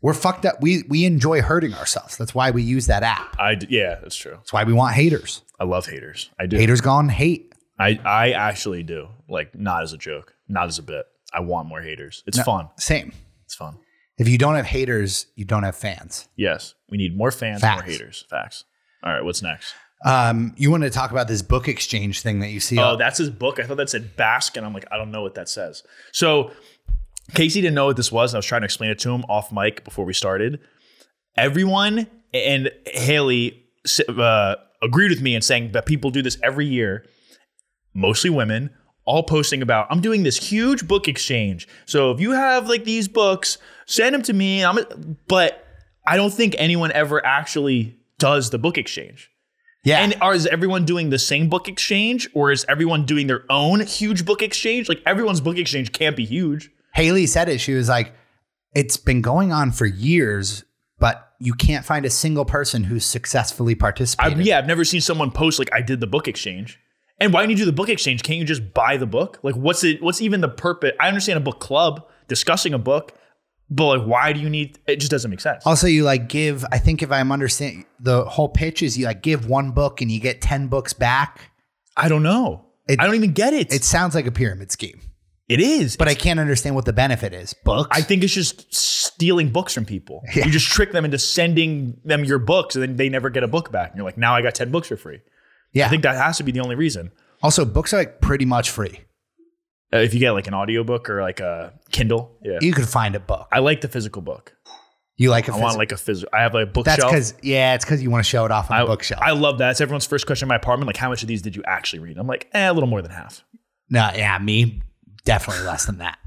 [SPEAKER 3] We're fucked up. We we enjoy hurting ourselves. That's why we use that app.
[SPEAKER 2] I d- yeah, that's true.
[SPEAKER 3] That's why we want haters.
[SPEAKER 2] I love haters. I do.
[SPEAKER 3] Haters gone. Hate.
[SPEAKER 2] I I actually do. Like not as a joke, not as a bit. I want more haters. It's fun.
[SPEAKER 3] Same.
[SPEAKER 2] It's fun.
[SPEAKER 3] If you don't have haters, you don't have fans.
[SPEAKER 2] Yes, we need more fans,
[SPEAKER 3] Facts.
[SPEAKER 2] more haters. Facts. All right, what's next?
[SPEAKER 3] Um, you wanted to talk about this book exchange thing that you see.
[SPEAKER 2] Oh, that's his book. I thought that said Basque, and I'm like, I don't know what that says. So Casey didn't know what this was, and I was trying to explain it to him off mic before we started. Everyone and Haley uh, agreed with me in saying that people do this every year, mostly women, all posting about, I'm doing this huge book exchange. So if you have like these books, send them to me. I'm a-" but I don't think anyone ever actually does the book exchange.
[SPEAKER 3] yeah.
[SPEAKER 2] And are, is everyone doing the same book exchange, or is everyone doing their own huge book exchange? Like everyone's book exchange can't be huge.
[SPEAKER 3] Haley said it. She was like, it's been going on for years, but you can't find a single person who's successfully
[SPEAKER 2] I,
[SPEAKER 3] participated.
[SPEAKER 2] yeah, I've never seen someone post like I did the book exchange. And why don't you do the book exchange? Can't you just buy the book? Like, what's it? What's even the purpose? I understand a book club discussing a book, but like, why do you need? It just doesn't make sense.
[SPEAKER 3] Also, you like give, I think if I'm understanding, the whole pitch is you like give one book and you get 10 books back.
[SPEAKER 2] I don't know.
[SPEAKER 3] It-
[SPEAKER 2] I don't even get it.
[SPEAKER 3] It sounds like a pyramid scheme,
[SPEAKER 2] it is.
[SPEAKER 3] but I can't understand what the benefit is. Books?
[SPEAKER 2] I think it's just stealing books from people.
[SPEAKER 3] Yeah.
[SPEAKER 2] You just trick them into sending them your books, and then they never get a book back. And you're like, now I got ten books for free.
[SPEAKER 3] yeah.
[SPEAKER 2] I think that has to be the only reason.
[SPEAKER 3] also, books are like pretty much free.
[SPEAKER 2] Uh, if you get like an audiobook or like a Kindle, yeah.
[SPEAKER 3] You could find a book.
[SPEAKER 2] I like the physical book.
[SPEAKER 3] You like a
[SPEAKER 2] I
[SPEAKER 3] physical.
[SPEAKER 2] want like a physical. I have like a bookshelf.
[SPEAKER 3] That's because, yeah, it's because you want to show it off on
[SPEAKER 2] I,
[SPEAKER 3] the bookshelf.
[SPEAKER 2] I love that. It's everyone's first question in my apartment. Like, how much of these did you actually read? I'm like, eh, a little more than half.
[SPEAKER 3] no, yeah, me, definitely less than that.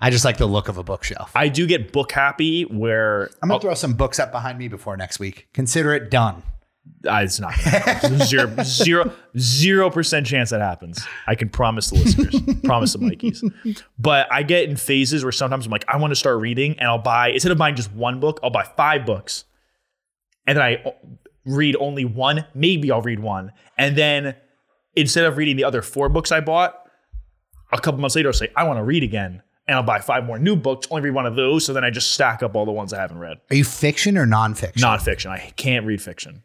[SPEAKER 3] I just like the look of a bookshelf.
[SPEAKER 2] I do get book happy where
[SPEAKER 3] I'm gonna throw some books up behind me before next week. Consider it done.
[SPEAKER 2] uh, it's not gonna happen. zero, zero, zero percent chance that happens. I can promise the listeners, promise the Mikeys. But I get in phases where sometimes I'm like, I want to start reading, and I'll buy instead of buying just one book, I'll buy five books, and then I o- read only one. Maybe I'll read one, and then instead of reading the other four books I bought, a couple months later I'll say, I want to read again, and I'll buy five more new books, only read one of those, so then I just stack up all the ones I haven't read.
[SPEAKER 3] Are you fiction or nonfiction?
[SPEAKER 2] Nonfiction. I can't read fiction.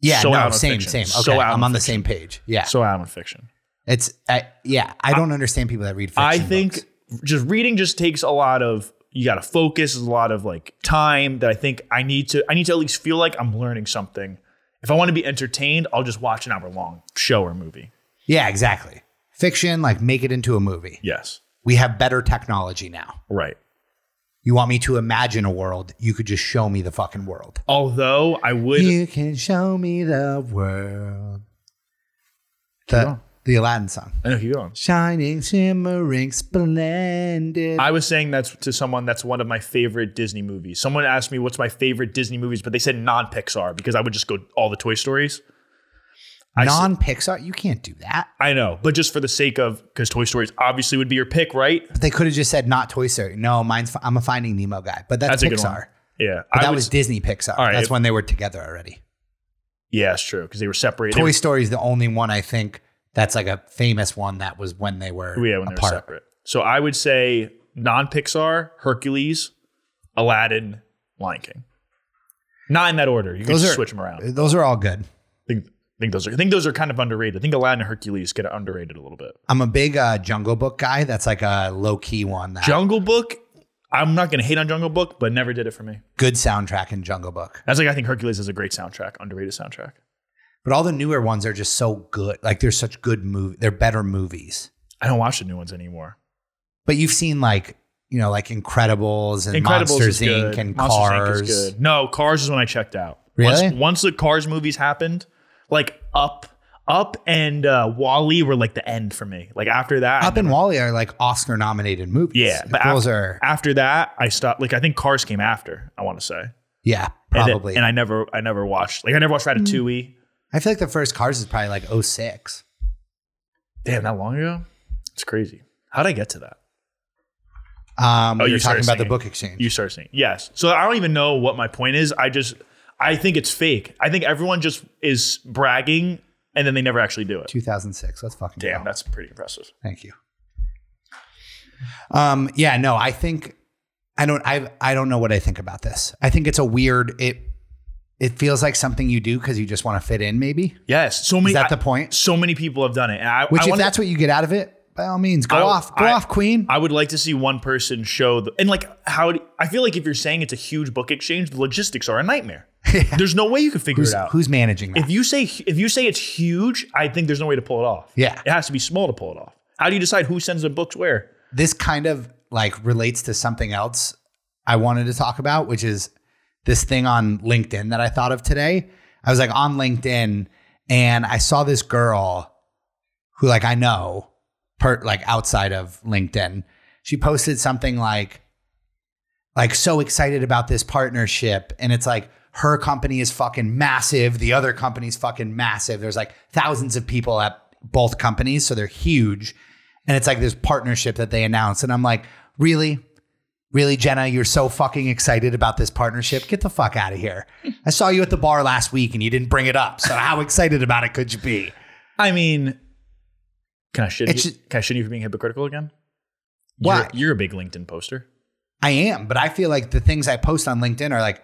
[SPEAKER 3] yeah,
[SPEAKER 2] so
[SPEAKER 3] no,
[SPEAKER 2] out on
[SPEAKER 3] same,
[SPEAKER 2] fiction.
[SPEAKER 3] same. Okay,
[SPEAKER 2] So out
[SPEAKER 3] I'm
[SPEAKER 2] on
[SPEAKER 3] on the same page. Yeah,
[SPEAKER 2] So I don't fiction.
[SPEAKER 3] it's I yeah. I don't understand people that read. fiction
[SPEAKER 2] I think
[SPEAKER 3] books.
[SPEAKER 2] just reading just takes a lot of you got to focus, there's a lot of like time that I think I need to I need to at least feel like I'm learning something. If I want to be entertained, I'll just watch an hour long show or movie.
[SPEAKER 3] Yeah, exactly. Fiction, like make it into a movie.
[SPEAKER 2] Yes.
[SPEAKER 3] We have better technology now.
[SPEAKER 2] Right.
[SPEAKER 3] You want me to imagine a world? You could just show me the fucking world.
[SPEAKER 2] Although I would
[SPEAKER 3] You can show me the world. The the Aladdin song.
[SPEAKER 2] I know keep going.
[SPEAKER 3] Shining, shimmering, splendid.
[SPEAKER 2] I was saying that's to someone that's one of my favorite Disney movies. Someone asked me what's my favorite Disney movies, but they said non Pixar because I would just go all the Toy Stories. I s-
[SPEAKER 3] non Pixar. You can't do that.
[SPEAKER 2] I know, but just for the sake of, because Toy Stories obviously would be your pick, right?
[SPEAKER 3] But they could have just said not Toy Story. No, mine's I'm a Finding Nemo guy, but that's,
[SPEAKER 2] That's a good one.
[SPEAKER 3] Pixar.
[SPEAKER 2] Yeah,
[SPEAKER 3] But
[SPEAKER 2] I
[SPEAKER 3] that
[SPEAKER 2] would-
[SPEAKER 3] was Disney Pixar.
[SPEAKER 2] All right,
[SPEAKER 3] that's
[SPEAKER 2] if-
[SPEAKER 3] when they were together already.
[SPEAKER 2] yeah, it's true because they were separated. They
[SPEAKER 3] Toy Story is the only one I think that's like a famous one that was when they were
[SPEAKER 2] were- yeah, when they were
[SPEAKER 3] apart.
[SPEAKER 2] separate. So I would say non Pixar, Hercules, Aladdin, Lion King. Not in that order. You can
[SPEAKER 3] Those
[SPEAKER 2] just
[SPEAKER 3] are-
[SPEAKER 2] switch them around. I
[SPEAKER 3] Those are all good.
[SPEAKER 2] think, I think those are. I think those are kind of underrated. I think Aladdin and Hercules get underrated a little bit.
[SPEAKER 3] I'm a big uh, Jungle Book guy. That's like a low key one. That
[SPEAKER 2] Jungle Book. I'm not going to hate on Jungle Book, but never did it for me.
[SPEAKER 3] good soundtrack in Jungle Book.
[SPEAKER 2] That's like I think Hercules is a great soundtrack, underrated soundtrack.
[SPEAKER 3] But all the newer ones are just so good. Like they're such good movie. They're better movies.
[SPEAKER 2] I don't watch the new ones anymore.
[SPEAKER 3] But you've seen like you know like Incredibles and
[SPEAKER 2] Incredibles
[SPEAKER 3] Monsters
[SPEAKER 2] is good.
[SPEAKER 3] Inc. and
[SPEAKER 2] Monsters, Inc.
[SPEAKER 3] Cars.
[SPEAKER 2] is good. No, Cars is when I checked out.
[SPEAKER 3] Really?
[SPEAKER 2] Once, once the Cars movies happened, like Up, Up and uh, Wally were like the end for me. Like after that,
[SPEAKER 3] Up and Wally are like Oscar nominated movies.
[SPEAKER 2] yeah, but
[SPEAKER 3] those
[SPEAKER 2] after,
[SPEAKER 3] are
[SPEAKER 2] after that, I stopped. Like I think Cars came after. I want to say
[SPEAKER 3] yeah
[SPEAKER 2] And then-
[SPEAKER 3] probably.
[SPEAKER 2] And, I never, I never watched. Like I never watched Ratatouille.
[SPEAKER 3] I feel like the first Cars is probably like 06.
[SPEAKER 2] Damn, that long ago. It's crazy. How did I get to that?
[SPEAKER 3] Um,
[SPEAKER 2] Oh,
[SPEAKER 3] we
[SPEAKER 2] you
[SPEAKER 3] were talking
[SPEAKER 2] started
[SPEAKER 3] about the
[SPEAKER 2] singing.
[SPEAKER 3] book exchange.
[SPEAKER 2] You start seeing. Yes. So I don't even know what my point is. I just I think it's fake. I think everyone just is bragging and then they never actually do it.
[SPEAKER 3] 2006. Let's fucking
[SPEAKER 2] Damn,
[SPEAKER 3] go.
[SPEAKER 2] that's pretty impressive.
[SPEAKER 3] Thank you. Um, yeah, no, I think I don't I I don't know what I think about this. I think it's a weird it it feels like something you do because you just want to fit in, maybe.
[SPEAKER 2] Yes. So many
[SPEAKER 3] Is that the
[SPEAKER 2] I-
[SPEAKER 3] point?
[SPEAKER 2] so many people have done it. And I,
[SPEAKER 3] Which
[SPEAKER 2] I
[SPEAKER 3] if
[SPEAKER 2] wanna-
[SPEAKER 3] that's what you get out of it, by all means, go
[SPEAKER 2] I-
[SPEAKER 3] off. Go
[SPEAKER 2] I-
[SPEAKER 3] off, Queen.
[SPEAKER 2] I would like to see one person show the and like how do- I feel like if you're saying it's a huge book exchange, the logistics are a nightmare. There's no way you can figure
[SPEAKER 3] who's,
[SPEAKER 2] it out.
[SPEAKER 3] who's managing that?
[SPEAKER 2] if you say if you say it's huge, I think there's no way to pull it off.
[SPEAKER 3] Yeah.
[SPEAKER 2] It has to be small to pull it off. How do you decide who sends the books where?
[SPEAKER 3] this kind of like relates to something else I wanted to talk about, which is this thing on LinkedIn that I thought of today. I was like on LinkedIn and I saw this girl who like I know per like outside of LinkedIn. She posted something like like so excited about this partnership and it's like her company is fucking massive, the other company's fucking massive. There's like thousands of people at both companies, so they're huge. And it's like this partnership that they announced and I'm like, "Really? Really, Jenna, you're so fucking excited about this partnership. Get the fuck out of here. I saw you at the bar last week and you didn't bring it up. So how excited about it could you be?"
[SPEAKER 2] I mean, can I shit?
[SPEAKER 3] It's
[SPEAKER 2] You,
[SPEAKER 3] just-
[SPEAKER 2] can I shit you for being hypocritical again?
[SPEAKER 3] Why?
[SPEAKER 2] You're, you're a big LinkedIn poster.
[SPEAKER 3] I am, but I feel like the things I post on LinkedIn are like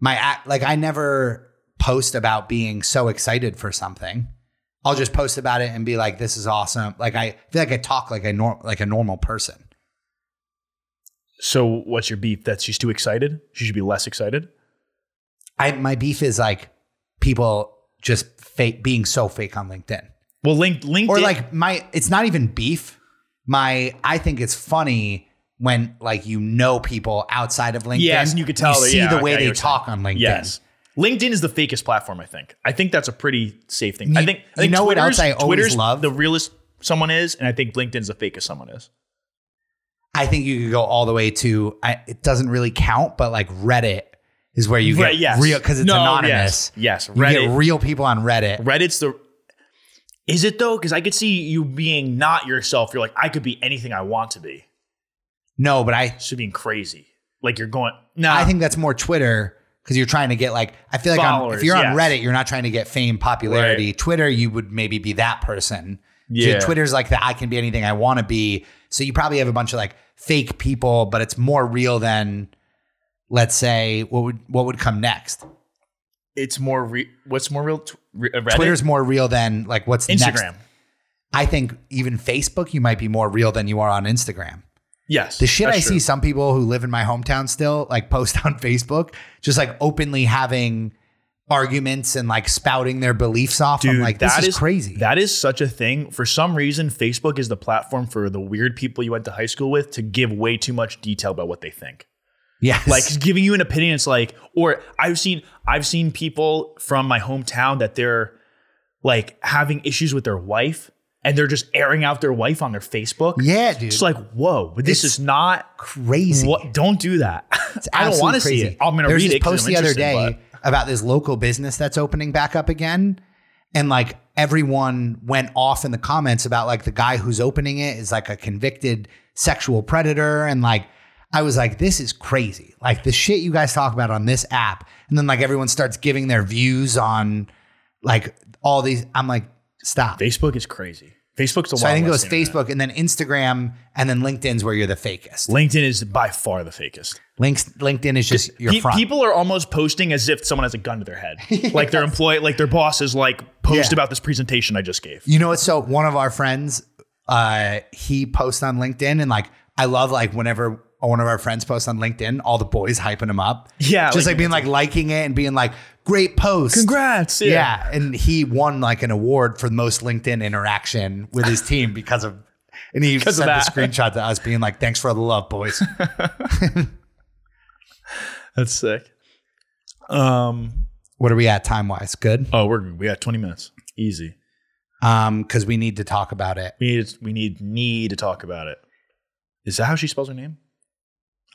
[SPEAKER 3] my act- like I never post about being so excited for something. I'll just post about it and be like, "This is awesome." Like I feel like I talk like a norm like a normal person.
[SPEAKER 2] So what's your beef? That she's too excited. She should be less excited.
[SPEAKER 3] I my beef is like people just fake being so fake on LinkedIn,
[SPEAKER 2] Well, link, LinkedIn
[SPEAKER 3] or like my it's not even beef. My I think it's funny when like you know people outside of LinkedIn.
[SPEAKER 2] Yes, and you could tell that-
[SPEAKER 3] see
[SPEAKER 2] yeah,
[SPEAKER 3] the
[SPEAKER 2] okay,
[SPEAKER 3] way
[SPEAKER 2] I get
[SPEAKER 3] they
[SPEAKER 2] what you're
[SPEAKER 3] talk on LinkedIn.
[SPEAKER 2] yes. LinkedIn is the fakest platform. I think. I think that's a pretty safe thing. I
[SPEAKER 3] You-
[SPEAKER 2] think. I
[SPEAKER 3] you
[SPEAKER 2] think
[SPEAKER 3] know what else I always
[SPEAKER 2] Twitter's
[SPEAKER 3] love?
[SPEAKER 2] The realest someone is, and I think LinkedIn's the fakest someone is.
[SPEAKER 3] I think you could go all the way to I, it doesn't really count, but like Reddit is where you get
[SPEAKER 2] Right, yes.
[SPEAKER 3] real because it's
[SPEAKER 2] No,
[SPEAKER 3] anonymous.
[SPEAKER 2] yes, yes,
[SPEAKER 3] you get
[SPEAKER 2] Reddit.
[SPEAKER 3] real people on Reddit.
[SPEAKER 2] Reddit's the. Is it though? Because I could see you being not yourself. You're like, I could be anything I want to be.
[SPEAKER 3] No, but I
[SPEAKER 2] Should being crazy. Like you're going. No,
[SPEAKER 3] I think that's more Twitter because you're trying to get like I feel like on, if
[SPEAKER 2] Followers,
[SPEAKER 3] you're
[SPEAKER 2] yes.
[SPEAKER 3] on Reddit, you're not trying to get fame, popularity. Twitter, you would maybe be that person. So
[SPEAKER 2] Yeah.
[SPEAKER 3] Twitter's like the I can be anything I want to be. So you probably have a bunch of like fake people, but it's more real than let's say what would what would come next.
[SPEAKER 2] it's more re- what's more real Tw- re- uh, Reddit?
[SPEAKER 3] Twitter's more real than like what's next.
[SPEAKER 2] Instagram.
[SPEAKER 3] I think even Facebook, you might be more real than you are on Instagram.
[SPEAKER 2] Yes.
[SPEAKER 3] The shit
[SPEAKER 2] that's
[SPEAKER 3] I
[SPEAKER 2] true.
[SPEAKER 3] see some people who live in my hometown still like post on Facebook, just like openly having arguments and like spouting their beliefs off. I'm like, this
[SPEAKER 2] that
[SPEAKER 3] is, crazy.
[SPEAKER 2] That is such a thing. For some reason, Facebook is the platform for the weird people you went to high school with to give way too much detail about what they think.
[SPEAKER 3] yes.
[SPEAKER 2] Like it's giving you an opinion, it's like, or I've seen I've seen people from my hometown that they're like having issues with their wife and they're just airing out their wife on their Facebook.
[SPEAKER 3] yeah, dude.
[SPEAKER 2] It's like, whoa, but this
[SPEAKER 3] It's
[SPEAKER 2] is not
[SPEAKER 3] crazy.
[SPEAKER 2] what don't do that. I don't
[SPEAKER 3] absolutely
[SPEAKER 2] want to see
[SPEAKER 3] crazy.
[SPEAKER 2] it. I'm gonna
[SPEAKER 3] There was
[SPEAKER 2] read
[SPEAKER 3] this
[SPEAKER 2] it. 'cause
[SPEAKER 3] post
[SPEAKER 2] I'm
[SPEAKER 3] the other
[SPEAKER 2] interested,
[SPEAKER 3] day about this local business that's opening back up again, and like everyone went off in the comments about like the guy who's opening it is like a convicted sexual predator and like I was like this is crazy. Like the shit you guys talk about on this app and then like everyone starts giving their views on like all these I'm like stop.
[SPEAKER 2] Facebook is crazy. Facebook's the
[SPEAKER 3] so I
[SPEAKER 2] Wild
[SPEAKER 3] think it was
[SPEAKER 2] West internet.
[SPEAKER 3] Facebook and then Instagram and then LinkedIn's where you're the fakest.
[SPEAKER 2] LinkedIn is by far the fakest.
[SPEAKER 3] Links LinkedIn is just your
[SPEAKER 2] Pe-
[SPEAKER 3] front.
[SPEAKER 2] people are almost posting as if someone has a gun to their head. Like their employee, like their boss is like, post
[SPEAKER 3] Yeah.
[SPEAKER 2] about this presentation I just gave.
[SPEAKER 3] You know what's so one of our friends, uh, he posts on LinkedIn and like I love like whenever one of our friends posts on LinkedIn, all the boys hyping him up.
[SPEAKER 2] Yeah, like-
[SPEAKER 3] Just like, being like liking it and being like, great post.
[SPEAKER 2] Congrats.
[SPEAKER 3] Yeah. And he won like an award for the most LinkedIn interaction with his team because of and he
[SPEAKER 2] of
[SPEAKER 3] sent the
[SPEAKER 2] that.
[SPEAKER 3] screenshot to us being like, Thanks for the love, boys.
[SPEAKER 2] That's sick. Um,
[SPEAKER 3] what are we at time wise? Good.
[SPEAKER 2] oh, we're we got 20 minutes. Easy.
[SPEAKER 3] Um, because we need to talk about it.
[SPEAKER 2] We need we need need to talk about it. Is that how she spells her name?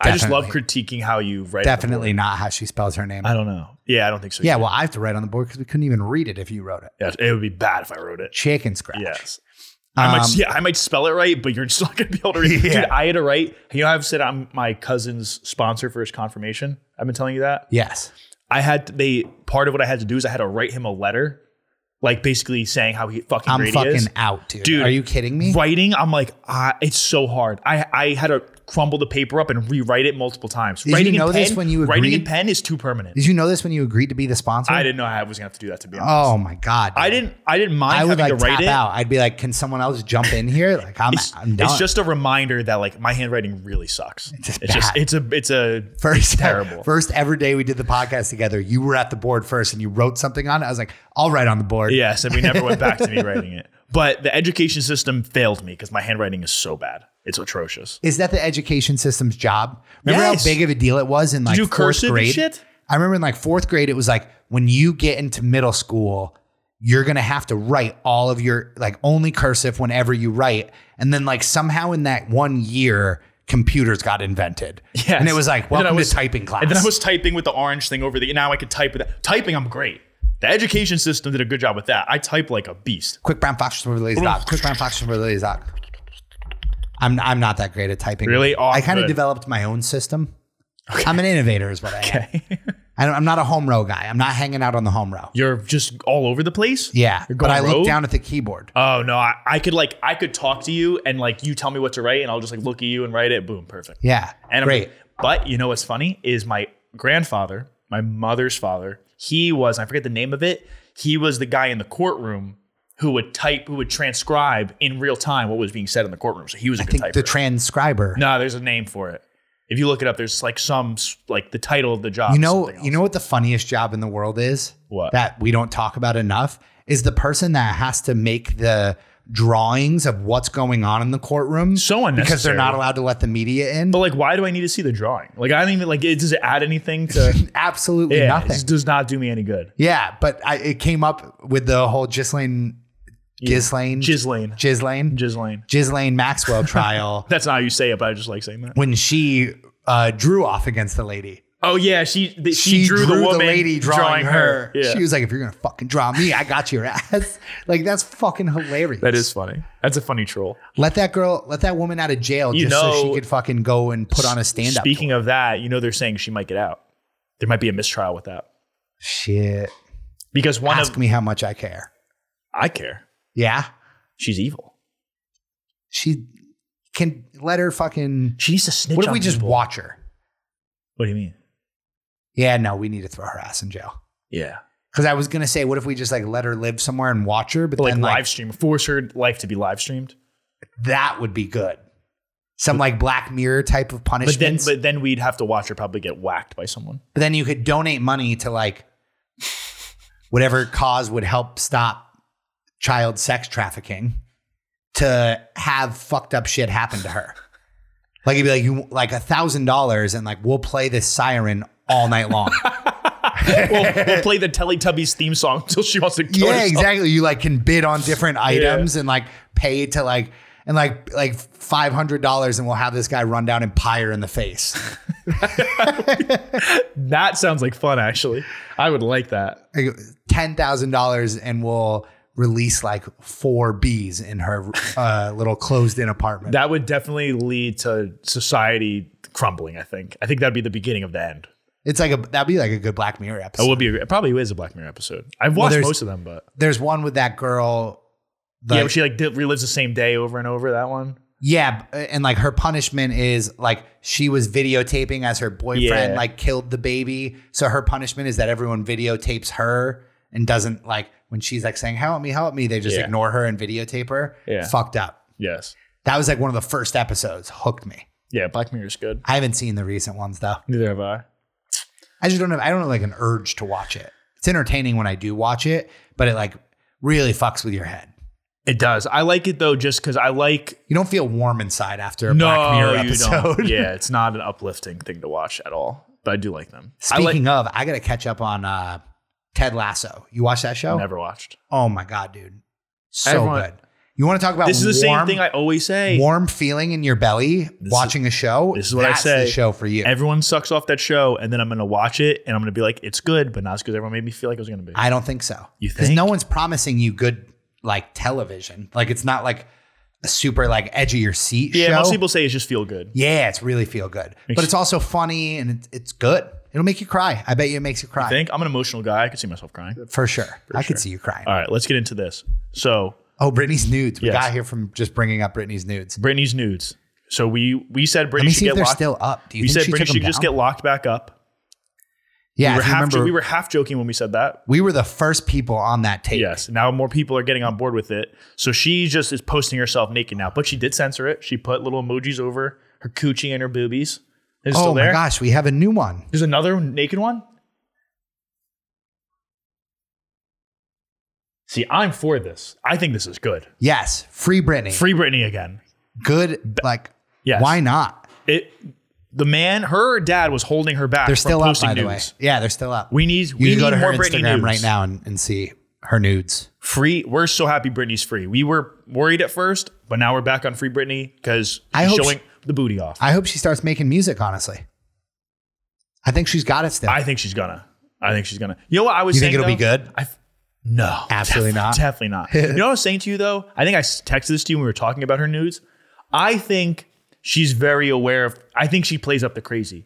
[SPEAKER 2] I just love critiquing how you write. the
[SPEAKER 3] Definitely
[SPEAKER 2] word.
[SPEAKER 3] not how she spells her name.
[SPEAKER 2] I don't know. Yeah, I don't think so.
[SPEAKER 3] Yeah, well, I have to write on the board because we couldn't even read it if you wrote it.
[SPEAKER 2] Yeah, it would be bad if I wrote it.
[SPEAKER 3] Chicken scratch.
[SPEAKER 2] Yes. I
[SPEAKER 3] Um,
[SPEAKER 2] might, yeah, I might spell it right, but you're just not going to be able to read.
[SPEAKER 3] Yeah.
[SPEAKER 2] Dude, I had to write. You know, I've said I'm my cousin's sponsor for his confirmation. I've been telling you that.
[SPEAKER 3] Yes.
[SPEAKER 2] I had to- they part of what I had to do is I had to write him a letter, like basically saying how he fucking
[SPEAKER 3] I'm
[SPEAKER 2] great he
[SPEAKER 3] fucking
[SPEAKER 2] is.
[SPEAKER 3] out, dude.
[SPEAKER 2] Dude.
[SPEAKER 3] Are you kidding me?
[SPEAKER 2] Writing, I'm like, ah, it's so hard. I I had to crumble the paper up and rewrite it multiple times.
[SPEAKER 3] you
[SPEAKER 2] writing
[SPEAKER 3] know
[SPEAKER 2] in
[SPEAKER 3] this
[SPEAKER 2] pen,
[SPEAKER 3] when you
[SPEAKER 2] writing in
[SPEAKER 3] agreed?
[SPEAKER 2] pen is too permanent.
[SPEAKER 3] Did you know this when you agreed to be the sponsor?
[SPEAKER 2] I didn't know I was gonna have to do that to be honest.
[SPEAKER 3] Oh my god. dude.
[SPEAKER 2] I didn't I didn't mind
[SPEAKER 3] I would
[SPEAKER 2] having
[SPEAKER 3] like
[SPEAKER 2] to write
[SPEAKER 3] tap
[SPEAKER 2] it.
[SPEAKER 3] out. I'd be like, can someone else jump in here? Like I'm,
[SPEAKER 2] It's,
[SPEAKER 3] I'm done.
[SPEAKER 2] it's just a reminder that like my handwriting really sucks. It's
[SPEAKER 3] just bad.
[SPEAKER 2] it's a it's a
[SPEAKER 3] first
[SPEAKER 2] terrible.
[SPEAKER 3] First ever day we did the podcast together, you were at the board first and you wrote something on it. I was like, I'll write on the board.
[SPEAKER 2] Yes, and we never went back to me writing it. But the education system failed me because my handwriting is so bad. It's atrocious.
[SPEAKER 3] Is that the education system's job? Remember
[SPEAKER 2] Yes.
[SPEAKER 3] how big of a deal it was in like
[SPEAKER 2] you do
[SPEAKER 3] fourth
[SPEAKER 2] cursive and
[SPEAKER 3] grade?
[SPEAKER 2] shit?
[SPEAKER 3] I remember in like fourth grade, it was like when you get into middle school, you're gonna have to write all of your like only cursive whenever you write, and then like somehow in that one year, computers got invented.
[SPEAKER 2] Yes.
[SPEAKER 3] and it was like
[SPEAKER 2] And then I
[SPEAKER 3] welcome
[SPEAKER 2] was-
[SPEAKER 3] to typing class.
[SPEAKER 2] And then I was typing with the orange thing over the. Now I could type with that. Typing, I'm great. The education system did a good job with that. I type like a beast.
[SPEAKER 3] quick brown fox from Riley's dog. Quick brown fox from Riley's dog. I'm I'm not that great at typing.
[SPEAKER 2] Really? Oh,
[SPEAKER 3] I kind
[SPEAKER 2] good.
[SPEAKER 3] of developed my own system. I'm an innovator, is what I am. I don't, I'm not a home row guy. I'm not hanging out on the home row.
[SPEAKER 2] You're just all over the place.
[SPEAKER 3] Yeah,
[SPEAKER 2] You're
[SPEAKER 3] but
[SPEAKER 2] going
[SPEAKER 3] I
[SPEAKER 2] rogue?
[SPEAKER 3] look down at the keyboard.
[SPEAKER 2] Oh no, I, I could like I could talk to you and like you tell me what to write and I'll just like look at you and write it. Boom, perfect.
[SPEAKER 3] Yeah,
[SPEAKER 2] And I'm-
[SPEAKER 3] great.
[SPEAKER 2] But you know what's funny is my grandfather, my mother's father, he was, I forget the name of it, he was the guy in the courtroom who would type, who would transcribe in real time what was being said in the courtroom. So he was a
[SPEAKER 3] I
[SPEAKER 2] good
[SPEAKER 3] think
[SPEAKER 2] typer.
[SPEAKER 3] the transcriber.
[SPEAKER 2] no, there's a name for it. If you look it up, there's like some, s- like the title of the job.
[SPEAKER 3] you
[SPEAKER 2] is
[SPEAKER 3] know,
[SPEAKER 2] something else.
[SPEAKER 3] you know what the funniest job in the world is?
[SPEAKER 2] What?
[SPEAKER 3] that we don't talk about enough is the person that has to make the drawings of what's going on in the courtroom.
[SPEAKER 2] So
[SPEAKER 3] because they're
[SPEAKER 2] unnecessary.
[SPEAKER 3] not allowed to let the media in.
[SPEAKER 2] But like, why do I need to see the drawing? Like, I don't even, like, it, does it add anything to,
[SPEAKER 3] Absolutely
[SPEAKER 2] yeah, it
[SPEAKER 3] nothing.
[SPEAKER 2] just does not do me any good.
[SPEAKER 3] Yeah, but I, it came up with the whole Ghislaine, Ghislaine,
[SPEAKER 2] Gislane.
[SPEAKER 3] Ghislaine,
[SPEAKER 2] Gislane.
[SPEAKER 3] Ghislaine Maxwell trial
[SPEAKER 2] That's not how you say it, but I just like saying that.
[SPEAKER 3] when she uh, drew off against the lady.
[SPEAKER 2] Oh yeah, she th- she, drew, the woman
[SPEAKER 3] lady drawing, her.
[SPEAKER 2] Yeah.
[SPEAKER 3] She was like, "If you're gonna fucking draw me, I got your ass." like that's fucking hilarious.
[SPEAKER 2] that is funny. That's a funny troll.
[SPEAKER 3] Let that girl, let that woman out of jail
[SPEAKER 2] You
[SPEAKER 3] just so
[SPEAKER 2] know-
[SPEAKER 3] she could fucking go and put on a stand up.
[SPEAKER 2] Speaking of that, you know they're saying she might get out. There might be a mistrial with that
[SPEAKER 3] Shit.
[SPEAKER 2] because one
[SPEAKER 3] Ask
[SPEAKER 2] of
[SPEAKER 3] me how much I care.
[SPEAKER 2] I care.
[SPEAKER 3] Yeah,
[SPEAKER 2] She's evil.
[SPEAKER 3] she can let her fucking.
[SPEAKER 2] She needs to snitch.
[SPEAKER 3] What if
[SPEAKER 2] on
[SPEAKER 3] we just
[SPEAKER 2] people.
[SPEAKER 3] watch her?
[SPEAKER 2] What do you mean?
[SPEAKER 3] Yeah, no, we need to throw her ass in jail.
[SPEAKER 2] Yeah,
[SPEAKER 3] Because I was gonna say, what if we just like let her live somewhere and watch her? But
[SPEAKER 2] but like
[SPEAKER 3] then like
[SPEAKER 2] live stream, force her life to be live streamed.
[SPEAKER 3] that would be good. Some like Black Mirror type of
[SPEAKER 2] But then,
[SPEAKER 3] punishment. But,
[SPEAKER 2] but then we'd have to watch her probably get whacked by someone.
[SPEAKER 3] then you could donate money to like whatever cause would help stop child sex trafficking to have fucked up shit happen to her. Like it'd be like you like a thousand dollars and like we'll play this siren all night long.
[SPEAKER 2] we'll, we'll play the Teletubbies theme song until she wants to kill
[SPEAKER 3] yeah
[SPEAKER 2] herself.
[SPEAKER 3] exactly you like can bid on different items and like pay to like and like like five hundred dollars and we'll have this guy run down and pie her in the face
[SPEAKER 2] That sounds like fun. Actually, I would like that.
[SPEAKER 3] ten thousand dollars and we'll release like four bees in her uh, little closed in apartment.
[SPEAKER 2] That would definitely lead to society crumbling. I think. I think that'd be the beginning of the end.
[SPEAKER 3] it's like a that'd be like a good Black Mirror
[SPEAKER 2] It
[SPEAKER 3] episode.
[SPEAKER 2] would be. It probably is a Black Mirror episode. I've watched
[SPEAKER 3] there's-
[SPEAKER 2] most of them, but
[SPEAKER 3] There's one with that girl.
[SPEAKER 2] yeah,
[SPEAKER 3] like-
[SPEAKER 2] but she like did, relives the same day over and over. That one.
[SPEAKER 3] Yeah, b- uh, and like her punishment is like she was videotaping as her boyfriend
[SPEAKER 2] Yeah.
[SPEAKER 3] like killed the baby. So her punishment is that everyone videotapes her and doesn't like when she's like saying help me, help me, they just
[SPEAKER 2] Yeah.
[SPEAKER 3] ignore her and videotape her.
[SPEAKER 2] Yeah.
[SPEAKER 3] Fucked up.
[SPEAKER 2] Yes.
[SPEAKER 3] That was like one of the first episodes. Hooked me.
[SPEAKER 2] Yeah, Black Mirror is good.
[SPEAKER 3] I haven't seen the recent ones though.
[SPEAKER 2] Neither have I.
[SPEAKER 3] I just don't have I don't have like an urge to watch it. It's entertaining when I do watch it, but it like really fucks with your head.
[SPEAKER 2] It does. I like it though, just because I like.
[SPEAKER 3] You don't feel warm inside after a Black Mirror episode.
[SPEAKER 2] yeah, it's not an uplifting thing to watch at all. But I do like them. I like.
[SPEAKER 3] Speaking of, I gotta catch up on uh, Ted Lasso. You watch that show?
[SPEAKER 2] Never watched.
[SPEAKER 3] Oh my god, dude, so
[SPEAKER 2] Everyone-
[SPEAKER 3] good. You want to talk about
[SPEAKER 2] This is the
[SPEAKER 3] warm,
[SPEAKER 2] same thing I always say.
[SPEAKER 3] warm feeling in your belly watching a show.
[SPEAKER 2] this is what I
[SPEAKER 3] That's
[SPEAKER 2] say.
[SPEAKER 3] The show for you.
[SPEAKER 2] Everyone sucks off that show, and then I'm gonna watch it, and I'm gonna be like, it's good, but not as good as everyone made me feel like it was gonna be.
[SPEAKER 3] I don't think so.
[SPEAKER 2] You
[SPEAKER 3] Because
[SPEAKER 2] think?
[SPEAKER 3] no one's promising you good like television. Like it's not like a super like edge of your seat
[SPEAKER 2] yeah,
[SPEAKER 3] show.
[SPEAKER 2] most people say it's just feel good.
[SPEAKER 3] yeah, it's really feel good,
[SPEAKER 2] Makes-
[SPEAKER 3] but it's also funny and it's, it's good. It'll make you cry. I bet you it makes you
[SPEAKER 2] I
[SPEAKER 3] cry
[SPEAKER 2] think I'm an emotional guy. I could see myself crying.
[SPEAKER 3] for sure. I could see you crying.
[SPEAKER 2] All right, let's get into this. So
[SPEAKER 3] Oh, Britney's nudes. We
[SPEAKER 2] Yes.
[SPEAKER 3] got here from just bringing up Britney's nudes.
[SPEAKER 2] Britney's nudes. So we we said
[SPEAKER 3] Let
[SPEAKER 2] Britney
[SPEAKER 3] me
[SPEAKER 2] should
[SPEAKER 3] see if
[SPEAKER 2] get
[SPEAKER 3] they're
[SPEAKER 2] locked.
[SPEAKER 3] still up. Do you
[SPEAKER 2] we
[SPEAKER 3] think
[SPEAKER 2] said
[SPEAKER 3] she
[SPEAKER 2] Britney
[SPEAKER 3] took them
[SPEAKER 2] should just
[SPEAKER 3] down?
[SPEAKER 2] get locked back up.
[SPEAKER 3] Yeah,
[SPEAKER 2] we, were
[SPEAKER 3] if you
[SPEAKER 2] half,
[SPEAKER 3] remember,
[SPEAKER 2] we were half joking when we said that.
[SPEAKER 3] we were the first people on that tape.
[SPEAKER 2] Yes. Now more people are getting on board with it. So she just is posting herself naked now, but she did censor it. She put little emojis over her coochie and her boobies. Is it
[SPEAKER 3] Oh
[SPEAKER 2] still
[SPEAKER 3] my
[SPEAKER 2] there?
[SPEAKER 3] gosh, we have a new one.
[SPEAKER 2] There's another naked one. See, I'm for this. I think this is good.
[SPEAKER 3] Yes, free Britney.
[SPEAKER 2] Free Britney again.
[SPEAKER 3] Good. Like,
[SPEAKER 2] Yes.
[SPEAKER 3] why not?
[SPEAKER 2] It. The man, her dad was holding her back.
[SPEAKER 3] They're
[SPEAKER 2] from
[SPEAKER 3] still up,
[SPEAKER 2] posting
[SPEAKER 3] by the way.
[SPEAKER 2] nudes.
[SPEAKER 3] Yeah, they're still up.
[SPEAKER 2] We need.
[SPEAKER 3] you
[SPEAKER 2] we
[SPEAKER 3] can go
[SPEAKER 2] need
[SPEAKER 3] to
[SPEAKER 2] more
[SPEAKER 3] her
[SPEAKER 2] Britney
[SPEAKER 3] Instagram
[SPEAKER 2] nudes.
[SPEAKER 3] right now and, and see her nudes.
[SPEAKER 2] Free. We're so happy Britney's free. We were worried at first, but now we're back on free Britney because
[SPEAKER 3] I
[SPEAKER 2] she's
[SPEAKER 3] hope
[SPEAKER 2] showing the booty off. I,
[SPEAKER 3] I hope she starts making music. Honestly, I think she's got it still.
[SPEAKER 2] think she's gonna. I think she's gonna. You know what I was
[SPEAKER 3] You
[SPEAKER 2] saying?
[SPEAKER 3] think it'll be
[SPEAKER 2] though?
[SPEAKER 3] good?
[SPEAKER 2] I f- no,
[SPEAKER 3] Absolutely
[SPEAKER 2] def-
[SPEAKER 3] not.
[SPEAKER 2] Definitely not. you know what I was saying to you though? I think I s- texted this to you when we were talking about her nudes. I think she's very aware of. I think she plays up the crazy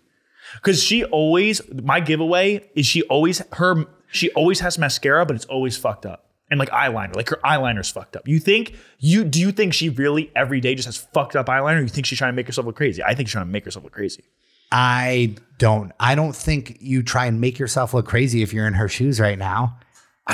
[SPEAKER 2] because she always. My giveaway is she always her. She always has mascara, but it's always fucked up. And like eyeliner, like her eyeliner's fucked up. You think you do you think she really every day just has fucked up eyeliner? Or you think she's trying to make herself look crazy? I think she's trying to make herself look crazy.
[SPEAKER 3] I don't. I don't think you try and make yourself look crazy if you're in her shoes right now.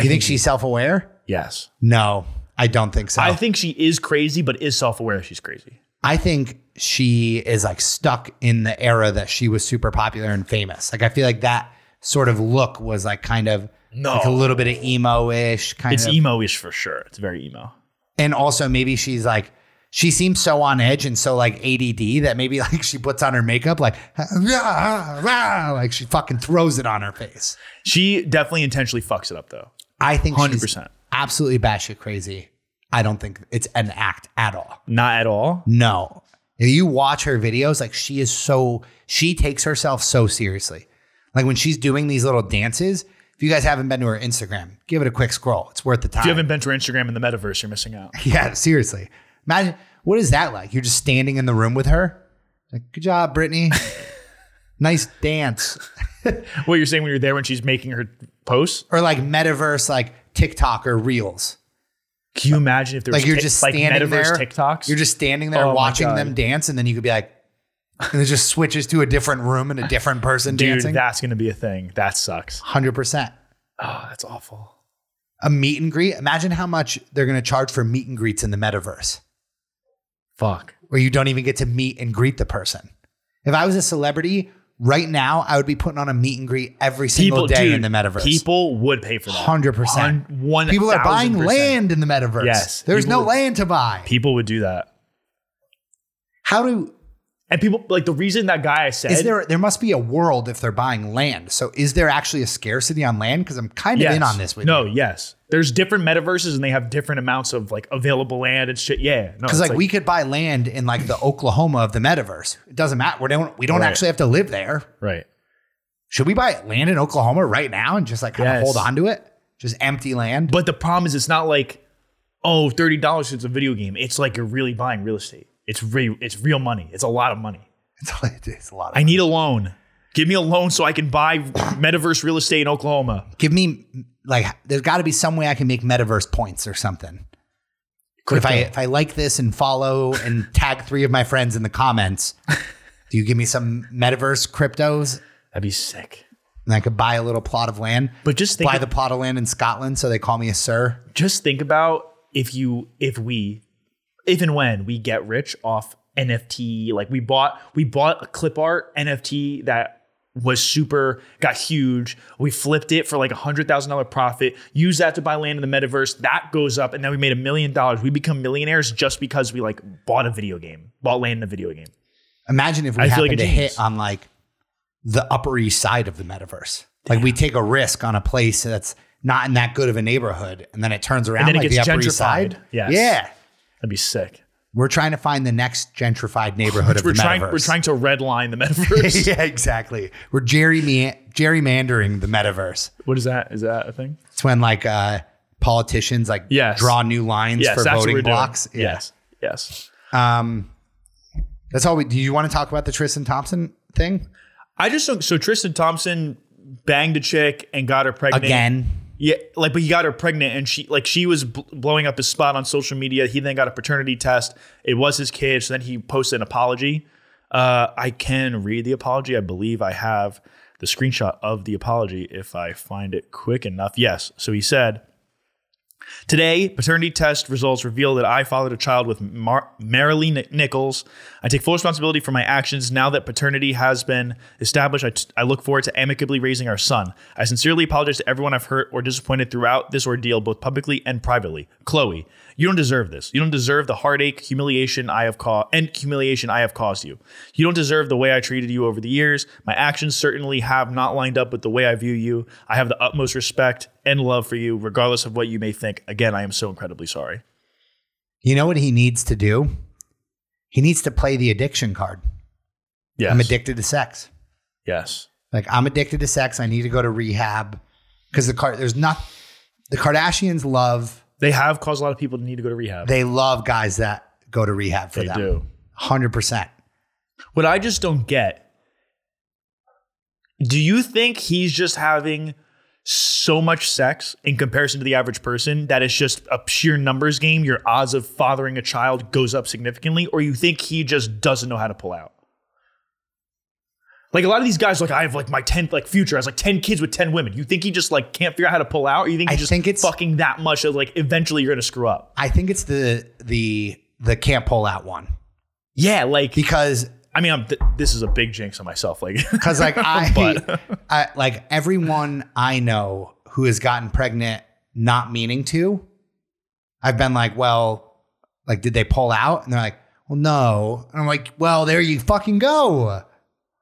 [SPEAKER 3] You think, she's self aware?
[SPEAKER 2] Yes.
[SPEAKER 3] No, I don't think so.
[SPEAKER 2] I think she is crazy, but is self-aware that she's crazy.
[SPEAKER 3] I think she is like stuck in the era that she was super popular and famous. Like I feel like that sort of look was like kind of
[SPEAKER 2] No.
[SPEAKER 3] like a little bit of emo-ish kind
[SPEAKER 2] It's
[SPEAKER 3] of
[SPEAKER 2] emo-ish for sure. It's very emo.
[SPEAKER 3] and also maybe she's like she seems so on edge and so like ADD that maybe like she puts on her makeup like rah, rah, like she fucking throws it on her face.
[SPEAKER 2] She definitely intentionally fucks it up though.
[SPEAKER 3] I think she's
[SPEAKER 2] 100%.
[SPEAKER 3] absolutely batshit crazy. I don't think it's an act at all.
[SPEAKER 2] Not at all.
[SPEAKER 3] No. If you watch her videos, like she is so she takes herself so seriously. Like when she's doing these little dances, if you guys haven't been to her Instagram, give it a quick scroll. It's worth the time.
[SPEAKER 2] If you haven't been to her Instagram in the metaverse, you're missing out.
[SPEAKER 3] yeah, seriously. Imagine what is that like? You're just standing in the room with her. Like, good job, Brittany. nice dance.
[SPEAKER 2] What you're saying when you're there when she's making her posts?
[SPEAKER 3] Or like metaverse, like TikTok or Reels.
[SPEAKER 2] Can you imagine if there was
[SPEAKER 3] Like you're
[SPEAKER 2] tic-
[SPEAKER 3] just
[SPEAKER 2] like
[SPEAKER 3] standing
[SPEAKER 2] metaverse
[SPEAKER 3] there.
[SPEAKER 2] TikToks?
[SPEAKER 3] You're just standing there
[SPEAKER 2] Oh my
[SPEAKER 3] watching
[SPEAKER 2] God.
[SPEAKER 3] them dance, and then you could be like, and it just switches to a different room and a different person
[SPEAKER 2] dude.
[SPEAKER 3] dancing.
[SPEAKER 2] That's gonna be a thing. That sucks.
[SPEAKER 3] Hundred percent. Ah,
[SPEAKER 2] Oh, that's awful.
[SPEAKER 3] a meet and greet. Imagine how much they're going to charge for meet and greets in the metaverse,
[SPEAKER 2] Fuck.
[SPEAKER 3] where you don't even get to meet and greet the person. If I was a celebrity right now, I would be putting on a meet and greet every
[SPEAKER 2] People,
[SPEAKER 3] single day
[SPEAKER 2] dude,
[SPEAKER 3] in the metaverse.
[SPEAKER 2] People would pay for that.
[SPEAKER 3] 100%.
[SPEAKER 2] Hun- One.
[SPEAKER 3] People are buying
[SPEAKER 2] 1000%.
[SPEAKER 3] land in the metaverse.
[SPEAKER 2] Yes.
[SPEAKER 3] there's
[SPEAKER 2] People
[SPEAKER 3] no
[SPEAKER 2] would-
[SPEAKER 3] land to buy.
[SPEAKER 2] People would do that.
[SPEAKER 3] How do?
[SPEAKER 2] And people like the reason that guy I said
[SPEAKER 3] Is there? There must be a world if they're buying land. So is there actually a scarcity on land? Because I'm kind of
[SPEAKER 2] Yes.
[SPEAKER 3] in on this with
[SPEAKER 2] no,
[SPEAKER 3] you.
[SPEAKER 2] yes. There's different metaverses and they have different amounts of like available land and shit. Yeah. No,
[SPEAKER 3] Because
[SPEAKER 2] it's
[SPEAKER 3] like, we could buy land in like the Oklahoma of the metaverse. It doesn't matter. We don't. We don't
[SPEAKER 2] Right.
[SPEAKER 3] actually have to live there.
[SPEAKER 2] right.
[SPEAKER 3] Should we buy land in Oklahoma right now and just like kind
[SPEAKER 2] Yes.
[SPEAKER 3] of hold on to it? Just empty land?
[SPEAKER 2] But the problem is, it's not like oh, $30 it's a video game. It's like you're really buying real estate. It's re- it's real money. It's a lot of money.
[SPEAKER 3] It's, like- it's a lot. Of
[SPEAKER 2] I need a loan. Give me a loan so I can buy metaverse real estate in Oklahoma.
[SPEAKER 3] Give me like there's got to be some way I can make metaverse points or something. If I
[SPEAKER 2] Crypto.
[SPEAKER 3] if I like this and follow and tag three of my friends in the comments, do you give me some metaverse cryptos
[SPEAKER 2] That'd be sick.
[SPEAKER 3] and I could buy a little plot of land?
[SPEAKER 2] But just think
[SPEAKER 3] buy the plot of land in Scotland, so they call me a sir.
[SPEAKER 2] just think about if you if we if and when we get rich off NFT like we bought we bought a clip art NFT that was super got huge we flipped it for like a hundred thousand dollar profit use that to buy land in the metaverse that goes up and then we made a million dollars we become millionaires just because we like bought a video game bought land in a video game
[SPEAKER 3] Imagine if we
[SPEAKER 2] I feel
[SPEAKER 3] happen
[SPEAKER 2] like a
[SPEAKER 3] to
[SPEAKER 2] genius.
[SPEAKER 3] hit on like the Upper East Side of the metaverse. Like we take a risk on a place that's not in that good of a neighborhood, and then it turns around
[SPEAKER 2] then it
[SPEAKER 3] like
[SPEAKER 2] gets
[SPEAKER 3] the Upper East
[SPEAKER 2] gentrified.
[SPEAKER 3] Side.
[SPEAKER 2] Yes.
[SPEAKER 3] Yeah,
[SPEAKER 2] that'd be sick
[SPEAKER 3] we're trying to find the next gentrified neighborhood of
[SPEAKER 2] we're
[SPEAKER 3] the
[SPEAKER 2] trying
[SPEAKER 3] metaverse.
[SPEAKER 2] we're trying to redline the metaverse
[SPEAKER 3] yeah, exactly. We're gerryman- gerrymandering the metaverse.
[SPEAKER 2] what is that is that a thing
[SPEAKER 3] It's when like uh, politicians like
[SPEAKER 2] Yes.
[SPEAKER 3] draw new lines
[SPEAKER 2] yes
[SPEAKER 3] for
[SPEAKER 2] that's what we're
[SPEAKER 3] voting
[SPEAKER 2] doing
[SPEAKER 3] blocks. Yeah.
[SPEAKER 2] yes yes
[SPEAKER 3] Um, that's all we. Do you want to talk about the Tristan Thompson thing
[SPEAKER 2] I just don't. So Tristan Thompson banged a chick and got her pregnant
[SPEAKER 3] again?
[SPEAKER 2] Yeah, like but he got her pregnant and she like she was bl- blowing up his spot on social media. He then got a paternity test. It was his kid. So then he posted an apology. Uh, I can read the apology. I believe I have the screenshot of the apology if I find it quick enough. Yes. So he said. Today, paternity test results reveal that I fathered a child with Mar- Marilyn Nichols. I take full responsibility for my actions. Now that paternity has been established, I, t- I look forward to amicably raising our son. I sincerely apologize to everyone I've hurt or disappointed throughout this ordeal, both publicly and privately. Chloe, you don't deserve this. You don't deserve the heartache, humiliation I have caused, and humiliation I have caused you. You don't deserve the way I treated you over the years. My actions certainly have not lined up with the way I view you. I have the utmost respect and love for you, regardless of what you may think. Again, I am so incredibly sorry.
[SPEAKER 3] You know what he needs to do? He needs to play the addiction card.
[SPEAKER 2] Yes.
[SPEAKER 3] I'm addicted to sex.
[SPEAKER 2] Yes.
[SPEAKER 3] Like I'm addicted to sex. I need to go to rehab because the car. There's not. The Kardashians love.
[SPEAKER 2] They have caused a lot of people to need to go to rehab.
[SPEAKER 3] They love guys that go to rehab for
[SPEAKER 2] They
[SPEAKER 3] them.
[SPEAKER 2] do.
[SPEAKER 3] Hundred percent.
[SPEAKER 2] What I just don't get do you think he's just having so much sex in comparison to the average person that it's just a sheer numbers game? Your odds of fathering a child goes up significantly, or you think he just doesn't know how to pull out? Like a lot of these guys, like I have like my tenth like future, I was like ten kids with ten women. You think he just like can't figure out how to pull out, or you think
[SPEAKER 3] I
[SPEAKER 2] he's just
[SPEAKER 3] think it's-
[SPEAKER 2] fucking that much of like eventually you're gonna screw up?
[SPEAKER 3] I think it's the the the can't pull out one
[SPEAKER 2] Yeah, like
[SPEAKER 3] because
[SPEAKER 2] I mean, I'm th- this is a big jinx on myself. Like
[SPEAKER 3] Because like I,
[SPEAKER 2] But-
[SPEAKER 3] I, like everyone I know who has gotten pregnant not meaning to, I've been like, well, like did they pull out? And they're like, well, no. And I'm like, well, there you fucking go.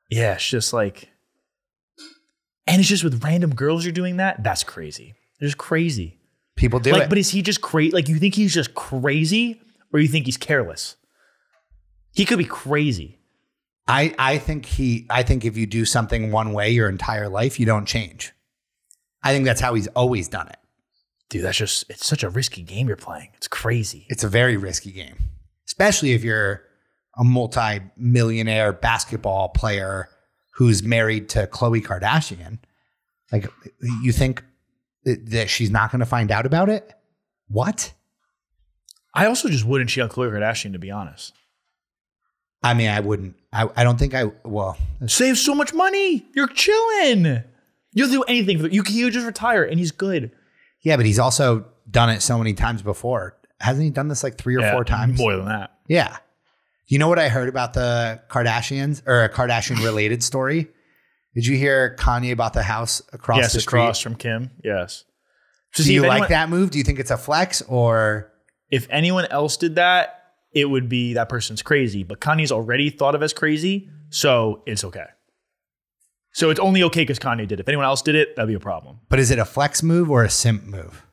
[SPEAKER 2] Yeah, it's just like, and it's just with random girls you're doing that. That's crazy. It's just crazy.
[SPEAKER 3] People do
[SPEAKER 2] like,
[SPEAKER 3] it.
[SPEAKER 2] but is he just crazy? Like, you think he's just crazy, or you think he's careless? He could be crazy.
[SPEAKER 3] I I think he I think if you do something one way your entire life, you don't change. I think that's how he's always done it.
[SPEAKER 2] Dude, that's just, it's such a risky game you're playing. It's crazy.
[SPEAKER 3] It's a very risky game, especially if you're a multi-millionaire basketball player who's married to Khloe Kardashian. Like, you think th- that she's not going to find out about it? What?
[SPEAKER 2] I also just wouldn't cheat on Khloe Kardashian, to be honest.
[SPEAKER 3] I mean, I wouldn't. I, I don't think I. Well,
[SPEAKER 2] Save so much money. You're chilling. You'll do anything for you. You just retire, and he's good.
[SPEAKER 3] yeah, but he's also done it so many times before. Hasn't he done this like three or four times?
[SPEAKER 2] More than that.
[SPEAKER 3] Yeah. You know what I heard about the Kardashians or a Kardashian related story? Did you hear Kanye bought the house across
[SPEAKER 2] yes,
[SPEAKER 3] the street?
[SPEAKER 2] across from Kim. Yes. Just
[SPEAKER 3] Do
[SPEAKER 2] see
[SPEAKER 3] you
[SPEAKER 2] if anyone-
[SPEAKER 3] like that move? Do you think it's a flex or
[SPEAKER 2] if anyone else did that, it would be that person's crazy. But Kanye's already thought of as crazy, so it's okay. So it's only okay because Kanye did it. If anyone else did it, that'd be a problem.
[SPEAKER 3] but is it a flex move or a simp move?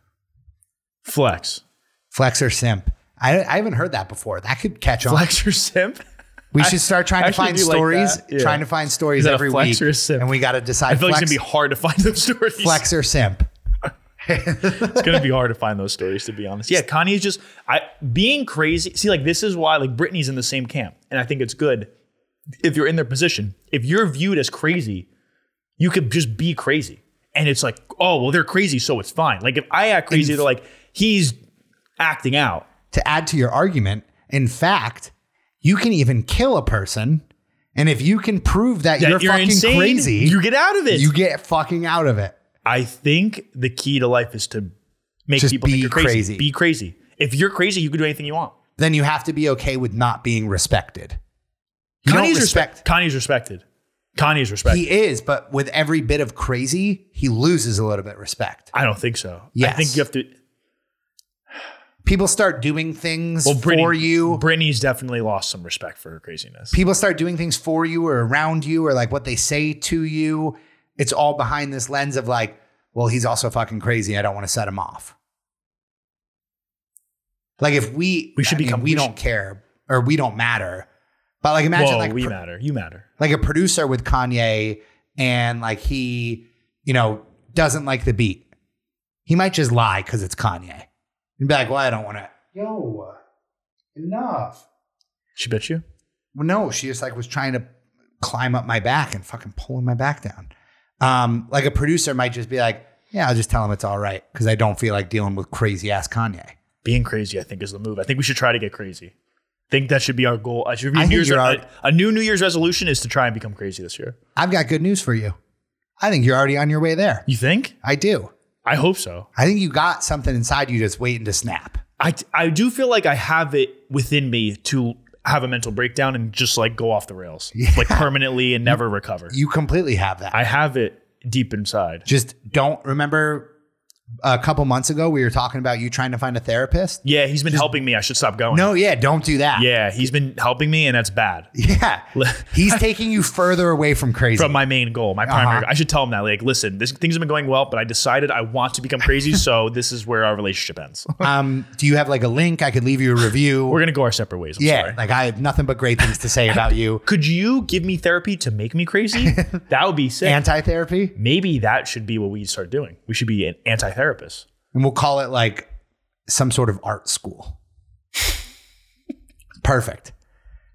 [SPEAKER 2] Flex.
[SPEAKER 3] Flex or simp? I, I haven't heard that before. That could catch on.
[SPEAKER 2] Flex or simp?
[SPEAKER 3] we should start trying
[SPEAKER 2] I
[SPEAKER 3] to find
[SPEAKER 2] actually do like
[SPEAKER 3] stories,
[SPEAKER 2] that. Yeah.
[SPEAKER 3] trying to find stories
[SPEAKER 2] that a
[SPEAKER 3] every
[SPEAKER 2] flex
[SPEAKER 3] week,
[SPEAKER 2] or a simp?
[SPEAKER 3] and we got to
[SPEAKER 2] I
[SPEAKER 3] decide
[SPEAKER 2] feel like
[SPEAKER 3] flex,
[SPEAKER 2] it's gonna be hard to find those stories.
[SPEAKER 3] flex or simp.
[SPEAKER 2] it's gonna be hard to find those stories to be honest. Yeah, Kanye is just I being crazy. See, like this is why like Britney's in the same camp, and I think it's good if you're in their position. If you're viewed as crazy, you could just be crazy, and it's like, oh well, they're crazy, so it's fine. Like if I act crazy, they're like he's acting out.
[SPEAKER 3] to add to your argument, in fact, you can even kill a person, and if you can prove that,
[SPEAKER 2] That
[SPEAKER 3] you're, fucking
[SPEAKER 2] insane,
[SPEAKER 3] crazy,
[SPEAKER 2] You get out of it.
[SPEAKER 3] you get fucking out of it.
[SPEAKER 2] I think the key to life is to make
[SPEAKER 3] Just
[SPEAKER 2] people think
[SPEAKER 3] be
[SPEAKER 2] you're crazy.
[SPEAKER 3] crazy.
[SPEAKER 2] Be crazy. If you're crazy, you can do anything you want.
[SPEAKER 3] Then you have to be okay with not being respected. You don't
[SPEAKER 2] Kanye's
[SPEAKER 3] respect.
[SPEAKER 2] respect. Kanye's respected. Kanye's respected.
[SPEAKER 3] He is, but with every bit of crazy, he loses a little bit of respect.
[SPEAKER 2] I don't think so. I
[SPEAKER 3] Yes.
[SPEAKER 2] think you have to.
[SPEAKER 3] People start doing things
[SPEAKER 2] Well, Britney,
[SPEAKER 3] for you.
[SPEAKER 2] Britney's definitely lost some respect for her craziness.
[SPEAKER 3] People start doing things for you or around you or like what they say to you. It's all behind this lens of like, well, he's also fucking crazy. I don't want to set him off. Like if we
[SPEAKER 2] We should
[SPEAKER 3] I mean,
[SPEAKER 2] become-
[SPEAKER 3] we,
[SPEAKER 2] we
[SPEAKER 3] don't care or we don't matter. But like imagine
[SPEAKER 2] Whoa,
[SPEAKER 3] like
[SPEAKER 2] we
[SPEAKER 3] pro-
[SPEAKER 2] matter. You matter.
[SPEAKER 3] like a producer with Kanye and like he, you know, doesn't like the beat. He might just lie because it's Kanye and be like, well, I don't want to. Yo, enough.
[SPEAKER 2] She bet you.
[SPEAKER 3] Well, no, she just like was trying to climb up my back and fucking pulling my back down. Um, like a producer might just be like, yeah, I'll just tell him it's all right because I don't feel like dealing with crazy ass Kanye.
[SPEAKER 2] Being crazy, I think, is the move. I think we should try to get crazy. think that should be our goal. I should be
[SPEAKER 3] I
[SPEAKER 2] New
[SPEAKER 3] think
[SPEAKER 2] Year's-
[SPEAKER 3] you're
[SPEAKER 2] a,
[SPEAKER 3] right.
[SPEAKER 2] a new New Year's resolution is to try and become crazy this year.
[SPEAKER 3] I've got good news for you. I think you're already on your way there.
[SPEAKER 2] You think?
[SPEAKER 3] I do.
[SPEAKER 2] I hope so.
[SPEAKER 3] I think you got something inside you just waiting to snap.
[SPEAKER 2] I, I do feel like I have it within me to have a mental breakdown and just like go off the rails, like permanently and never recover.
[SPEAKER 3] You completely have that.
[SPEAKER 2] I have it deep inside.
[SPEAKER 3] just don't remember a couple months ago we were talking about you trying to find a therapist
[SPEAKER 2] Yeah, he's been helping me. I should stop going.
[SPEAKER 3] no yeah don't do that
[SPEAKER 2] Yeah, he's been helping me, and that's bad
[SPEAKER 3] yeah he's taking you further away from crazy
[SPEAKER 2] from my main goal, my primary.
[SPEAKER 3] Uh-huh.
[SPEAKER 2] I should tell him that. Like, listen, this, things have been going well, but I decided I want to become crazy, so this is where our relationship ends.
[SPEAKER 3] um do you have like a link i could leave you a review
[SPEAKER 2] We're gonna go our separate ways. I'm
[SPEAKER 3] yeah
[SPEAKER 2] sorry.
[SPEAKER 3] like i have nothing but great things to say about you
[SPEAKER 2] Could you give me therapy to make me crazy? that would be sick.
[SPEAKER 3] anti-therapy
[SPEAKER 2] Maybe that should be what we start doing. We should be an anti-therapist.
[SPEAKER 3] and we'll call it like some sort of art school perfect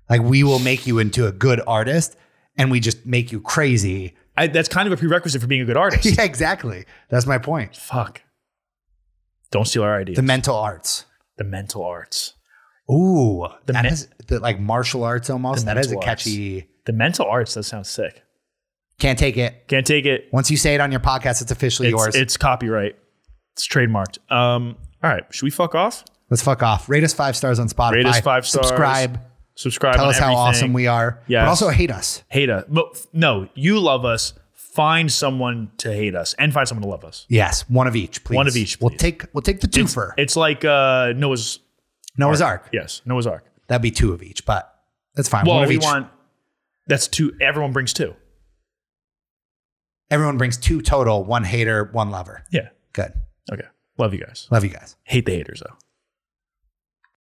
[SPEAKER 3] like we will make you into a good artist and we just make you crazy
[SPEAKER 2] I, that's kind of a prerequisite for being a good artist.
[SPEAKER 3] yeah exactly that's my point
[SPEAKER 2] Fuck. Don't steal our ideas.
[SPEAKER 3] the
[SPEAKER 2] The,
[SPEAKER 3] mental arts
[SPEAKER 2] mental arts.
[SPEAKER 3] Ooh,
[SPEAKER 2] The
[SPEAKER 3] that
[SPEAKER 2] men-
[SPEAKER 3] is- the, like martial arts almost.
[SPEAKER 2] The
[SPEAKER 3] That is a
[SPEAKER 2] mental arts.
[SPEAKER 3] catchy.
[SPEAKER 2] The mental arts. That sounds sick.
[SPEAKER 3] Can't take it.
[SPEAKER 2] Can't take it.
[SPEAKER 3] Once you say it on your podcast, it's officially
[SPEAKER 2] It's,
[SPEAKER 3] yours.
[SPEAKER 2] it's copyright. It's trademarked. Um. All right. Should we fuck off?
[SPEAKER 3] Let's fuck off. Rate us five stars on Spotify.
[SPEAKER 2] Rate us five stars.
[SPEAKER 3] Subscribe.
[SPEAKER 2] Subscribe.
[SPEAKER 3] Tell
[SPEAKER 2] on
[SPEAKER 3] us how
[SPEAKER 2] everything.
[SPEAKER 3] awesome we are.
[SPEAKER 2] Yes.
[SPEAKER 3] But also hate us.
[SPEAKER 2] hate us. But f- no, you love us. Find someone to hate us, and find someone to love us.
[SPEAKER 3] Yes, one of each, please.
[SPEAKER 2] One of each,
[SPEAKER 3] We'll
[SPEAKER 2] please.
[SPEAKER 3] take we'll take the twofer.
[SPEAKER 2] It's like uh, Noah's.
[SPEAKER 3] Noah's Ark.
[SPEAKER 2] Yes, Noah's Ark.
[SPEAKER 3] That'd be two of each, but that's fine.
[SPEAKER 2] Well,
[SPEAKER 3] one of
[SPEAKER 2] we
[SPEAKER 3] each.
[SPEAKER 2] want. That's two. Everyone brings two.
[SPEAKER 3] Everyone brings two total. One hater, one lover.
[SPEAKER 2] Yeah.
[SPEAKER 3] Good.
[SPEAKER 2] Okay. Love you guys.
[SPEAKER 3] Love you guys.
[SPEAKER 2] Hate the haters though.